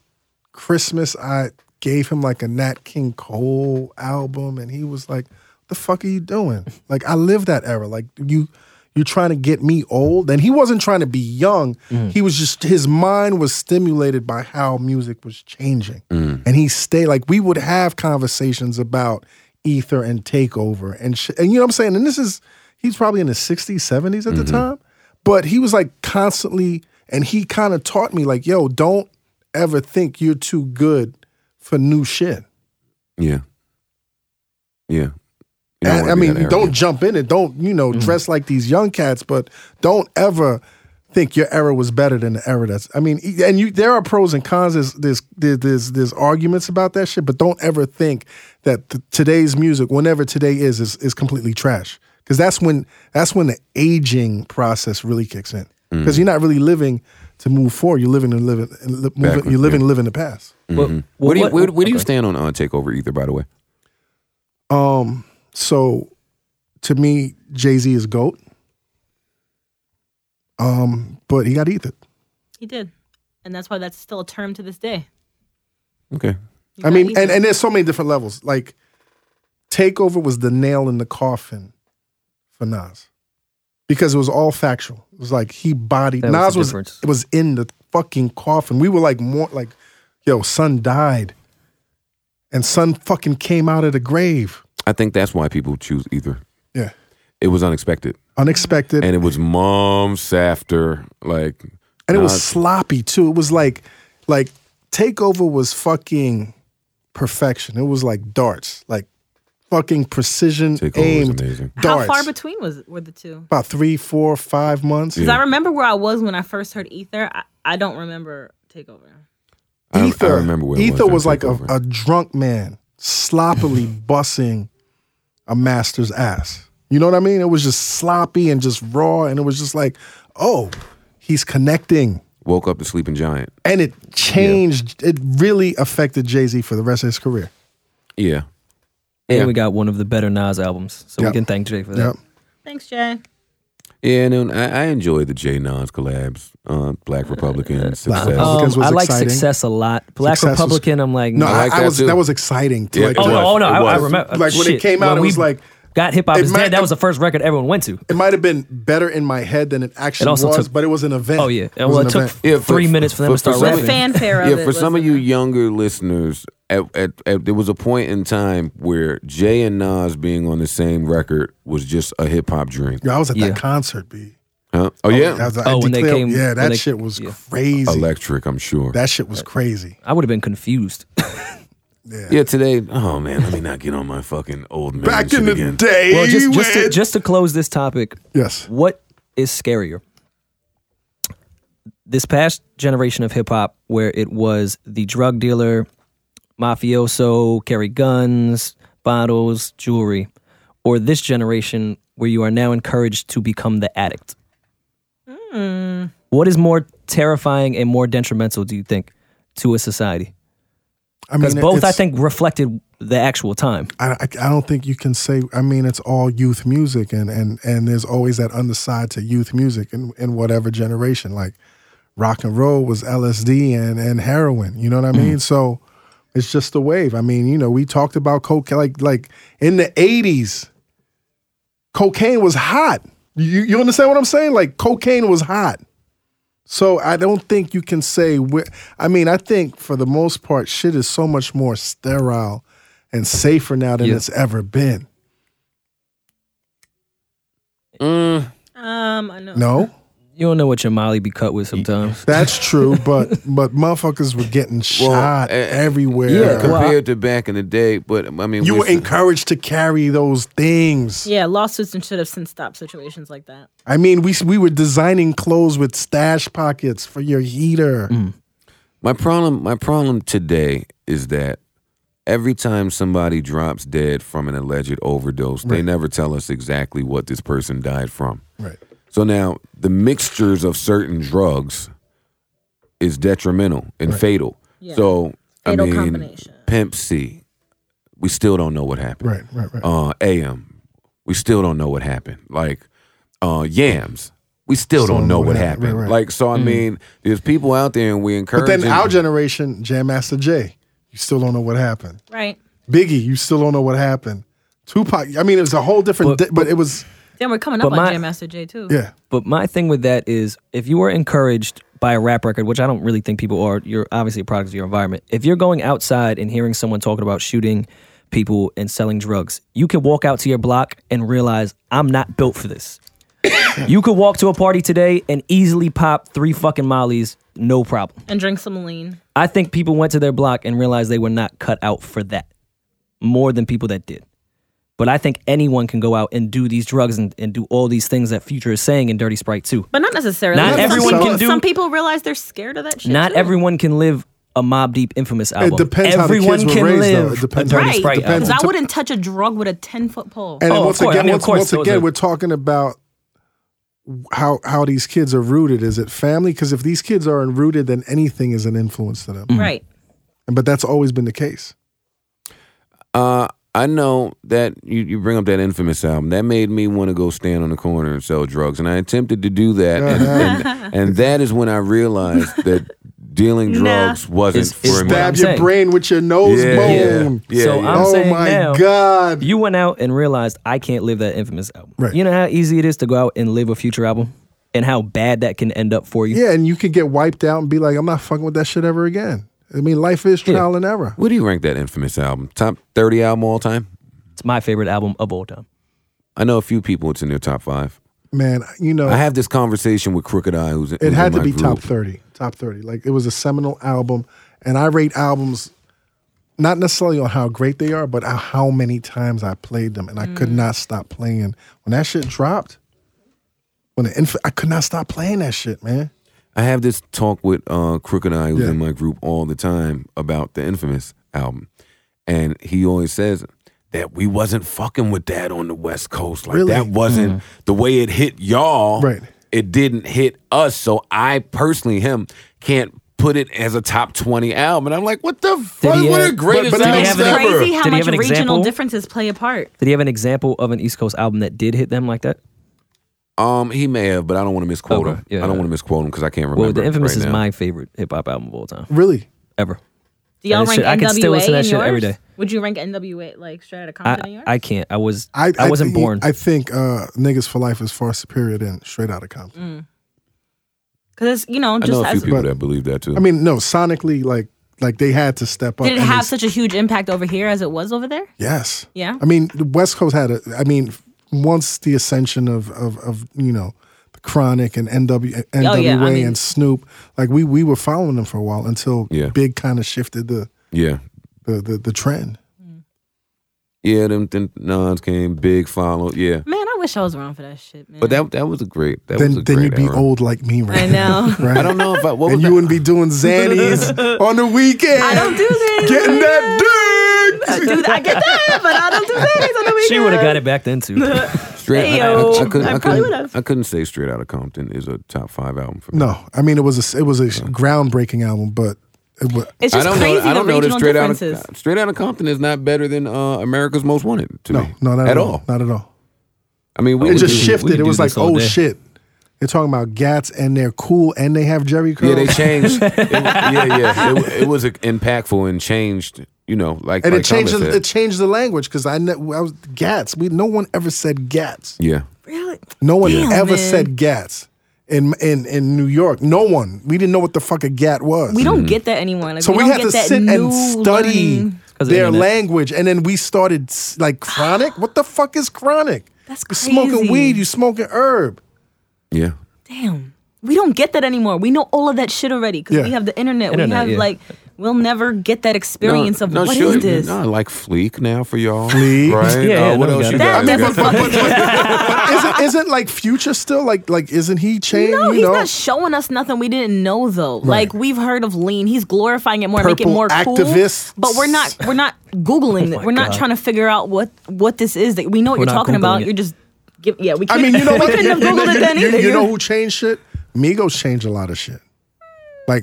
Christmas I gave him like a Nat King Cole album, and he was like, "The fuck are you doing?" Like I live that era. Like you, you're trying to get me old, and he wasn't trying to be young. Mm. He was just his mind was stimulated by how music was changing, Mm. and he stayed. Like we would have conversations about ether and takeover and sh- and you know what I'm saying. And this is he's probably in his 60s, 70s at the Mm-hmm. time but he was like constantly and he kind of taught me like yo don't ever think you're too good for new shit Yeah. Yeah. You don't and, wanna i be that mean Mm-hmm. arrogant. don't jump in it don't you know dress like these young cats but don't ever think your era was better than the era that's i mean e- and you there are pros and cons there's there's there's there's, there's arguments about that shit but don't ever think that th- today's music whenever today is is, is completely trash because that's when that's when the aging process really kicks in Mm. because you're not really living to move forward you're living and living and li- moving, Backward, you're living yeah. and living the past What- Where Mm-hmm. do you what- where, where do you okay. stand on uh, Takeover Ether by the way? Um, so to me, Jay Z is GOAT. Um, but he got eaten. He did. And that's why that's still a term to this day. Okay. You I got mean, Ether. and, and there's so many different levels. Like Takeover was the nail in the coffin for Nas. Because it was all factual. It was like he bodied That was Nas the was, difference. it was in the fucking coffin. We were like more like, yo, son died. And son fucking came out of the grave. I think that's why people choose Ether. Yeah. It was unexpected. Unexpected. And it was mom's after like and it was Nas- sloppy too. It was like like takeover was fucking perfection. It was like darts, like fucking precision Takeover was aimed amazing. how darts. far between was were the two? About three, four, five months. Because I remember where I was when I first heard Ether. I, I don't remember Takeover. I- I Ether, remember where it Ether was, was that like a, Takeover. a drunk man sloppily bussing a master's ass. You know what I mean? It was just sloppy and just raw, and it was just like, oh, he's connecting. woke up the sleeping giant. And it changed. It really affected Jay Z for the rest of his career. Yeah. And Yeah. we got one of the better Nas albums, so Yep. we can thank Jay for that. Um, Yep. Thanks, Jay. Yeah, and then I, I enjoy the J Nons collabs, uh, Black Republican success. Republican. Because Um, it was I like exciting. Success a lot. Black Success was- Republican, I'm like, No, nah. I, like I that was too. that was exciting. To Yeah, like, it oh, was. no, oh no, It I, I was. remember. Like, when it shit, came out, when it we was like- got hip hop It is might- dead. That was the first record everyone went to. it might have been better in my head than it actually It also was, took- but it was an event. Oh yeah, it well, it was an took event. Yeah, for- three minutes for them for- to start for some- The Eleven. rapping. fanfare of yeah, it for some was of you enough. younger listeners, at, at, at, there was a point in time where Jay and Nas being on the same record was just a hip hop dream. Yo, I was at Yeah. that concert, B. Huh? Oh I yeah, was, I Oh, when they declare- came- yeah, when that they- shit was yeah. crazy. electric. I'm sure. That shit was crazy. I would have been confused. yeah, today. Oh man, let me not get on my fucking old man Back shit in the again. day, well, just just to, when- just to close this topic, yes, what is scarier? This past generation of hip hop, where it was the drug dealer, mafioso, carry guns, bottles, jewelry, or this generation where you are now encouraged to become the addict? What is more terrifying and more detrimental, do you think, to a society? I Because mean, both, I it's- think, reflected the actual time. I, I I don't think you can say. I mean, it's all youth music, and and and there's always that underside to youth music in in whatever generation. Like rock and roll was LSD and and heroin. You know what I mean? So it's just a wave. I mean, you know, we talked about cocaine. Like like in the '80s, cocaine was hot. You you understand what I'm saying? Like cocaine was hot. So I don't think you can say. Where, I mean, I think for the most part, shit is so much more sterile and safer now than Yeah. it's ever been. Mm, Um, I know. No, You don't know what your Molly be cut with sometimes. that's true, but but motherfuckers were getting shot eh, everywhere. yeah, well, I- compared to back in the day, but I mean, you we're were s- encouraged to carry those things. Yeah, lawsuits and should have since stopped situations like that. I mean, we we were designing clothes with stash pockets for your heater. My problem, my problem today is that every time somebody drops dead from an alleged overdose, they never tell us exactly what this person died from. Right. So now the mixtures of certain drugs is detrimental and fatal. So I Fatal mean, combination. Pimp C, we still don't know what happened. Right, right, right. Uh, AM, we still don't know what happened. Like uh, Yams. We still, don't know what happened. right, right. Like, so I mean, there's people out there, and we encourage. but then our generation, Jam Master Jay, you still don't know what happened. Right. Biggie, you still don't know what happened. Tupac, I mean, it was a whole different, But- di- but it was Then we're coming up But on my- Jam Master J too. yeah. But my thing with that is if you are encouraged by a rap record, which I don't really think people are, you're obviously a product of your environment. If you're going outside and hearing someone talking about shooting people and selling drugs, you can walk out to your block and realize I'm not built for this. you could walk to a party today and easily pop three fucking mollies, no problem. And drink some lean. I think people went to their block and realized they were not cut out for that more than people that did. But I think anyone can go out and do these drugs and, and do all these things that Future is saying in Dirty Sprite too. But not necessarily. Not Some everyone people- can do- Some people realize they're scared of that shit. Not too. everyone can live a Mob Deep infamous album. depends how the everyone kids were can raised, though. live. It depends a how the- Dirty Right. Sprite depends Because album. on- I wouldn't touch a drug with a 10 foot pole. And Oh, then of once course. again, I mean, of once, course, once those again, are- we're talking about how how these kids are rooted. Is it family? Because if these kids aren't rooted, then anything is an influence to Mm. them. Right. But that's always been the case. Uh, I know that you, you bring up that infamous album. That made me want to go stand on the corner and sell drugs. And I attempted to do that. And, Uh-huh. and, and that is when I realized that dealing drugs wasn't It's- for it's me. that- I'm Stab your saying. brain with your nose Yeah, bone. yeah, So yeah. I'm oh saying my now, god! you went out and realized I can't live that infamous album. Right. You know how easy it is to go out and live a Future album, and how bad that can end up for you. yeah, and you could get wiped out and be like, "I'm not fucking with that shit ever again." I mean, life is trial and error. What do you rank that infamous album? Top 30 album all time? It's my favorite album of all time. I know a few people it's in their top five. Man, you know, I have this conversation with Crooked Eye, who's it had to be top 30 top 30 like it was a seminal album and i rate albums not necessarily on how great they are but on how many times i played them and i could Mm. not stop playing when that shit dropped when the inf- i could not stop playing that shit man I have this talk with uh, Crooked Eye, who's Yeah. in my group all the time, about the Infamous album, and he always says that we wasn't fucking with that on the West Coast. Like Really? that wasn't Mm-hmm. the way it hit y'all. Right. It didn't hit us. So I personally, him, can't put it as a top twenty album. And I'm like, what the fuck? he What have- the greatest But- but did album he It's have an- ever. crazy how Did he much have an regional example? differences play a part. Did he have an example of an East Coast album that did hit them like that? Um, he may have, but I don't want to misquote Okay, him. yeah. I don't want to misquote him because I can't remember. Well, the Infamous right is now. my favorite hip hop album of all time, really ever. Do y'all That rank shit- I NWA can still listen to in that shit every yours? day. Would you rank NWA like straight out of Compton in I, yours? I can't. I was i, I, wasn't think- born. i think uh niggas for life is far superior than straight out of compton Mm. Because you know, I just know a few as people But- that believe that too. i mean no sonically like like they had to step up did it and have they- such a huge impact over here as it was over there? Yes. Yeah. I mean, the West Coast had a. I mean, once the ascension of of, of you know, the Chronic and NW, NWA Oh, yeah, I mean- and Snoop, like we we were following them for a while until Yeah. Big kind of shifted the yeah, the, the the trend. Yeah, them, them nuns came, big follow. Yeah, Man, I wish I was around for that shit, man. but that that was a great. That was then a then great you'd be era. old like me right I now. know. Right? I don't know if I. What was and that? you wouldn't be doing Xannies on the weekend. I don't do that. Getting that dick. I, do that. I get that, but I don't do that. I know she would have got it back then too. straight. Hey, I, I- I yo, couldn't, I I, probably couldn't, would've. I couldn't say Straight Outta Compton is a top five album for me. No, I mean it was a it was a groundbreaking album, but it was, It's I just don't crazy know. I don't the know that regional Straight differences. Outta Straight Outta Compton is not better than uh, America's Most Wanted to no me. no not at all. not at all. I mean, we It would just do- we could shifted. It do was like, this all oh day. shit. They're talking about Gats and they're cool and they have Jerry curls. Yeah, they changed. it, wa- yeah, yeah. It, wa- it was impactful and changed. You know, like and like it changed Thomas the, said. it changed the language because I, ne- I was Gats. We no one ever said Gats. yeah, Really? No one Damn, ever man. said Gats. in in in New York. No one. We didn't know what the fuck a gat was. We don't get that anymore. Like, So we, don't had get to that sit new and study learning. 'Cause of their internet. language, and then we started s- like chronic. what the fuck is chronic? That's You're smoking crazy. weed. You smoking herb. Yeah. Damn, we don't get that anymore. We know all of that shit already because Yeah. we have the internet. we Internet, have yeah. like we'll never get that experience of what is sure. this. No, I like Fleek now for y'all. Fleek. Right? Yeah, Uh, yeah, what no, else we you got got? it. You That got- but, but isn't, isn't like future still like like isn't he changed? No, you he's know? not showing us nothing we didn't know though. Like we've heard of lean, he's glorifying it more, make Purple it more activists. cool. But we're not we're not googling it. Oh my We're not God. trying to figure out what what this is. That we know what We're you're not talking Googling about. it. You're just give, yeah. We I couldn't- mean, you know we what? couldn't have You- you- googled it then you- either. you know who changed shit? Migos changed a lot of shit. Like,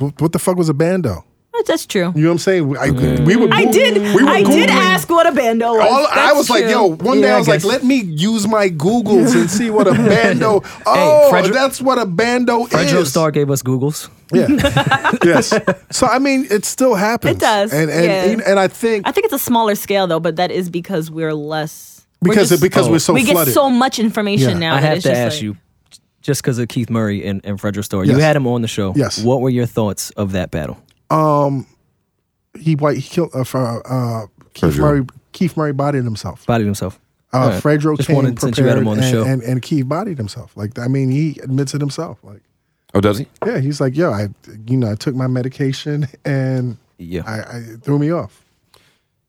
wh- what the fuck was a bando? that's true. You know what I'm saying? I, we were. I Goog- did. We were I did Googling. ask what a bando was. All, I That's was like, true. yo, one day Yeah, I I was like, guess. let me use my Googles and see what a bando. Oh, Frederick- that's what a bando Fredro is. Starr gave us Googles. Oh, Yeah. yes. So I mean, it still happens. It does, And and yeah. you know, and I think I think it's a smaller scale though, but that is because we're less we're because just- it, because we're so we flooded. get so much information Yeah. now. I that have it's to just ask like- you, just because of Keith Murray and, and Fredro Starr, Yes. you had him on the show. Yes. What were your thoughts of that battle? he white he killed uh, for, uh, Keith Fredro. Murray. Keith Murray bodied himself. Bodied himself. All Uh, right. Fredro Just came wanted- prepared since you had him on the and, show. and and Keith bodied himself. Like I mean, he admits it himself. Like Oh, does he? yeah, he's like yo, I you know I took my medication and Yeah. I, I it threw me off.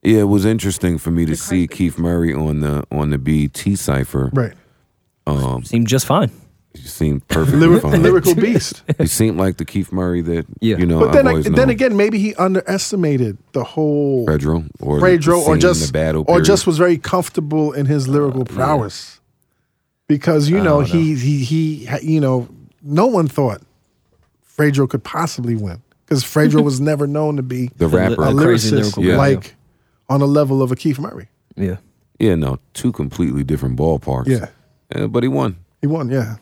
Yeah, it was interesting for me to see Keith Murray on the on the BT cipher. Right, Um, Seemed just fine. he seemed perfectly Lyric, fine. lyrical beast. He seemed like the Keith Murray that Yeah. you know. But then I've I, always then known. again, maybe he underestimated the whole Fredro or Fredro, the or just the battle or period. Oh, just was very comfortable in his lyrical prowess, because you know he he he ha- you know no one thought Fredro could possibly win because Fredro was never known to be the li- rapper. a A crazy lyricist lyrical guy. like on a level of a Keith Murray. Yeah. yeah, no, two completely different ballparks. Yeah. Uh, but he won. He won, yeah,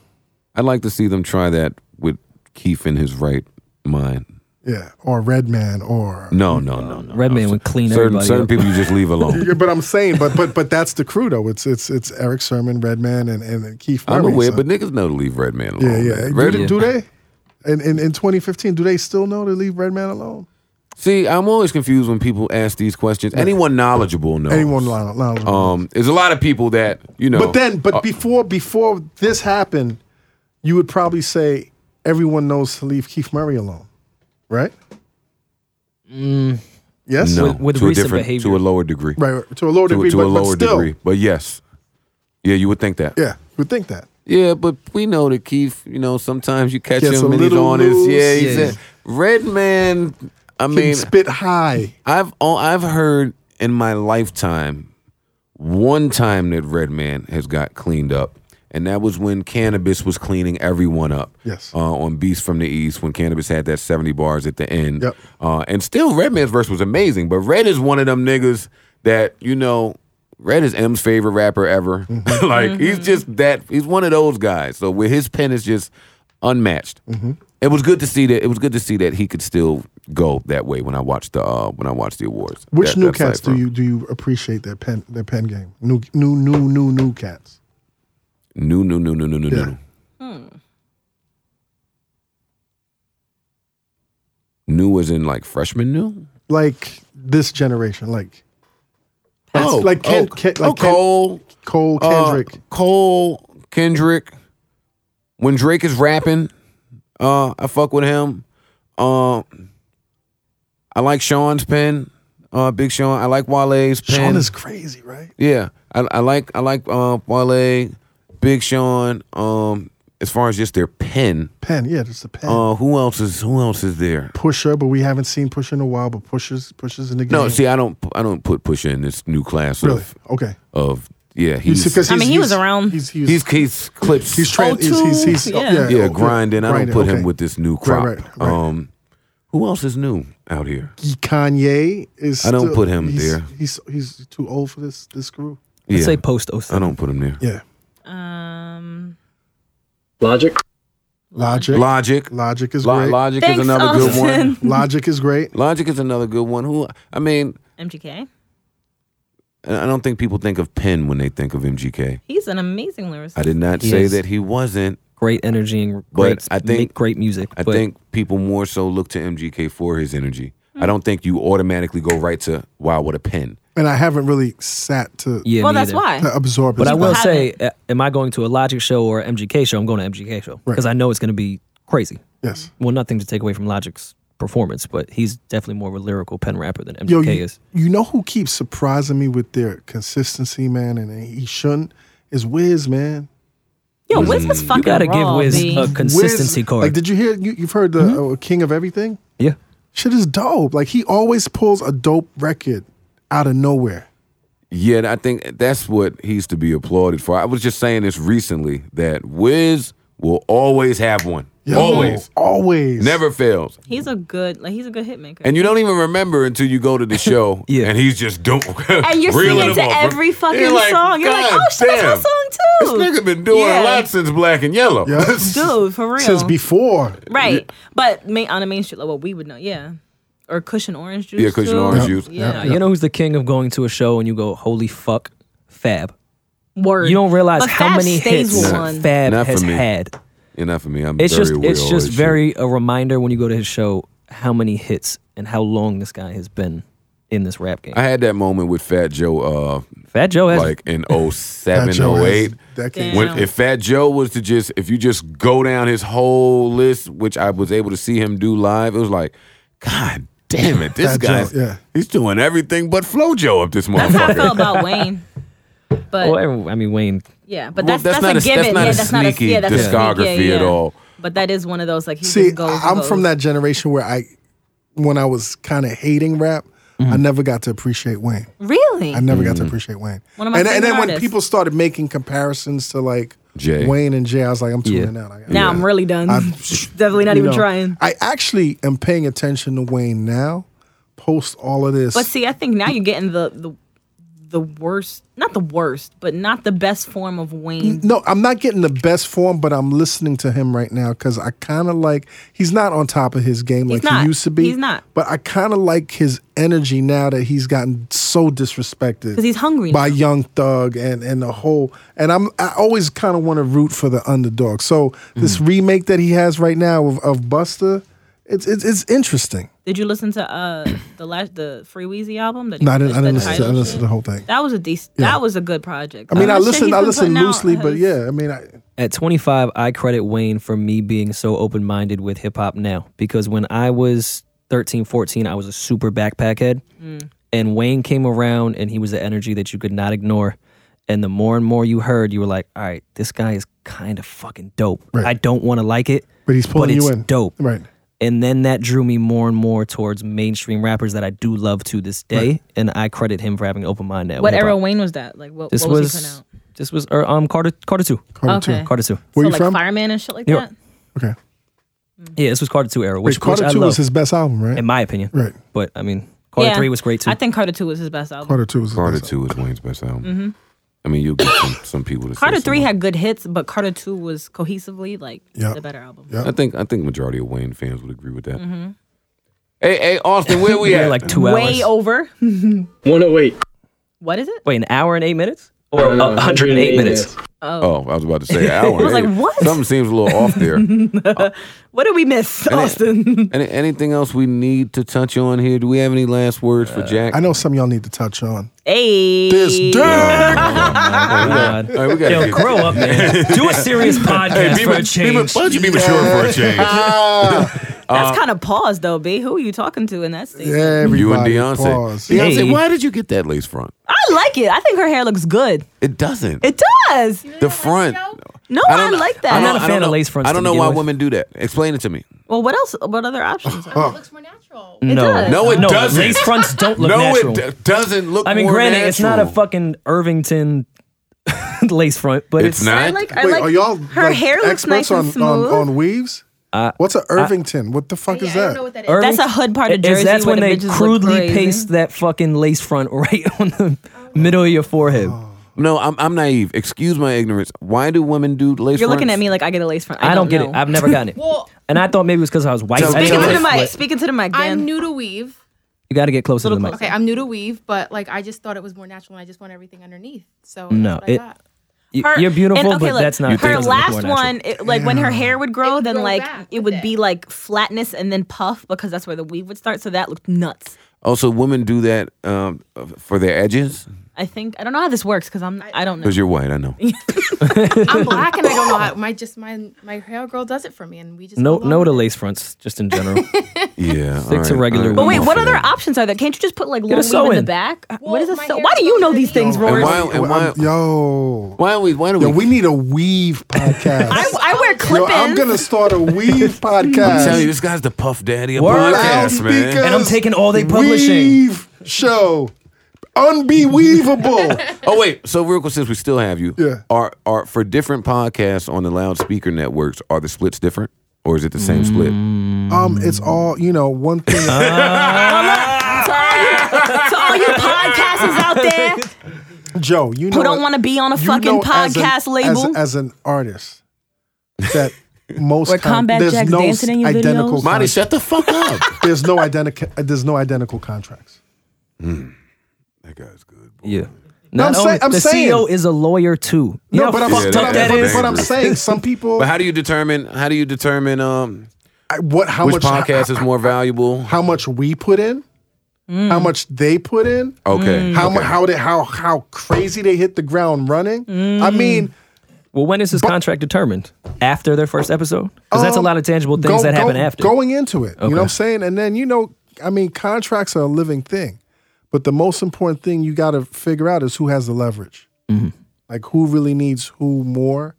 I'd like to see them try that with Keith in his right mind. yeah, or Redman or. No, no, no, no. Redman no. would clean certain everybody certain up. people you just leave alone. Yeah, but I'm saying, but but but that's the crew though. It's it's it's Eric Sermon, Redman, and and Keith Murray. I'm aware, so- but niggas know to leave Redman alone. yeah, yeah. man. Do, Red- they- do they? And in, in 2015, do they still know to leave Redman alone? See, I'm always confused when people ask these questions. Anyone knowledgeable knows. Anyone lying? lying Um, there's a lot of people that you know. But then, but uh, before before this happened, you would probably say everyone knows to leave Keith Murray alone, right? yes, Mm. no, With- with to a recent different, behavior. to a lower degree, right, right, to a lower to, degree, to but, a but lower still, degree. But yes, yeah, you would think that. yeah, you would think that. Yeah, but we know that Keith, you know, sometimes you catch Gets a him and he's little on his yeah, loose. he's Yeah. a red man. I Can mean, spit high. I've oh, I've heard in my lifetime one time that red man has got cleaned up. And that was when cannabis was cleaning everyone up. Yes. Uh, on Beast from the East, when cannabis had that 70 bars at the end. Yep. Uh, and still, Redman's verse was amazing. But Red is one of them niggas that, you know, Red is M's favorite rapper ever. Mm-hmm. like, he's just that, he's one of those guys. So, with his pen is just unmatched. Mm-hmm. It was good to see that. It was good to see that he could still go that way when I watched the uh, when I watched the awards. Which That- new that cats cipher. do you do you appreciate their pen their pen game? New new new new new cats. New, new, new, new, new, new, Yeah. new. New as in like freshman new? Like this generation, like like Ken- Ken- like oh, Ken- Cole, Cole uh, Kendrick. Cole Kendrick. When Drake is rapping, uh, I fuck with him. Uh, I like Sean's pen, uh, Big Sean. I like Wale's pen. Sean is crazy, right? Yeah, I, I like I like uh, Wale, Big Sean. Um, as far as just their pen, Pen, yeah, just a pen. uh, who else is who else is there? Pusher, but we haven't seen Pusher in a while. But Pusher's Pusher's in the game. No, see, I don't I don't put Pusha in this new class really, of okay. of yeah You he's see, he's 'cause I mean, he's- he was he's- around. He's he's he's, clips he's, tran- he's, he's, O2, he's- oh, yeah. yeah, yeah oh, grinding. I don't grinding, put okay. him with this new crop. right, right. Um, who else is new out here? Kanye is. I don't still- put him he's, there. He's he's too old for this this group. I'd Yeah, Uh, say post I 07. don't put him there. Yeah, Um, Logic. Logic. Logic, Logic is Lo- great. Logic Thanks, is another good one. Austin. Logic is great. Logic is another good one. Who I mean, MGK. I I don't think people think of Penn when they think of MGK. He's an amazing lyricist. I did not He say is. that he wasn't. great energy and But great, I think- ma- great music. I but think people more so look to MGK for his energy. Hmm. I don't think you automatically go right to wow, what a pen. and I haven't really sat to yeah, well, me that's either. why. to absorb. But his I will vibe. say, uh, am I going to a Logic show or MGK show? I'm going to MGK show because I know it's going to be crazy. yes. Well, nothing to take away from Logic's performance, but he's definitely more of a lyrical pen rapper than MGK Yo, you, is. you know who keeps surprising me with their consistency, man, and he shouldn't is Wiz, man. Yo, Wiz was fucking You gotta raw, give Wiz B. a consistency Wiz, card. Like, did you hear? You, you've heard the Hmm? uh, King of Everything. yeah, Shit is dope. Like he always pulls a dope record out of nowhere. Yeah, and I think that's what he's to be applauded for. I was just saying this recently that Wiz will always have one. Yo, Always. always, Never fails. He's a good, like he's a good hitmaker. And you don't even remember until you go to the show. Yeah. And he's just doing. And you're singing to every fucking song. You're like, oh shit, that's my This song too. nigga been doing Yeah. a lot since Black and Yellow. Yeah. Dude, for real. since before. Right. But main, on a main street, like what we would know, yeah. Or cushion orange juice. Yeah, Cushion too. Orange Juice. Yeah. you know who's the king of going to a show and you go, holy fuck, Fab. Word. You don't realize But how Fab many stays hits with one. Fab Not for has me. had. Enough of me. I'm It's very just aware it's of just this shit. very a reminder when you go to his show how many hits and how long this guy has been in this rap game. I had that moment with Fat Joe, Fat Joe uh, has like in That 07, Joe has 08. decades. When, Damn. if Fat Joe was to just, if you just go down his whole list, which I was able to see him do live, it was like, God damn it, this Fat Joe, guy, yeah. he's doing everything but FloJo up this That's how I felt motherfucker. about Wayne. But well, everyone- I mean Wayne. yeah, but Well, that's, that's, a given. yeah, that's not a sneaky yeah, that's a sneak, yeah, discography yeah. at all. But that is one of those like he See, just goes. and I'm goes. from that generation where I, when I was kind of hating rap, Mm-hmm. I never got to appreciate Wayne. Really? I never Mm-hmm. got to appreciate Wayne. One of my and, and then favorite when artists. people started making comparisons to like Jay. Wayne and Jay, I was like, I'm Yeah. tuning out. I, now I'm really done. I'm- Definitely not you even know, trying. I actually am paying attention to Wayne now. Post all of this, But see, I think now you're getting the the the worst, not the worst, but not the best form of Wayne. no, I'm not getting the best form, but I'm listening to him right now because I kind of like he's not on top of his game like not. he used to be. He's not. But I kind of like his energy now that he's gotten so disrespected. Because he's hungry by now. Young Thug and and the whole. And I'm I always kind of want to root for the underdog. So this remake that he has right now of, of Buster, it's, it's it's interesting. Did you listen to uh the last the Free Weezy album? That he No, I didn't, released, that I didn't listen. To, I title didn't listen shit? to the whole thing. That was a decent. That was a good project. I mean, That I shit listened. he's I been listened putting out loosely, but has- yeah. I mean, I, At 25, I credit Wayne for me being so open-minded with hip hop now because when I was 13, 14, I was a super backpack head. Mm. And Wayne came around and he was the energy that you could not ignore. And the more and more you heard, you were like, all right, this guy is kind of fucking dope. I don't want to like it, but he's pulling but it's you in. dope. right? and then that drew me more and more towards mainstream rappers that I do love to this day, and I credit him for having an open mind. Now, What era Wayne was that? Like what? This what was, was, he putting out? this was or, um Carter Carter two, Carter Okay. two. Carter two. Where so you like from? Fireman and shit like New that. Okay. Yeah, this was Carter two era, which, Which Carter which I Two love, was his best album, right? in my opinion. Right. But I mean, Carter Yeah. three was great too. I think Carter Two was his best album. Carter, Carter Two was his Carter best Two is Wayne's best album. I mean, you'll get some, some people to say Mm-hmm. Three something. had good hits, but Carter Two was cohesively like Yeah. the better album. Yeah. I think I think majority of Wayne fans would agree with that. Mm-hmm. Hey, hey, Austin, where we at? like two Way hours. over. 108. what is it? Wait, an hour and eight minutes or uh, 108 minutes? oh, I was about to say an hour. I was like, what? Something seems a little off there. What did we miss, Austin? Any, anything else we need to touch on here? Do we have any last words for Jack? Uh, I know some y'all need to touch on. hey. This dude. Oh, God. All right, we gotta Yo, get- grow up, man. Do a serious podcast for a change. why don't you be mature for a change? Uh, That's kind of pause though, B. Who are you talking to in that state? Everybody You and Beyonce. pause. Beyonce, Hey. why did you get that lace front? I like it. I think her hair looks good. It doesn't. It does. the front. No, I I, don't- like I that. don't- not a I don't fan of know- lace fronts I don't to know begin why with. women do that. Explain it to me. well, what else? What other options? Oh. It looks more natural. Mm. no, does. No, it no, doesn't. Lace fronts don't look no, natural. it d- doesn't look. I mean, more granted, it's not a natural. fucking Irvington lace front, but it's, It's not. I like. I Wait, like are y'all her like, hair looks experts nice on, and smooth. on on weaves? What's a Irvington? what the fuck Yeah, is I that? don't know what that is. Irving- That's a hood part of Is Jersey That's where when the they bitches look crudely crazy. paste that fucking lace front right on the middle of your forehead. Oh. No, I'm, I'm naive. Excuse my ignorance. Why do women do lace? You're looking fronts? at me like I get a lace front. I, I don't get it. know. I've never gotten it. Well, and I thought maybe it was because I was white. Tell- I didn't tell Speaking me know to what- the that. mic. Speaking to the mic. Dan. I'm new to weave. You got to get closer to the mic. Okay, I'm new to weave, but like I just thought it was more natural, and I just want everything underneath. So No, that's what I it- got. Y- Her- You're beautiful, and, okay, but look, that's not You that her think- doesn't look more last natural. one. It, like when her hair would grow, would then grow like back it with would be it. like flatness and then puff because that's where the weave would start. So that looked nuts. Also, women do that um, for their edges. I think I don't know how this works because I'm I don't know. Because you're white, I know. I'm black and I don't know how my just my my hair girl does it for me and we just No, move on no with to it. lace fronts, just in general. Yeah. Stick to regular But I'm wait, all what other options are there? Can't you just put like long a weave in the sew-in. back? Uh, what Well, is a my sew? hair's Why do you going know to these be- things, And And Rory? why, I, and why, I'm- yo, why don't we? Why don't yo, we? we need a weave podcast. I wear yo, clip-ins. I'm gonna start a weave I'm podcast. telling you, this guy's the puff daddy of Word. podcasts, man. Loudspeakers, And I'm taking all they publishing. Weave show, unbeweavable. Oh wait, so real quick, since we still have you, Yeah. are are for different podcasts on the loudspeaker networks? Are the splits different, or is it the same split? Um, it's all you know. One thing. Uh. to all you podcasters out there Joe, you know who don't it- want to be on a you fucking know as an- podcast as- label. as, an artist that most Where time- Combat there's Jack's no dancing in your identical videos? Monty, con- shut the fuck up. there's no identical there's no identical contracts. that guy's good. Boy. yeah. Not I'm only- saying- I'm the saying- CEO is a lawyer too. You No, know but how I'm, fucked but, up I'm- that but- is. but I'm saying some people But how do you determine? How do you determine um I- what how which much podcast is more valuable? how much we put in, Mm. how much they put in, Okay. how mu okay. how they how how crazy they hit the ground running. I Mm. mean, Well, when is his contract determined? After their first episode? Because that's a lot of tangible things go- that happen go- after. Going into it. You know what I'm saying? And then, you know, I mean, contracts are a living thing. But the most important thing you got to figure out is who has the leverage. Mm-hmm. Like, who really needs who more.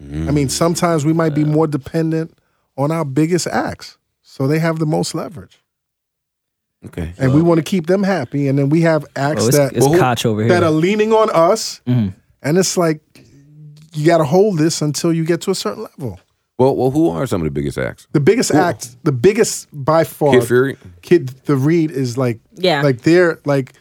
I Mm. mean, sometimes we might be more dependent on our biggest acts. So they have the most leverage. okay. And we want to keep them happy. And then we have acts oh, it's, that, it's Well, who- Koch over here. that are leaning on us. Mm-hmm. And it's like, you got to hold this until you get to a certain level. Well, well, who are some of the biggest acts? The biggest act, the biggest by far, Kid Fury? Kid the Reed is like, Yeah. like they're like,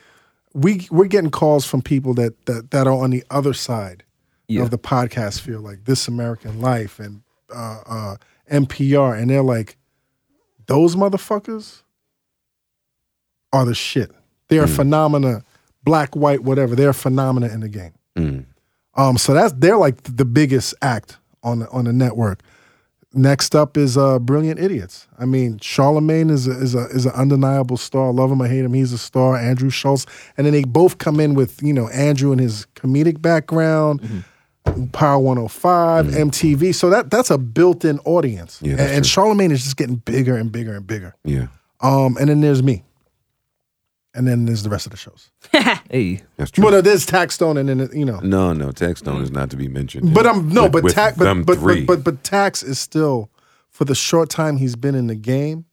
we we're getting calls from people that that that are on the other side Yeah. of the podcast field, like This American Life and uh, uh, NPR, and they're like, those motherfuckers are the shit. They're Mm. a phenomena, black, white, whatever. They're a phenomena in the game. Mm. Um, so that's they're like the biggest act on the on the network. Next up is uh, Brilliant Idiots. I mean, Charlemagne is a, is a is an undeniable star. Love him or hate him, he's a star. Andrew Schultz, and then they both come in with you know Andrew and his comedic background, Mm-hmm. Power 105, MTV. So that that's a built-in audience, Yeah, and, that's and true. Charlemagne is just getting bigger and bigger and bigger. Yeah, Um, and then there's me, and then there's the rest of the shows. hey, that's true. Well, no, there's Tax Stone, and then you know no, no, Tax Stone is not to be mentioned. But I'm no, With- but with tax, them but but, three. but but but tax is still for the short time he's been in the game.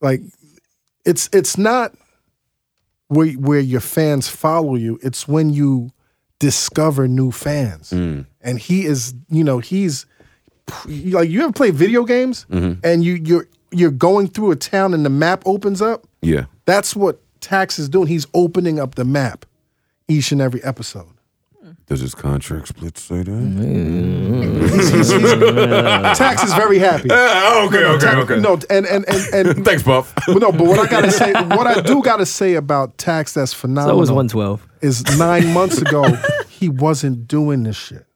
Like, it's it's not where where your fans follow you. It's when you discover new fans, Mm. and he is you know he's like you ever play video games Mm-hmm. and you you're you're going through a town and the map opens up. yeah, That's what tax is doing. He's opening up the map each and every episode. does his contract split say that? Tax is very happy. Ah, okay, okay, okay. No, and and and and Thanks, Buff. but no, but what I gotta say, what I do gotta say about tax that's so phenomenal it was 112. is nine months ago he wasn't doing this shit.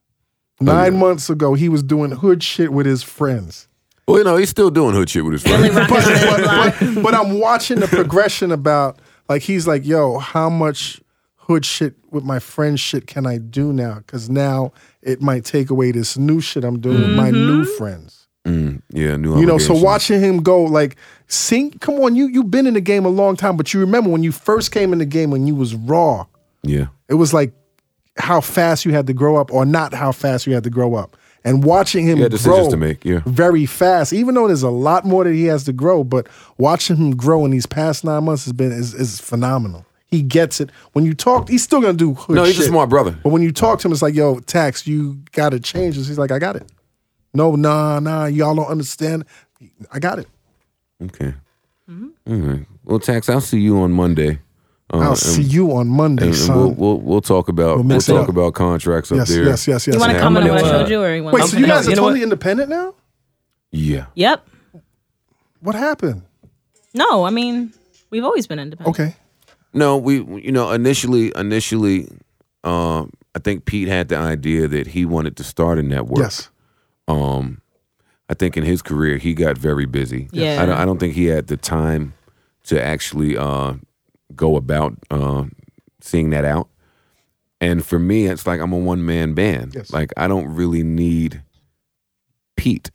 Oh, Nine months ago he was doing hood shit with his friends. Well, you know, he's still doing hood shit with his Really friends. rocking But, the but, block. but, but I'm watching the progression about like he's like, yo, how much hood shit with my friend shit can I do now? Because now it might take away this new shit I'm doing with my new Mm-hmm. friends. Mm, yeah, new. You know, so obligations. watching him go like sing, come on, you you've been in the game a long time, but you remember when you first came in the game when you was raw, Yeah, it was like how fast you had to grow up or not how fast you had to grow up. And watching him he had grow decisions to make. Yeah, very fast, even though there's a lot more that he has to grow, but watching him grow in these past nine months has been is, is phenomenal. He gets it. When you talk, he's still gonna do hood no, he's a shit. smart brother. But when you talk to him, it's like, yo, tax, you gotta change this. He's like, I got it. No, nah, nah, y'all don't understand. I got it. Okay. Mm-hmm. All right. Well, Tax, I'll see you on Monday. Uh, I'll and- see you on Monday, and son. we'll, we'll we'll talk about we'll, mix it talk up. about contracts up yes, there. yes, yes, yes, You want to I'm comment on gonna, what I uh, showed you, or you want? Wait, to so you no, guys you are know totally what? independent now? Yeah. Yep. What happened? No, I mean we've always been independent. Okay. No, we you know initially initially um, I think Pete had the idea that he wanted to start a network. Yes. Um, I think in his career he got very busy. Yes. I don't, I don't think he had the time to actually uh, go about uh, seeing that out. And for me, it's like I'm a one man band. Yes. Like I don't really need Pete.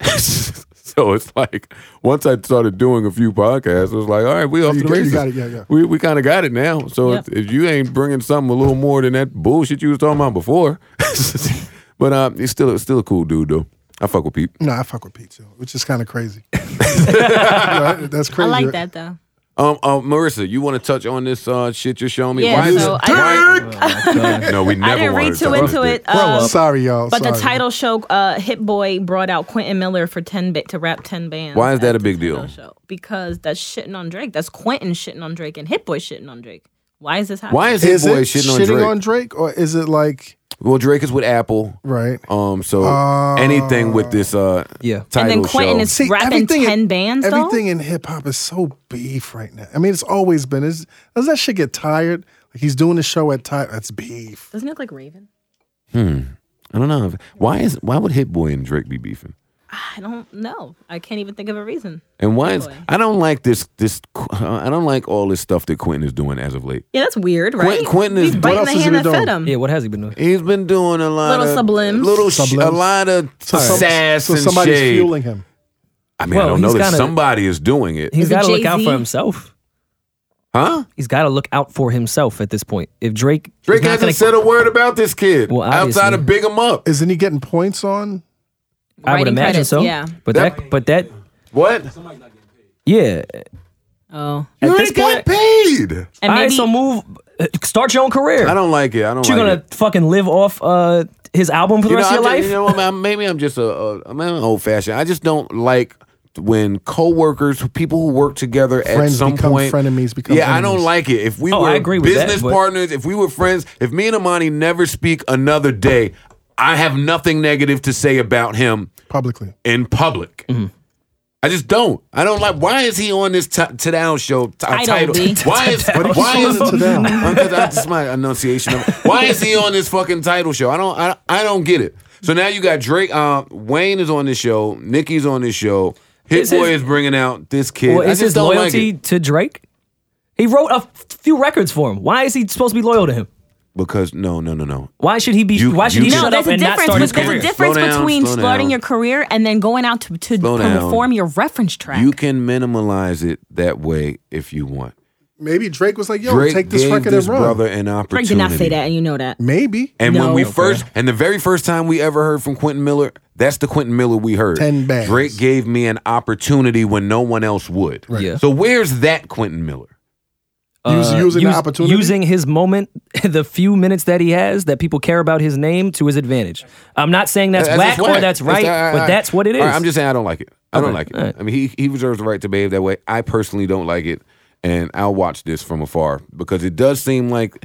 so it's like once I started doing a few podcasts, it was like, all right, we off You to the got- you races. got it, yeah, yeah. We we kind of got it now. So Yep. if, if you ain't bringing something a little more than that bullshit you was talking about before, but uh, he's still still a cool dude though. I fuck with Pete. No, I fuck with Pete too, which is kind of crazy. Yeah, that's I crazy. like right? that though. Um, uh, Marissa, you want to touch on this uh, shit you're showing me? Yeah, so I- why- no, we never I didn't wanted read to too touch into on it. Bro, um, sorry, y'all. But the sorry. title show, uh, Hit Boy brought out Quentin Miller for ten ba- to rap ten bands. Why is that at a the big deal? title Show. Because that's shitting on Drake. That's Quentin shitting on Drake and Hit Boy shitting on Drake. Why is this happening? Why is, Is Hit Boy it shitting on Drake? or is it like well, Drake is with Apple, right? um, so Uh, anything with this uh, Yeah. title and then Quentin show. is rapping everything in- ten bands. though? Everything in hip hop is so beef right now. I mean, it's always been. Is does that shit get tired? Like he's doing the show at time. That's beef. doesn't it look like Raven? I don't know. Why is why would Hit Boy and Drake be beefing? I don't know. I can't even think of a reason. And why is Boy. I don't like this this I don't like all this stuff that Quentin is doing as of late. Yeah, that's weird, right? Quentin- Quentin is- He's what biting else the has he hand that been fed doing? him. Yeah, what has he been doing? He's been doing a lot Little of sublims. little sh- Sublims. a lot of So sass some- so and somebody's shade. fueling him. I mean, I Well, don't know he's that gotta- somebody is doing it, He's Is it got to look out Jay-Z? for himself. huh? He's got to look out for himself at this point. If Drake is Drake not hasn't gonna- said a word about this kid Well, outside obviously. of big him up. Isn't he getting points on? I would Writing imagine credits, so. yeah. But That- that, but that, What? yeah. Oh, You At already this got point- paid. and All right, maybe so move, uh, start your own career. I don't like it. I don't You're like gonna it. fucking live off uh, his album for the rest know, of your I life. just- you know, I'm- I'm- maybe I'm just a, a I'm an old fashioned. I just don't like when coworkers, people who work together Friends at some become point, frenemies become yeah, I don't enemies. like it. If we Oh, were I agree with that, business but- partners, if we were friends, if me and Amani never speak another day, I have nothing negative to say about him Publicly, in public. I just don't. I don't like. Why is he on this t- Tadao show t- uh, title? Title, B. Why is did you why call is it Tadao? Uh, that- That's my enunciation. Of, why is he on this fucking title show? I don't. I, I don't get it. So now you got Drake. Uh, Wayne is on this show. Nicki's on this show. Hit It's his- Boy is bringing out this kid. Well, I is just his don't loyalty like it to Drake? He wrote a f- few records for him. Why is he supposed to be loyal to him? because no, no, no, no. Why should he be? You- why should you he should- No, shut up there's a and not difference. start his but there's career? a difference Slow down, between slow starting down. your career and then going out to, to Slow down. perform your reference track. You can minimalize it that way if you want. maybe Drake was like, "Yo, Drake take this gave record this and run." brother an opportunity. Drake did not say that, and you know that. Maybe And when No. we Okay. first, and the very first time we ever heard from Quentin Miller, that's the Quentin Miller we heard. 10 bands. Drake gave me an opportunity when no one else would. Right. Yeah. Uh, So where's that Quentin Miller? Use- using the opportunity? using his moment, the few minutes that he has that people care about his name to his advantage. I'm not saying that's, just whack or whack. that's right, all but that's what it is. uh, all right, I'm just saying I don't like it. I don't like it. all right. I mean, he he reserves the right to behave that way. I personally don't like it, and I'll watch this from afar because it does seem like,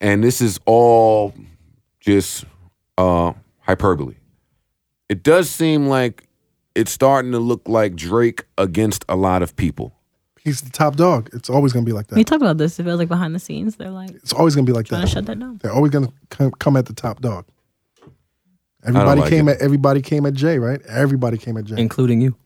and this is all just uh hyperbole. It does seem like it's starting to look like Drake against a lot of people. he's the top dog. It's always gonna be like We that. talked about this. It feels like behind the scenes, they're like It's always gonna be like trying to that. shut that down. They're always gonna come, come at the top dog. Everybody like came it. at everybody came at Jay, right? Everybody came at Jay. including you.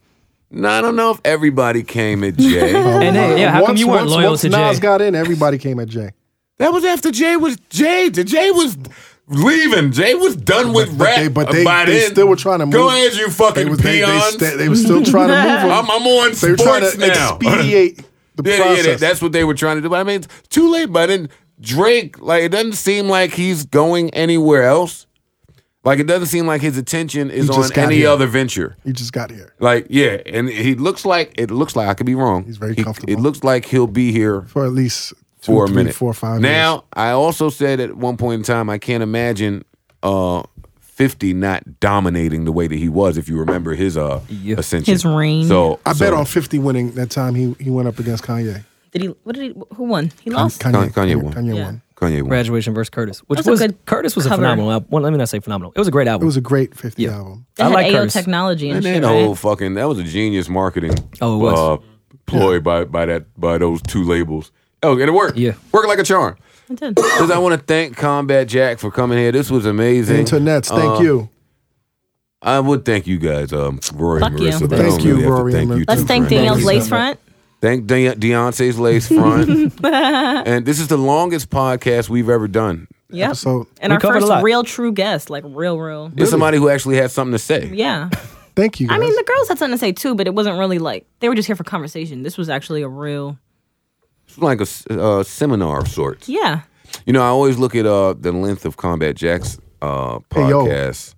No, I don't know if everybody came at Jay. And hey, yeah, how come Uh, Once- you weren't once- loyal once to Nas Jay? got in, everybody came at Jay. that was after Jay was Jay. Jay was leaving. Jay was done with but rap. they- but they- by they then. still were trying to Go move- ahead, you They fucking was, they, they, peons. sta- they were still trying to move I'm, him. I'm on They were trying sports to now. expedite the yeah, yeah, process. that- that's what they were trying to do. But I mean, it's too late. But then Drake, like, it doesn't seem like he's going anywhere else. Like, it doesn't seem like his attention is He on just got any here. other venture. you just got here Like, yeah, and he looks like it looks like I could be wrong. He's very He- comfortable. It looks like he'll be here for at least two, for a three, minute. four, five. Now, years. I also said at one point in time, I can't imagine uh, 50 not dominating the way that he was, if you remember his uh, ascension. His reign. So I so- bet on fifty winning that time he he went up against Kanye. Did he? What did he? Who won? He lost. Oh, Kanye won. Kanye Yeah. won. Kanye won. Graduation versus Curtis, which That's a was good Curtis was cover. a phenomenal album. Well, let me not say phenomenal. It was a great It album. was a great fifty album. They I had like AO Curtis. technology and And shit. that whole Right? fucking that was a genius marketing. Oh, it was. Uh, ploy by by that by those two labels. Oh, and it worked. Yeah. worked like a charm. I did. Because I want to thank Combat Jack for coming here. This was amazing. Internets, thank Uh, you. I would thank you guys, um, Rory and Fuck you. Marissa. but I Thank don't you, really have to Rory and thank you Marissa. Let's two thank for anything. Danielle's Thank you. lace front. Thank De- Deontay's Lace Front. and this is the longest podcast we've ever done. Yep. So and We our covered a first lot. real true guest, like real, real. It's somebody who actually has something to say. Yeah. thank you. Guys. I mean, the girls had something to say too, but it wasn't really like they were just here for conversation. This was actually a real, It's like a s- uh, seminar of sorts. yeah. You know, I always look at uh, the length of Combat Jack's uh, Hey, yo. podcast.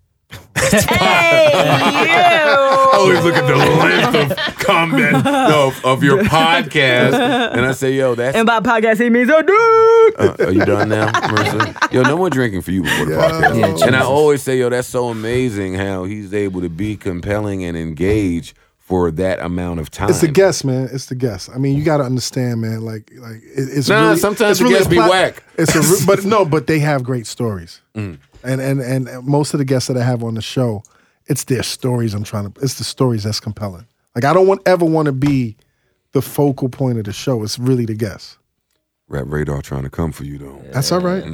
Hey, I always look at the length of combat no, of your podcast, and I say, "Yo, that's." and by podcast, he means a dude. Uh, are you done now, Marissa? Yo, no more drinking for you before the podcast. Yeah, and I Jesus. always say, yo, that's so amazing how he's able to be compelling and engage for that amount of time. It's the guess, man. It's the guess. I mean, you got to understand, man. Like, like it, it's Nah, really, sometimes it's the really guests a be plat- whack. Mm. It's a, re- but no, but they have great stories, and and and most of the guests that I have on the show, it's their stories. I'm trying to. It's the stories that's compelling. Like, I don't want ever want to be the focal point of the show. It's really the guess. Rap radar trying to come for you though. That's all right. That's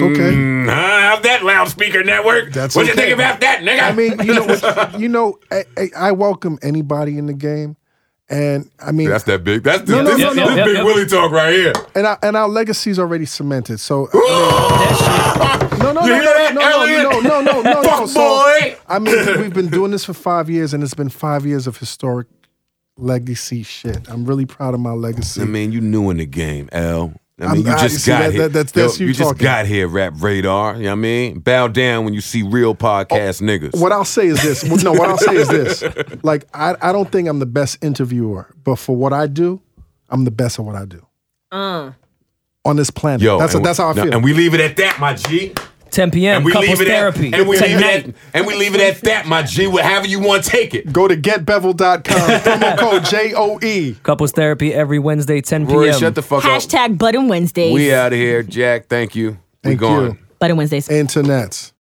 okay. Mm, huh, how's that loudspeaker network? That's what you okay. think about that, nigga? I mean, you know, what- you know, I, I, I welcome anybody in the game, and I mean, that's that big. That's No, this, no, this, no, no. this Yep, big yep. Willie talk right here. and our, and our legacy's already cemented. So no, no, You no, hear no, that, no, no, Elliot? no, no, no, no, no, Fuck no. boy. I mean, we've been doing this for five years, and it's been five years of historic legacy shit. I'm really proud of my legacy. I mean, you new in the game, L. I mean, I'm- you I- just see, got that- here. that- that's- Yo, that's you you just talking. got here, Rap Radar. You know what I mean? Bow down when you see real podcast niggas. Oh, what I'll say is this. No, what I'll say is this. Like, I, I don't think I'm the best interviewer, but for what I do, I'm the best at what I do. On this planet. Yo, that's, and we- that's how I no, feel. And we leave it at that, my G. 10 p.m. And we Couples leave it therapy. at and we leave tonight. it at and we leave it at that, my G. However you want to take it. Go to getbevel.com, promo code J O E. Couples therapy every Wednesday, 10 p.m. Rory, shut the fuck up. Hashtag Button Wednesdays. We out of here, Jack. Thank you. Thank we gone. you. Button Wednesdays. Internets.